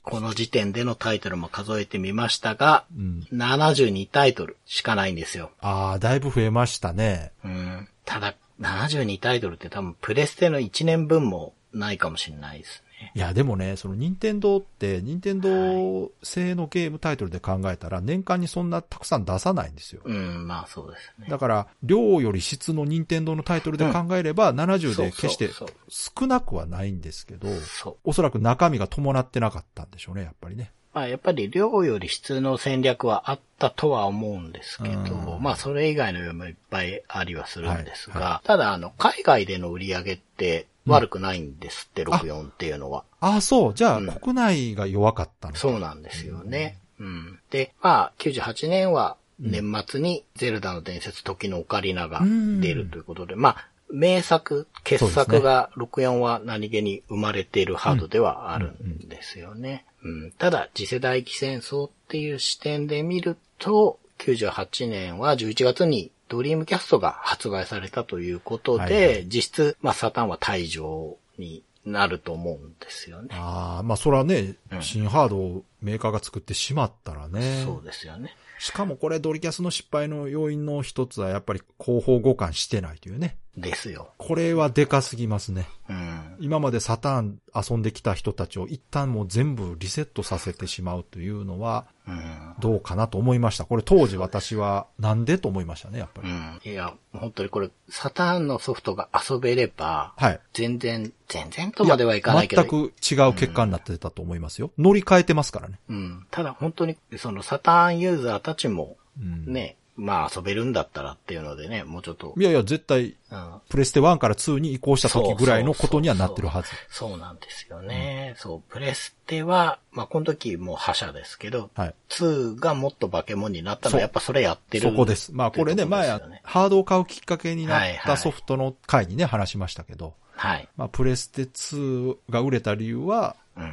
[SPEAKER 3] この時点でのタイトルも数えてみましたが、
[SPEAKER 2] うん。
[SPEAKER 3] 72タイトルしかないんですよ。
[SPEAKER 2] ああ、だいぶ増えましたね。
[SPEAKER 3] うん。ただ、72タイトルって多分プレステの1年分もないかもしれないですね。
[SPEAKER 2] いや、でもね、その任天堂って、任天堂製のゲームタイトルで考えたら、年間にそんなたくさん出さないんですよ。
[SPEAKER 3] うん、まあそうですね。
[SPEAKER 2] だから、量より質の任天堂のタイトルで考えれば、70
[SPEAKER 3] そ
[SPEAKER 2] で
[SPEAKER 3] うそ
[SPEAKER 2] 決
[SPEAKER 3] う
[SPEAKER 2] して
[SPEAKER 3] そう
[SPEAKER 2] 少なくはないんですけど、
[SPEAKER 3] そう。
[SPEAKER 2] おそらく中身が伴ってなかったんでしょうね、やっぱりね。
[SPEAKER 3] まあやっぱり量より質の戦略はあったとは思うんですけど、
[SPEAKER 2] うん
[SPEAKER 3] まあそれ以外の量もいっぱいありはするんですが、
[SPEAKER 2] はい
[SPEAKER 3] ただあの、海外での売り上げって悪くないんですって、64っていうのは。
[SPEAKER 2] ああ、そう。じゃあ、
[SPEAKER 3] うん
[SPEAKER 2] 国内が弱かったのか。
[SPEAKER 3] そうなんですよね。うん。で、まあ98年は年末にゼルダの伝説時のオカリナが出るということで、まあ、名作、傑作が、64は何気に生まれているハードではあるんですよね。うん、ただ、次世代機戦争っていう視点で見ると、98年は11月にドリームキャストが発売されたということで、
[SPEAKER 2] はいはい
[SPEAKER 3] 実質、まあ、サタンは退場になると思うんですよね。
[SPEAKER 2] ああ、まあそれはね、
[SPEAKER 3] うん
[SPEAKER 2] 新ハードをメーカーが作ってしまったらね。
[SPEAKER 3] そうですよね。
[SPEAKER 2] しかもこれドリキャスの失敗の要因の一つはやっぱり広報互換してないというね。
[SPEAKER 3] ですよ。
[SPEAKER 2] これはでかすぎますね。
[SPEAKER 3] うん。
[SPEAKER 2] 今までサターン遊んできた人たちを一旦もう全部リセットさせてしまうというのは
[SPEAKER 3] うん。
[SPEAKER 2] どうかなと思いました。これ当時私はなんでと思いましたね、やっぱ
[SPEAKER 3] う
[SPEAKER 2] り。
[SPEAKER 3] ん。いや、本当にこれ、サターンのソフトが遊べれば、
[SPEAKER 2] はい。
[SPEAKER 3] 全然、全然とまではいかないけど、
[SPEAKER 2] や全く違う結果になってたと思いますよ。乗り換えてますからね。
[SPEAKER 3] うん。ただ本当に、そのサターンユーザーたちも、
[SPEAKER 2] うん。
[SPEAKER 3] ね、まあ遊べるんだったらっていうのでね、もうちょっと、
[SPEAKER 2] いやいや、絶対
[SPEAKER 3] うん、
[SPEAKER 2] プレステ1から2に移行した時ぐらいのことにはなってるはず。
[SPEAKER 3] そうなんですよね。そう、プレステは、まあこの時もう覇者ですけど、
[SPEAKER 2] はい。
[SPEAKER 3] 2がもっと化け物になったの
[SPEAKER 2] そう
[SPEAKER 3] はやっぱそれやってる
[SPEAKER 2] そこです。まあこれね、
[SPEAKER 3] ってと
[SPEAKER 2] 前
[SPEAKER 3] ですよね、
[SPEAKER 2] ハードを買うきっかけになっ
[SPEAKER 3] はいは
[SPEAKER 2] た
[SPEAKER 3] い
[SPEAKER 2] ソフトの回にね、話しましたけど、
[SPEAKER 3] はい。
[SPEAKER 2] まあプレステ2が売れた理由は、
[SPEAKER 3] うん。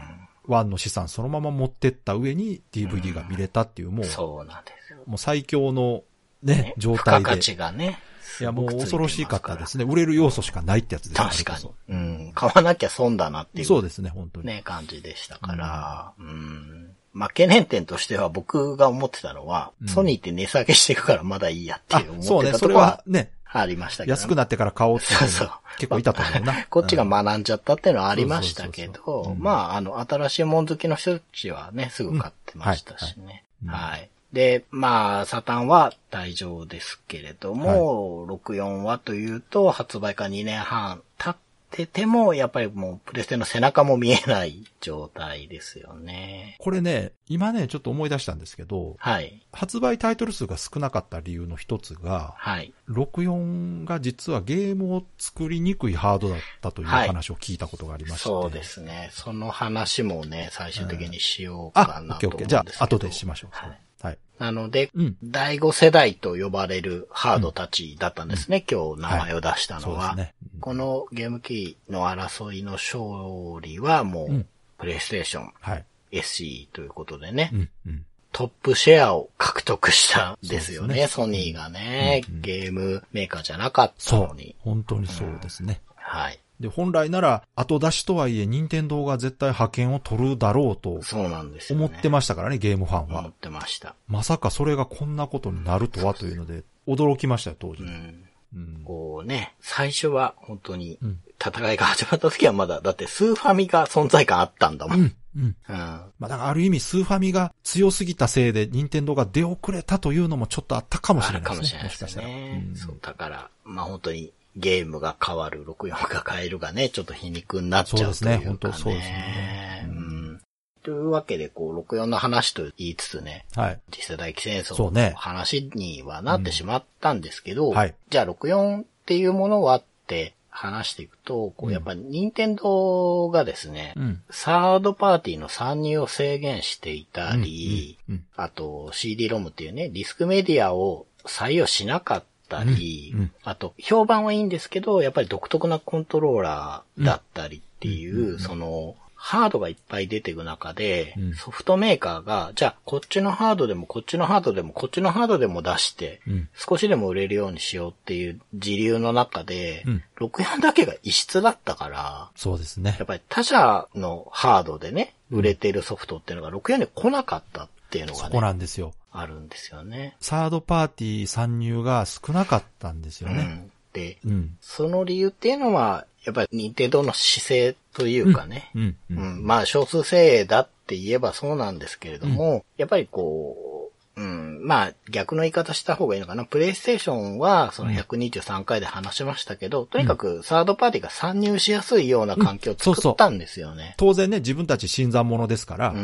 [SPEAKER 2] 1の資産そのまま持ってった上に DVD が見れたっていう、もう、
[SPEAKER 3] そうなんですよ。
[SPEAKER 2] もう最強のね
[SPEAKER 3] ね、
[SPEAKER 2] 状態
[SPEAKER 3] 付加価値
[SPEAKER 2] で。
[SPEAKER 3] がね。
[SPEAKER 2] いや、もう恐ろしかったです
[SPEAKER 3] ね。
[SPEAKER 2] ね。売れる要素しかないってやつですね
[SPEAKER 3] 確か
[SPEAKER 2] それこ
[SPEAKER 3] に。うん。買わなきゃ損だなってい。
[SPEAKER 2] そうそうですね、本当に。
[SPEAKER 3] ね、感じでしたから、うん。まあ、懸念点としては僕が思ってたのは、
[SPEAKER 2] うん
[SPEAKER 3] ソニーって値下げしていくからまだいいやって
[SPEAKER 2] あ
[SPEAKER 3] 思、ってたと
[SPEAKER 2] そ
[SPEAKER 3] こ
[SPEAKER 2] うね、
[SPEAKER 3] ろ
[SPEAKER 2] それは
[SPEAKER 3] は
[SPEAKER 2] ね、
[SPEAKER 3] ありましたけど、
[SPEAKER 2] 安くなってから買おうっていう
[SPEAKER 3] そう
[SPEAKER 2] 人
[SPEAKER 3] そう。
[SPEAKER 2] も結構いたと思うな
[SPEAKER 3] こっちが学んじゃったっていうのはありましたけ
[SPEAKER 2] そうそうそうそう
[SPEAKER 3] ど
[SPEAKER 2] う、ん
[SPEAKER 3] まあ、あの、新しいもん好きの人たちはね、すぐ買ってましたしね。
[SPEAKER 2] うんはい
[SPEAKER 3] はい。で、まあ、サタンは大丈夫ですけれども、64はというと、発売から2年半経ってても、やっぱりもう、プレステの背中も見えない状態ですよね。
[SPEAKER 2] これね、今ね、ちょっと思い出したんですけど、
[SPEAKER 3] はい。
[SPEAKER 2] 発売タイトル数が少なかった理由の一つが、
[SPEAKER 3] はい。
[SPEAKER 2] 64が実はゲームを作りにくいハードだったという
[SPEAKER 3] はい
[SPEAKER 2] 話を聞いたことがありまして。
[SPEAKER 3] そうで。すね。その話もね、最終的にしようか
[SPEAKER 2] あ、オ
[SPEAKER 3] な
[SPEAKER 2] ッケ
[SPEAKER 3] と
[SPEAKER 2] ーオッケー。
[SPEAKER 3] 思うんですけど。
[SPEAKER 2] じゃあ、後でしましょう。
[SPEAKER 3] はい。
[SPEAKER 2] はい。
[SPEAKER 3] なので、
[SPEAKER 2] うん
[SPEAKER 3] 第5世代と呼ばれるハードたちだったんですね、今日名前を出した
[SPEAKER 2] そ
[SPEAKER 3] の
[SPEAKER 2] うです
[SPEAKER 3] は。
[SPEAKER 2] ね。
[SPEAKER 3] このゲーム機の争いの勝利はもう、
[SPEAKER 2] うん
[SPEAKER 3] プレイステーション
[SPEAKER 2] はい。
[SPEAKER 3] SE ということでね、
[SPEAKER 2] うん、うん。
[SPEAKER 3] トップシェアを獲得したんですよね、
[SPEAKER 2] そ
[SPEAKER 3] ソ
[SPEAKER 2] うですね
[SPEAKER 3] ニーがね、
[SPEAKER 2] うんうん
[SPEAKER 3] ゲームメーカーじゃなかった
[SPEAKER 2] そ
[SPEAKER 3] の
[SPEAKER 2] う
[SPEAKER 3] に。。
[SPEAKER 2] 本当にそうですね。
[SPEAKER 3] はい。
[SPEAKER 2] で、本来なら、後出しとはいえ、任天堂が絶対派遣を取るだろうと
[SPEAKER 3] そうなんですよ、ね。
[SPEAKER 2] 思ってましたからね、ゲームファン
[SPEAKER 3] 思
[SPEAKER 2] は
[SPEAKER 3] っ。てました。
[SPEAKER 2] まさかそれがこんなことになるとはというので、驚きましたよ、当時
[SPEAKER 3] う。ん
[SPEAKER 2] うん。
[SPEAKER 3] こうね、最初は本当に
[SPEAKER 2] うん、
[SPEAKER 3] 戦いが始まった時はまだ、だってスーファミが存在感あったんだも。
[SPEAKER 2] うん
[SPEAKER 3] う
[SPEAKER 2] ん、
[SPEAKER 3] ん。
[SPEAKER 2] うん。まあ、だからある意味、スーファミが強すぎたせいで、任天堂が出遅れたというのもちょっとあったかもし
[SPEAKER 3] あ
[SPEAKER 2] れ
[SPEAKER 3] る
[SPEAKER 2] な
[SPEAKER 3] か
[SPEAKER 2] い
[SPEAKER 3] も
[SPEAKER 2] で
[SPEAKER 3] し
[SPEAKER 2] すね。
[SPEAKER 3] れない
[SPEAKER 2] も
[SPEAKER 3] で
[SPEAKER 2] しかし
[SPEAKER 3] す
[SPEAKER 2] たら。
[SPEAKER 3] ね。
[SPEAKER 2] うん
[SPEAKER 3] そう、だから、まあ本当にゲームが変わる、64が変えるがね、ちょっと皮肉になっちゃうと
[SPEAKER 2] そうで
[SPEAKER 3] いうか、ね。
[SPEAKER 2] すね本当そうですね
[SPEAKER 3] うん。というわけで、こう、64の話と言いつつね、
[SPEAKER 2] はい。
[SPEAKER 3] 次世代機戦
[SPEAKER 2] そう
[SPEAKER 3] 争
[SPEAKER 2] ね
[SPEAKER 3] の話にはなってしまったんですけど、
[SPEAKER 2] うんはい
[SPEAKER 3] じゃあ64っていうものはって話していくと、
[SPEAKER 2] う
[SPEAKER 3] こ
[SPEAKER 2] ん
[SPEAKER 3] うやっぱ任天堂がですね、
[SPEAKER 2] うん。
[SPEAKER 3] サードパーティーの参入を制限していたり、
[SPEAKER 2] うんうん
[SPEAKER 3] あと CD-ROM っていうね、ディスクメディアを採用しなかったり、
[SPEAKER 2] うんうん
[SPEAKER 3] あと評判はいいんですけど、やっぱり独特なコントローラーだったりっていう、その、ハードがいっぱい出ていく中で、
[SPEAKER 2] うん
[SPEAKER 3] ソフトメーカーが、じゃあこっちのハードでもこっちのハードでもこっちのハードでも出して、
[SPEAKER 2] うん。
[SPEAKER 3] 少しでも売れるようにしようっていう自流の中で、
[SPEAKER 2] うん
[SPEAKER 3] 64だけが異質だったから、
[SPEAKER 2] そうですね
[SPEAKER 3] やっ。ぱり他社のハードでね、売れてるソフトっていうのが64に来なかったっていうの
[SPEAKER 2] そ
[SPEAKER 3] が
[SPEAKER 2] こ
[SPEAKER 3] ね、
[SPEAKER 2] なんですよ。
[SPEAKER 3] あるんですよね。
[SPEAKER 2] サードパーティー参入が少なかったんですよ
[SPEAKER 3] う
[SPEAKER 2] ね。
[SPEAKER 3] ん。で、
[SPEAKER 2] うん。
[SPEAKER 3] その理由っていうのは、やっぱり任天堂の姿勢というかね、
[SPEAKER 2] うん。う
[SPEAKER 3] うん
[SPEAKER 2] ん。
[SPEAKER 3] まあ少数精鋭だって言えばそうなんですけれども、やっぱりこう、うん、まあ逆の言い方した方がいいのかな。プレイステーションはその123回で話しましたけど、とにかくサードパーティーが参入しやすいような環境を
[SPEAKER 2] うんそうそ
[SPEAKER 3] 作
[SPEAKER 2] う
[SPEAKER 3] ったんですよね。
[SPEAKER 2] 当然ね、自分たち新参者ですから、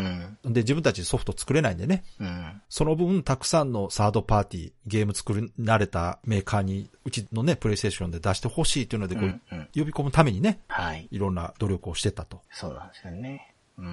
[SPEAKER 3] うん。
[SPEAKER 2] で、自分たちソフト作れないんでね。
[SPEAKER 3] うん。
[SPEAKER 2] その分、たくさんのサードパーティー、ゲーム作り慣れたメーカーに、うちのね、プレイステーションで出してほしいというので、こう、
[SPEAKER 3] うんうん
[SPEAKER 2] 呼び込むためにね、
[SPEAKER 3] はい。
[SPEAKER 2] いろんな努力をしてたと。
[SPEAKER 3] そうなんですよね。うん。っ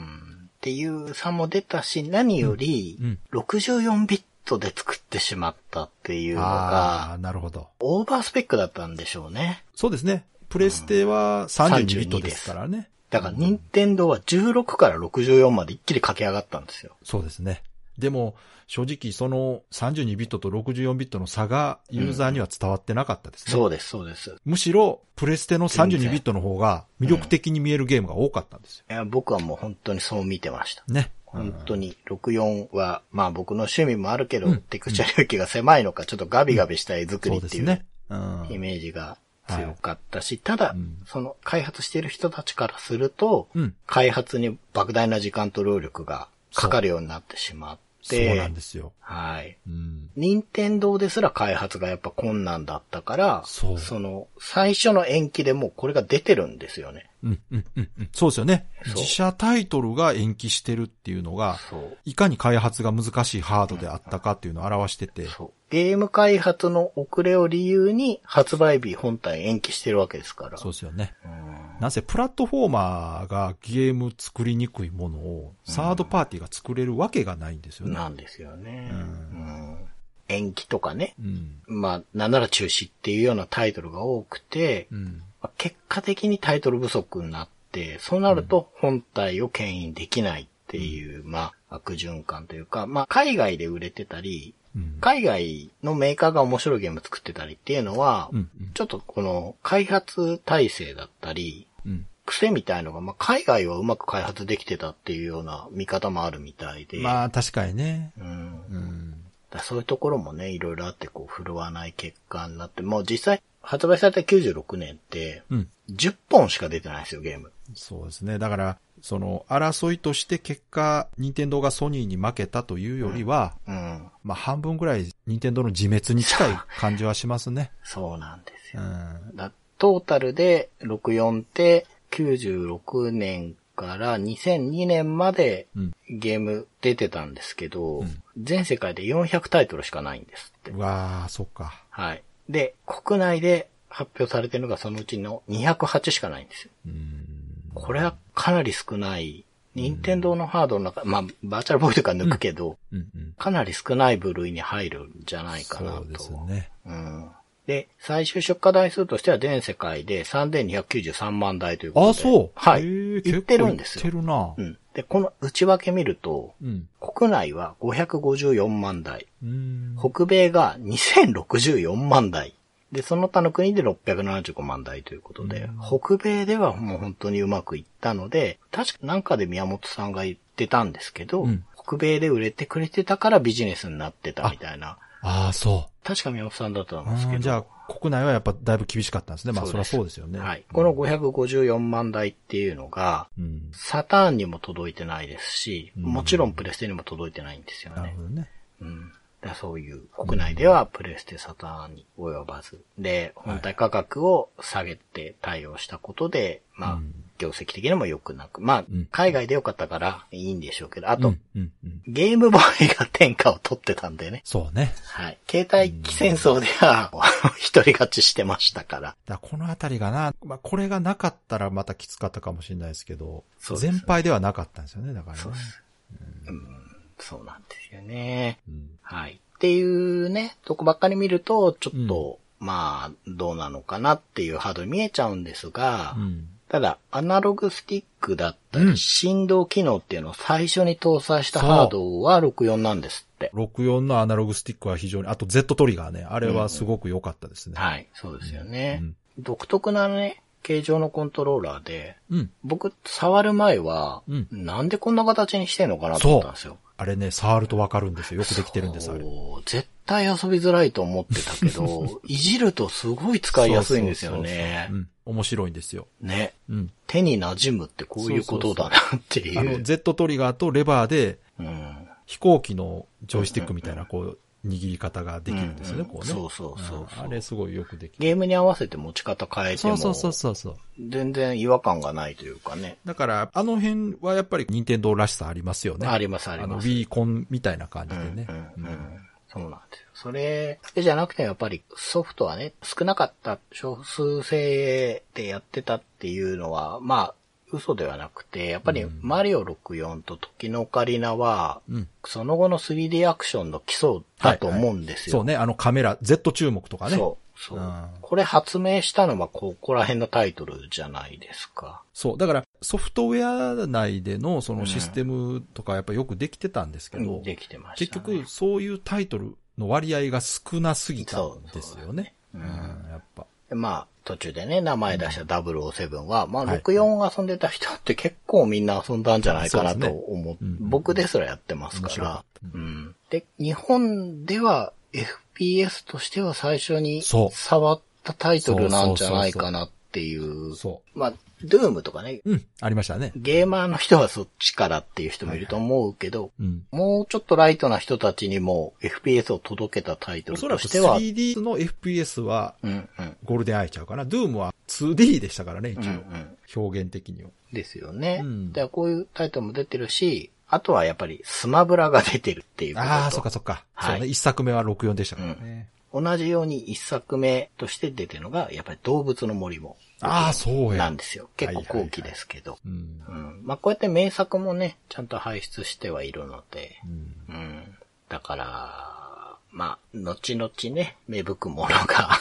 [SPEAKER 3] ていう差も出たし、何より
[SPEAKER 2] うん、
[SPEAKER 3] 64ビットで作ってしまったっていうの
[SPEAKER 2] ああ
[SPEAKER 3] が、
[SPEAKER 2] ー、なるほど。
[SPEAKER 3] オーバースペックだったんでしょうね。
[SPEAKER 2] そうですね。プレステは32ビットですからね。
[SPEAKER 3] だから、任天堂は16から64まで一気に駆け上がったんですよ。
[SPEAKER 2] そうですね。でも、正直その32ビットと64ビットの差がユーザーには伝わってなかったですね。
[SPEAKER 3] そうです、そうです。い
[SPEAKER 2] むしろ、プレステの32ビットの方が魅力的に見えるゲームが多かったんですよ。
[SPEAKER 3] や僕はもう本当にそう見てました。
[SPEAKER 2] ね。
[SPEAKER 3] 本当に64は、まあ僕の趣味もあるけど、テクスチャ領域が狭いのか、ちょっとガビガビした絵作
[SPEAKER 2] そう
[SPEAKER 3] りっ
[SPEAKER 2] です
[SPEAKER 3] ていう
[SPEAKER 2] ね。うん
[SPEAKER 3] イメージが強かったし、ただ、その開発している人たちからすると、
[SPEAKER 2] うん
[SPEAKER 3] 開発に莫大な時間と労力がかかるようになってしまっ
[SPEAKER 2] そう
[SPEAKER 3] て、
[SPEAKER 2] なんですよ。
[SPEAKER 3] はい。
[SPEAKER 2] うん。
[SPEAKER 3] 任天堂ですら開発がやっぱ困難だったから、
[SPEAKER 2] そう
[SPEAKER 3] の、最初の延期でもうこれが出てるんですよね。
[SPEAKER 2] うん、うん、うんうん。そうですよね。
[SPEAKER 3] そう
[SPEAKER 2] 自社タイトルが延期してるっていうのが、
[SPEAKER 3] そう。
[SPEAKER 2] いかに開発が難しいハードであったかっていうのを表してて、
[SPEAKER 3] そう。ゲーム開発の遅れを理由に発売日本体延期してるわけですから。
[SPEAKER 2] そうですよね。
[SPEAKER 3] うん
[SPEAKER 2] なんせプラットフォーマーがゲーム作りにくいものをサードパーティーが作れるわけがないんですよね。
[SPEAKER 3] なんですよね、うん延期とかね。
[SPEAKER 2] うん。
[SPEAKER 3] まあ、なんなら中止っていうようなタイトルが多くて、
[SPEAKER 2] うん。
[SPEAKER 3] まあ結果的にタイトル不足になって、そうなると本体を牽引できないっていう、まあ、悪循環というか、まあ、海外で売れてたり、
[SPEAKER 2] うん。
[SPEAKER 3] 海外のメーカーが面白いゲーム作ってたりっていうのは、
[SPEAKER 2] うんうん
[SPEAKER 3] ちょっとこの開発体制だったり、
[SPEAKER 2] うん。
[SPEAKER 3] 癖みたいのが、まあ、海外はうまく開発できてたっていうような見方もあるみたいで、
[SPEAKER 2] まあ確かにね。
[SPEAKER 3] うん、
[SPEAKER 2] うん。
[SPEAKER 3] だそういうところもね、いろいろあって、こう、振るわない結果になって、もう実際、発売された96年って、
[SPEAKER 2] うん。
[SPEAKER 3] 10本しか出てないんですよ、ゲーム。
[SPEAKER 2] そうですね。だから、その争いとして結果、任天堂がソニーに負けたというよりは、
[SPEAKER 3] うん。
[SPEAKER 2] まあ半分ぐらい任天堂の自滅に近い感じはしますね。
[SPEAKER 3] そうなんです
[SPEAKER 2] う
[SPEAKER 3] よ。
[SPEAKER 2] ん。
[SPEAKER 3] だトータルで64って、96年から2002年まで
[SPEAKER 2] うん
[SPEAKER 3] ゲーム出てたんですけど、
[SPEAKER 2] うん
[SPEAKER 3] 全世界で400タイトルしかないんですって
[SPEAKER 2] う。わあ、そっか。
[SPEAKER 3] はい。で、国内で発表されてるのがそのうちの208しかないんですよ。
[SPEAKER 2] うん。
[SPEAKER 3] これはかなり少ない。任天堂のハードの中、まあ、バーチャルボーイとか抜くけど、
[SPEAKER 2] うんうん。
[SPEAKER 3] かなり少ない部類に入るんじゃないかなと。
[SPEAKER 2] そうですね。
[SPEAKER 3] うん。で、最終出荷台数としては全世界で3293万台ということで。
[SPEAKER 2] あ、そう。
[SPEAKER 3] はい。
[SPEAKER 2] へー
[SPEAKER 3] 言ってるんです
[SPEAKER 2] 結
[SPEAKER 3] よ。
[SPEAKER 2] 構行って
[SPEAKER 3] う
[SPEAKER 2] るな。
[SPEAKER 3] ん。で、この内訳見ると、
[SPEAKER 2] うん。
[SPEAKER 3] 国内は554万台、
[SPEAKER 2] うん。
[SPEAKER 3] 北米が2064万台。で、その他の国で675万台ということで、北米ではもう本当にうまくいったので、確かなんかで宮本さんが言ってたんですけど、
[SPEAKER 2] うん
[SPEAKER 3] 北米で売れてくれてたからビジネスになってたみたいな、
[SPEAKER 2] ああ、そう。
[SPEAKER 3] 確か宮本さんだったんです
[SPEAKER 2] あー
[SPEAKER 3] けど。
[SPEAKER 2] じゃあ、国内はやっぱだいぶ厳しかったんですね。まあ、そりゃそうですよね。
[SPEAKER 3] はい。この554万台っていうのが、
[SPEAKER 2] うん。
[SPEAKER 3] サターンにも届いてないですし、
[SPEAKER 2] うん
[SPEAKER 3] もちろんプレステにも届いてないんですよ
[SPEAKER 2] なる
[SPEAKER 3] ね
[SPEAKER 2] ほ。どね。
[SPEAKER 3] うん。だからそういう、国内ではプレステサターンに及ばず、で、本体価格を下げて対応したことで、まあ
[SPEAKER 2] うん、
[SPEAKER 3] 業績的にも良くなく、まあ
[SPEAKER 2] うん、
[SPEAKER 3] 海外で良かったからいいんでしょうけど、あ
[SPEAKER 2] う
[SPEAKER 3] と、
[SPEAKER 2] ん、うん、うん。
[SPEAKER 3] ゲームボーイが天下を取ってたんでね。
[SPEAKER 2] そうね。
[SPEAKER 3] はい。携帯機戦争では、 一人勝ちしてましたから。
[SPEAKER 2] だからこのあたりがな、まあ、これがなかったらまたきつかったかもしれないですけど、
[SPEAKER 3] そうです
[SPEAKER 2] 全敗ではなかったんですよね、だからね。
[SPEAKER 3] そうですそうなんですよね。
[SPEAKER 2] うん
[SPEAKER 3] はい。っていうね、とこばっかり見ると、ちょっと、まあ、どうなのかなっていうハードに見えちゃうんですが、
[SPEAKER 2] うん。
[SPEAKER 3] ただ、アナログスティックだった
[SPEAKER 2] うん
[SPEAKER 3] り、振動機能っていうのを最初に搭載したハードは64なんですって。
[SPEAKER 2] 64のアナログスティックは非常に、あと Z トリガーね、あれはすごく良かったですね。
[SPEAKER 3] はい、そうですよね。
[SPEAKER 2] うん
[SPEAKER 3] 独特なね、形状のコントローラーで、
[SPEAKER 2] うん。
[SPEAKER 3] 僕、触る前は、
[SPEAKER 2] うん
[SPEAKER 3] なんでこんな形にしてんのかなと思ったんですよ。
[SPEAKER 2] あれね、触るとわかるんですよ。よくできてるんです、あれ。
[SPEAKER 3] そう絶対遊びづらいと思ってたけ ど、いじるとすごい使いやすいんです
[SPEAKER 2] そう
[SPEAKER 3] よね
[SPEAKER 2] そうそうそう。うん。面白いんですよ。
[SPEAKER 3] ね。
[SPEAKER 2] うん。
[SPEAKER 3] 手に馴染むってこういうことだなってい
[SPEAKER 2] あの、
[SPEAKER 3] う。
[SPEAKER 2] Z トリガーとレバーで
[SPEAKER 3] うん
[SPEAKER 2] 飛行機のジョイスティックみたいな、こう、握り方ができるんですよね、
[SPEAKER 3] うんうん
[SPEAKER 2] こうね。
[SPEAKER 3] そうそうそうそうん
[SPEAKER 2] あれすごいよくできて
[SPEAKER 3] ゲームに合わせて持ち方変えて
[SPEAKER 2] そう
[SPEAKER 3] も、
[SPEAKER 2] そうそうそうそう。
[SPEAKER 3] 全然違和感がないというかね。
[SPEAKER 2] だから、あの辺はやっぱり任天堂らしさありますよね。
[SPEAKER 3] ありますあり
[SPEAKER 2] あ
[SPEAKER 3] ま
[SPEAKER 2] の、
[SPEAKER 3] す。
[SPEAKER 2] Wii コンみたいな感じでね。
[SPEAKER 3] うんう
[SPEAKER 2] う
[SPEAKER 3] んう
[SPEAKER 2] ん
[SPEAKER 3] んそうなんですよ。それだけじゃなくてやっぱりソフトはね、少なかった少数制でやってたっていうのは、まあ、嘘ではなくて、やっぱりマリオ64と時のオカリナは、
[SPEAKER 2] うん
[SPEAKER 3] その後の 3D アクションの基礎だと思うんですよ。
[SPEAKER 2] そうね、あのカメラ、Z 注目とかね。
[SPEAKER 3] そうそう
[SPEAKER 2] うん。
[SPEAKER 3] これ発明したのはここら辺のタイトルじゃないですか。
[SPEAKER 2] そう。だから、ソフトウェア内でのそのシステムとかやっぱよくできてたんですけど、
[SPEAKER 3] できてまし
[SPEAKER 2] 結
[SPEAKER 3] た、ね。
[SPEAKER 2] 局、そういうタイトルの割合が少なすぎたんですよね。、
[SPEAKER 3] そううんそうだね
[SPEAKER 2] やっぱ。
[SPEAKER 3] まあ、途中でね、名前出した007は、まあ、
[SPEAKER 2] はい
[SPEAKER 3] 64遊んでた人って結構みんな遊んだんじゃないかな
[SPEAKER 2] そうです
[SPEAKER 3] と
[SPEAKER 2] ね
[SPEAKER 3] 思う。
[SPEAKER 2] うん
[SPEAKER 3] 僕ですらやってますか
[SPEAKER 2] 面白
[SPEAKER 3] ら
[SPEAKER 2] かっ。た
[SPEAKER 3] うんで、日本では FPS としては最初に
[SPEAKER 2] そう
[SPEAKER 3] 触ったタイトルなんじゃないかなっていう。
[SPEAKER 2] そ
[SPEAKER 3] まあ、ドゥームとかね、
[SPEAKER 2] う。うん、ありましたね。
[SPEAKER 3] ゲーマーの人はそっちからっていう人もいると思うけど、
[SPEAKER 2] うん。
[SPEAKER 3] もうちょっとライトな人たちにも FPS を届けたタイト
[SPEAKER 2] お
[SPEAKER 3] ル
[SPEAKER 2] そら
[SPEAKER 3] と
[SPEAKER 2] く
[SPEAKER 3] しては、
[SPEAKER 2] 3D の FPS は
[SPEAKER 3] うんうん。
[SPEAKER 2] ゴールデンアイちゃうかな。ドゥームは 2D でしたからね、一
[SPEAKER 3] う
[SPEAKER 2] 応
[SPEAKER 3] んう。ん。
[SPEAKER 2] 表現的には。
[SPEAKER 3] ですよね。
[SPEAKER 2] うん
[SPEAKER 3] だからこういうタイトルも出てるし、あとはやっぱりスマブラが出てるっていうことと。
[SPEAKER 2] ああ、そっかそっか。
[SPEAKER 3] はい
[SPEAKER 2] そうね。一作目は64でしたからね。
[SPEAKER 3] 同じように一作目として出てるのが、やっぱり動物の森も
[SPEAKER 2] ああ、そう
[SPEAKER 3] な
[SPEAKER 2] や
[SPEAKER 3] ん。ですよ。結構後期ですけど。
[SPEAKER 2] うん。
[SPEAKER 3] うん。まあこうやって名作もね、ちゃんと輩出してはいるので、
[SPEAKER 2] うん
[SPEAKER 3] うん。だから、まあ、後々ね、芽吹くものが、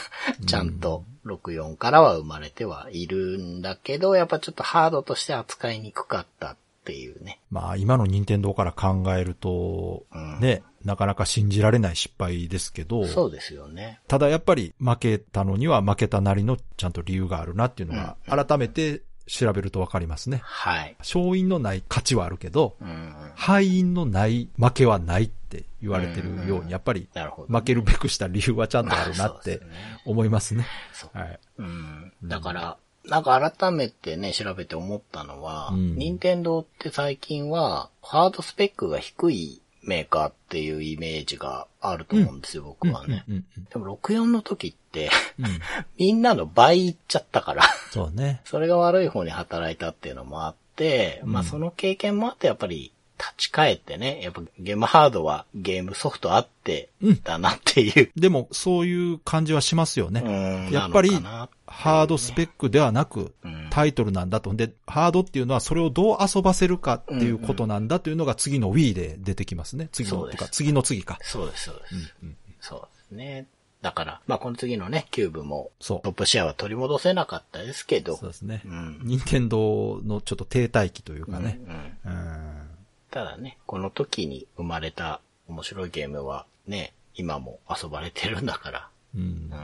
[SPEAKER 3] ちゃんと64からは生まれてはいるんだけど、やっぱちょっとハードとして扱いにくかったっていうね。
[SPEAKER 2] まあ、今の任天堂から考えると
[SPEAKER 3] うん、
[SPEAKER 2] ね、なかなか信じられない失敗ですけど、
[SPEAKER 3] そうですよね。
[SPEAKER 2] ただやっぱり負けたのには負けたなりのちゃんと理由があるなっていうのが、改めて調べるとわかりますね。
[SPEAKER 3] はい。
[SPEAKER 2] 勝因のない勝ちはあるけど、
[SPEAKER 3] うん。
[SPEAKER 2] 敗因のない負けはないって言われてるよう
[SPEAKER 3] うん
[SPEAKER 2] に、やっぱり
[SPEAKER 3] なるほど。
[SPEAKER 2] 負けるべくした理由はちゃんとあるなっ
[SPEAKER 3] そう
[SPEAKER 2] て
[SPEAKER 3] ですね
[SPEAKER 2] 思いますね。
[SPEAKER 3] そう
[SPEAKER 2] はい。
[SPEAKER 3] うん。だから、なんか改めてね、調べて思ったのは、
[SPEAKER 2] うん
[SPEAKER 3] 任天堂って最近は、ハードスペックが低いメーカーっていうイメージがあると思うんですよ、僕はね。
[SPEAKER 2] うんうん
[SPEAKER 3] でも64の時って、
[SPEAKER 2] うんうん
[SPEAKER 3] みんなの倍いっちゃったから、
[SPEAKER 2] そうね。
[SPEAKER 3] それが悪い方に働いたっていうのもあって、まあその経験もあってやっぱり立ち返ってね、やっぱゲームハードはゲームソフトあってだなっていう。
[SPEAKER 2] でも、そういう感じはしますよね。
[SPEAKER 3] うん
[SPEAKER 2] やっぱり
[SPEAKER 3] なのかな
[SPEAKER 2] ハードスペックではなく
[SPEAKER 3] うん、
[SPEAKER 2] タイトルなんだと。で、ハードっていうのはそれをどう遊ばせるかっていうことなんだというのが次の Wii で出てきますね。次
[SPEAKER 3] そ
[SPEAKER 2] の、
[SPEAKER 3] うで
[SPEAKER 2] と
[SPEAKER 3] す
[SPEAKER 2] か、次の次か。
[SPEAKER 3] そうです、そうです。
[SPEAKER 2] うんうん
[SPEAKER 3] そうですね。だから、まあこの次のね、キューブも
[SPEAKER 2] そ
[SPEAKER 3] トップシェアは取り戻せなかったですけ
[SPEAKER 2] う。
[SPEAKER 3] ど
[SPEAKER 2] そう、ですね
[SPEAKER 3] う。ん。
[SPEAKER 2] 任天堂のちょっと停滞期というかね
[SPEAKER 3] う。ん。
[SPEAKER 2] うん。
[SPEAKER 3] ただね、この時に生まれた面白いゲームはね、今も遊ばれてるんだから、
[SPEAKER 2] うん
[SPEAKER 3] う。ん。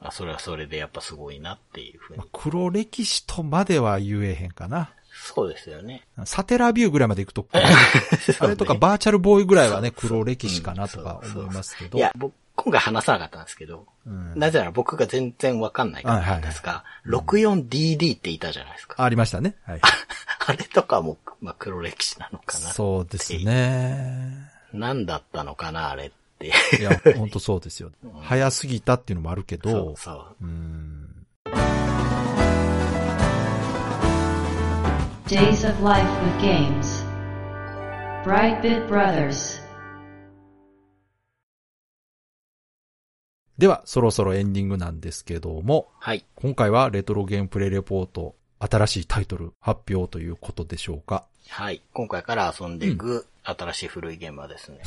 [SPEAKER 3] あ、それはそれでやっぱすごいなっていうふうに
[SPEAKER 2] まあ。黒歴史とまでは言えへんかな。
[SPEAKER 3] そうですよ ね。
[SPEAKER 2] サテラビューぐらいまで行く と、あれとかバーチャルボーイぐらいはね、黒歴史かなとか思いますけど。
[SPEAKER 3] いや、僕、今回話さなかったんですけど、
[SPEAKER 2] うん
[SPEAKER 3] なぜなら僕が全然わかんないからなんですが、64DD っていたじゃないですか。
[SPEAKER 2] ありましたね。はい。
[SPEAKER 3] あれとかも、まあ、黒歴史なのかな。
[SPEAKER 2] そうですね。
[SPEAKER 3] 何だったのかな、あれって。
[SPEAKER 2] いや、本当そう ですよ。早すぎたっていうのもあるけ
[SPEAKER 3] そ
[SPEAKER 2] ど
[SPEAKER 3] う、そう。
[SPEAKER 2] うん。
[SPEAKER 1] Days of Life with Games. Brightbit Brothers.
[SPEAKER 2] では、そろそろエンディングなんですけども、
[SPEAKER 3] はい。
[SPEAKER 2] 今回はレトロゲームプレイレポート、新しいタイトル発表ということでしょうか。
[SPEAKER 3] はい。今回から遊んでいく新しい古いゲームはです ね、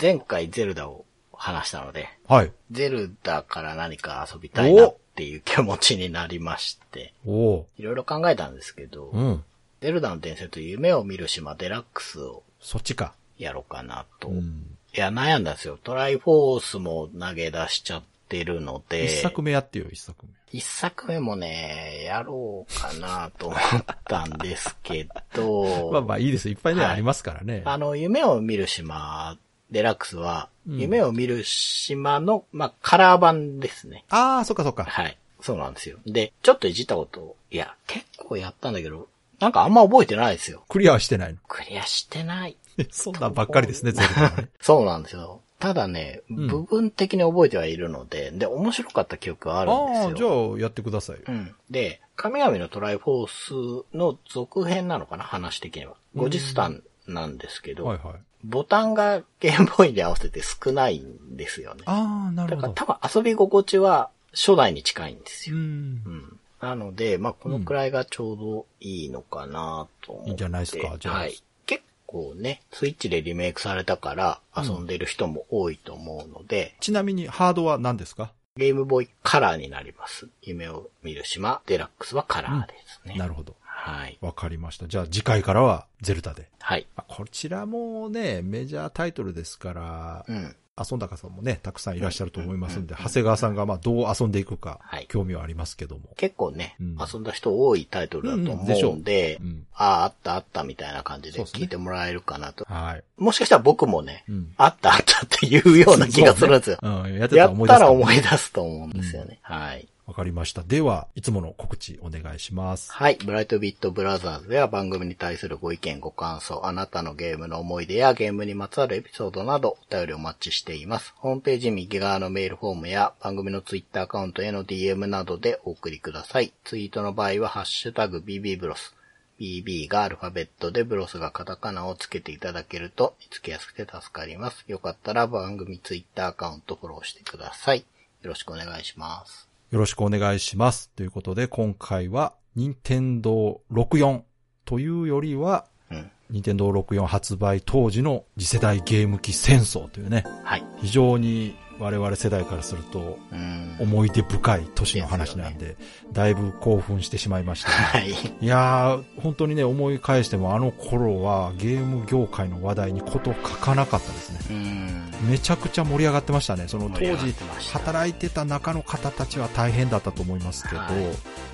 [SPEAKER 3] 前回ゼルダを話したので、
[SPEAKER 2] はい。
[SPEAKER 3] ゼルダから何か遊びたいなっていう気持ちになりまして、
[SPEAKER 2] おお
[SPEAKER 3] いろいろ考えたんですけ
[SPEAKER 2] ー
[SPEAKER 3] ど、
[SPEAKER 2] うん。
[SPEAKER 3] ゼルダの伝説夢を見る島デラックスを
[SPEAKER 2] そっちか。
[SPEAKER 3] やろうかなと。
[SPEAKER 2] う
[SPEAKER 3] い
[SPEAKER 2] ん。
[SPEAKER 3] や、悩んだんですよ。トライフォースも投げ出しちゃってるので、
[SPEAKER 2] 一作目やってよ、一作目。
[SPEAKER 3] 一作目もね、やろうかなと思ったんですけど、
[SPEAKER 2] まあまあいいです。いっぱいね、
[SPEAKER 3] はい
[SPEAKER 2] ありますからね。
[SPEAKER 3] あの、夢を見る島、デラックスは、
[SPEAKER 2] うん
[SPEAKER 3] 夢を見る島の、まあ、カラー版ですね。
[SPEAKER 2] ああ、そっかそっか。
[SPEAKER 3] はい。そうなんですよ。で、ちょっといじったこと、いや、結構やったんだけど、なんかあんま覚えてないですよ。
[SPEAKER 2] クリアはしてないの。
[SPEAKER 3] クリアしてない。
[SPEAKER 2] そんなんばっかりですね、ゼルダはね。
[SPEAKER 3] そうなんですよ。ただね、
[SPEAKER 2] ん
[SPEAKER 3] 部分的に覚えてはいるので、で、面白かった記憶はあるんです
[SPEAKER 2] あ
[SPEAKER 3] よ。
[SPEAKER 2] あ、じゃあやってくださいよ。
[SPEAKER 3] うん。で、神々のトライフォースの続編なのかな話的には。50段なんですけど、
[SPEAKER 2] はいはい。
[SPEAKER 3] ボタンがゲームボーイに合わせて少ないんですよね。
[SPEAKER 2] ああ、な
[SPEAKER 3] だ
[SPEAKER 2] る
[SPEAKER 3] か
[SPEAKER 2] ほ
[SPEAKER 3] ら
[SPEAKER 2] ど。
[SPEAKER 3] 多分遊び心地は初代に近いんです
[SPEAKER 2] う
[SPEAKER 3] よ。
[SPEAKER 2] ん
[SPEAKER 3] う。ん。なので、まあ、このくらいがちょうどいいのかなと思って。
[SPEAKER 2] いいんじゃないですかじゃあ
[SPEAKER 3] はい。結構ね、スイッチでリメイクされたから遊んでる人も多いと思うので、
[SPEAKER 2] ちなみにハードは何ですか
[SPEAKER 3] ゲームボーイカラーになります。夢を見る島、デラックスはカラーですね。
[SPEAKER 2] なるほど。
[SPEAKER 3] はい。
[SPEAKER 2] わかりました。じゃあ次回からはゼルダで。
[SPEAKER 3] はい。
[SPEAKER 2] まあこちらもね、メジャータイトルですから、
[SPEAKER 3] うん。
[SPEAKER 2] 遊んだ方もね、たくさんいらっしゃると思いますんで、長谷川さんがまあどう遊んでいくか
[SPEAKER 3] はい、
[SPEAKER 2] 興味はありますけども。
[SPEAKER 3] 結構ね、
[SPEAKER 2] うん
[SPEAKER 3] 遊んだ人多いタイトルだと
[SPEAKER 2] うんでしょ
[SPEAKER 3] 思う
[SPEAKER 2] うん
[SPEAKER 3] で、
[SPEAKER 2] うん。
[SPEAKER 3] ああ、あったあったみたいな感じ
[SPEAKER 2] そ
[SPEAKER 3] で
[SPEAKER 2] うですね
[SPEAKER 3] 聞いてもらえるかなと。
[SPEAKER 2] はい。
[SPEAKER 3] もしかしたら僕もね、
[SPEAKER 2] うん。
[SPEAKER 3] あったあったっていうような気がするんですよ。
[SPEAKER 2] うん、やってた
[SPEAKER 3] や
[SPEAKER 2] ら思い出
[SPEAKER 3] った
[SPEAKER 2] すからも
[SPEAKER 3] 思い出すと思うんですよね。はい。
[SPEAKER 2] わかりました。では、いつもの告知お願いします。
[SPEAKER 3] はい。ブライトビットブラザーズでは番組に対するご意見、ご感想、あなたのゲームの思い出やゲームにまつわるエピソードなどお便りをお待ちしています。ホームページ右側のメールフォームや番組のツイッターアカウントへの DM などでお送りください。ツイートの場合はハッシュタグ BB ブロス。BB がアルファベットでブロスがカタカナをつけていただけると見つけやすくて助かります。よかったら番組ツイッターアカウントフォローしてください。よろしくお願いします。
[SPEAKER 2] よろしくお願いします。ということで、今回は、任天堂64というよりは、
[SPEAKER 3] うん。
[SPEAKER 2] 任天堂64発売当時の次世代ゲーム機戦争というね、
[SPEAKER 3] はい。
[SPEAKER 2] 非常に我々世代からすると
[SPEAKER 3] うん。
[SPEAKER 2] 思い出深い都市の話なんで、だいぶ興奮してしまいました。
[SPEAKER 3] はい。
[SPEAKER 2] いやー、本当にね、思い返してもあの頃はゲーム業界の話題にこと書かなかったですね。
[SPEAKER 3] うん。
[SPEAKER 2] めちゃくちゃ盛り上がってましたね。その当
[SPEAKER 3] 盛り上がっ
[SPEAKER 2] 時
[SPEAKER 3] てました
[SPEAKER 2] 働いてた中の方たちは大変だったと思いますけど、
[SPEAKER 3] はい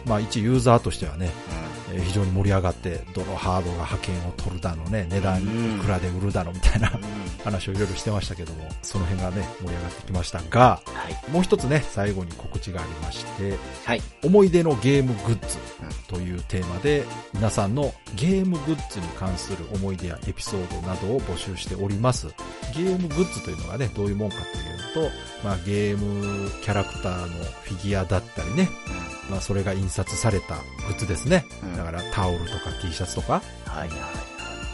[SPEAKER 2] まあ一ユーザーとしてはね、えー非常に盛り上がって、どのハードが派遣を取るだのね、値段いくらで売るだのみたいな
[SPEAKER 3] うんうん
[SPEAKER 2] 話をいろいろしてましたけども、その辺がね、盛り上がってきましたが、
[SPEAKER 3] はい。
[SPEAKER 2] もう一つね、最後に告知がありまして、
[SPEAKER 3] はい。
[SPEAKER 2] 思い出のゲームグッズ
[SPEAKER 3] うん
[SPEAKER 2] というテーマで皆さんのゲームグッズに関する思い出やエピソードなどを募集しておりますゲームグッズというのがねどういうもんかというと、まあ、ゲームキャラクターのフィギュアだったりね、まあ、それが印刷されたグッズですね
[SPEAKER 3] うん
[SPEAKER 2] だからタオルとか T シャツとか
[SPEAKER 3] はい。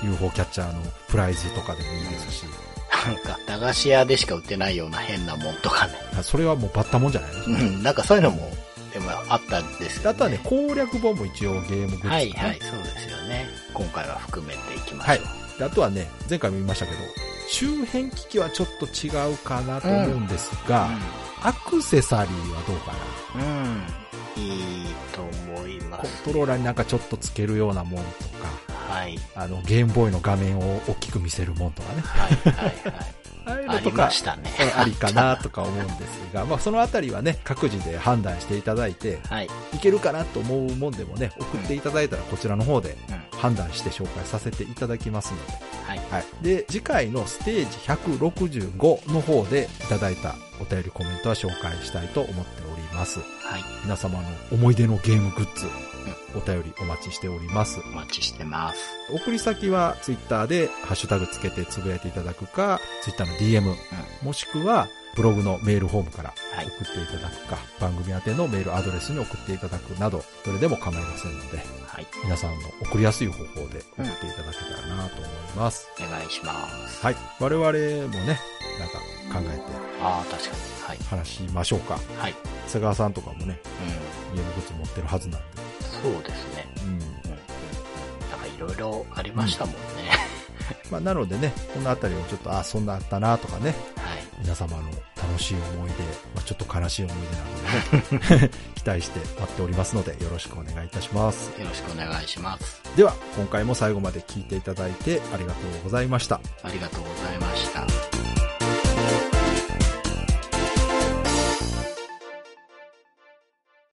[SPEAKER 2] UFO キャッチャーのプライズとかでもいいですし
[SPEAKER 3] なんか、駄菓子屋でしか売ってないような変なもんとかね。
[SPEAKER 2] あそれはもうバッタもんじゃないの
[SPEAKER 3] うん。なんかそういうのも、でもあったんですよ、ね。
[SPEAKER 2] あとはね攻略本も一応ゲームグッズかな
[SPEAKER 3] はいはい。そうですよね。今回は含めていきましょう。
[SPEAKER 2] であとはね、前回も言いましたけど、周辺機器はちょっと違うかなと思うんですが、アクセサリーはどうかな
[SPEAKER 3] うん。うん。いいと思いま
[SPEAKER 2] コン
[SPEAKER 3] す。
[SPEAKER 2] トローラーになんかちょっとつけるようなもんとか、
[SPEAKER 3] はい。
[SPEAKER 2] あの、ゲームボーイの画面を大きく見せるもんとかね。
[SPEAKER 3] はいはいはい。
[SPEAKER 2] ああいう
[SPEAKER 3] あ
[SPEAKER 2] のと
[SPEAKER 3] り
[SPEAKER 2] か
[SPEAKER 3] ま、したね。
[SPEAKER 2] えありかなとか思うんですが、 まあそのあたりはね、各自で判断していただいて、
[SPEAKER 3] はい。
[SPEAKER 2] いけるかなと思うもんでもね、送っていただいたらこちらの方で
[SPEAKER 3] うん。
[SPEAKER 2] 判断して紹介させていただきますので、
[SPEAKER 3] はい。
[SPEAKER 2] はい、で次回のステージ165の方でいただいたお便りコメントは紹介したいと思っております
[SPEAKER 3] はい。
[SPEAKER 2] 皆様の思い出のゲームグッズお便りお待ちしております
[SPEAKER 3] お待ちしてます。
[SPEAKER 2] 送り先はツイッターでハッシュタグつけてつぶやいていただくかツイッターの DM、もしくはブログのメールフォームから
[SPEAKER 3] はい。
[SPEAKER 2] 送っていただくか番組宛てのメールアドレスに送っていただくなどどれでも構いませんので
[SPEAKER 3] はい。
[SPEAKER 2] 皆さんの送りやすい方法で送っていただけたらなと思います、
[SPEAKER 3] お願いします。
[SPEAKER 2] はい。我々もね、なんか考えて
[SPEAKER 3] ああ、確かに。はい。
[SPEAKER 2] 話しましょうか。
[SPEAKER 3] はい。
[SPEAKER 2] 瀬川さんとかもね、
[SPEAKER 3] うん。
[SPEAKER 2] 家の靴持ってるはずなんで。
[SPEAKER 3] そうですね。
[SPEAKER 2] うん。
[SPEAKER 3] なんかいろいろありましたもんね。
[SPEAKER 2] まあ、なのでね、このあたりをちょっと、あ、そんなあったなとかね、
[SPEAKER 3] はい。
[SPEAKER 2] 皆様の楽しい思い出、まあ、ちょっと悲しい思い出などでね、 期待して待っておりますので、よろしくお願いいたします。
[SPEAKER 3] よろしくお願いします。
[SPEAKER 2] では、今回も最後まで聞いていただいてありがとうございました。
[SPEAKER 3] ありがとうございま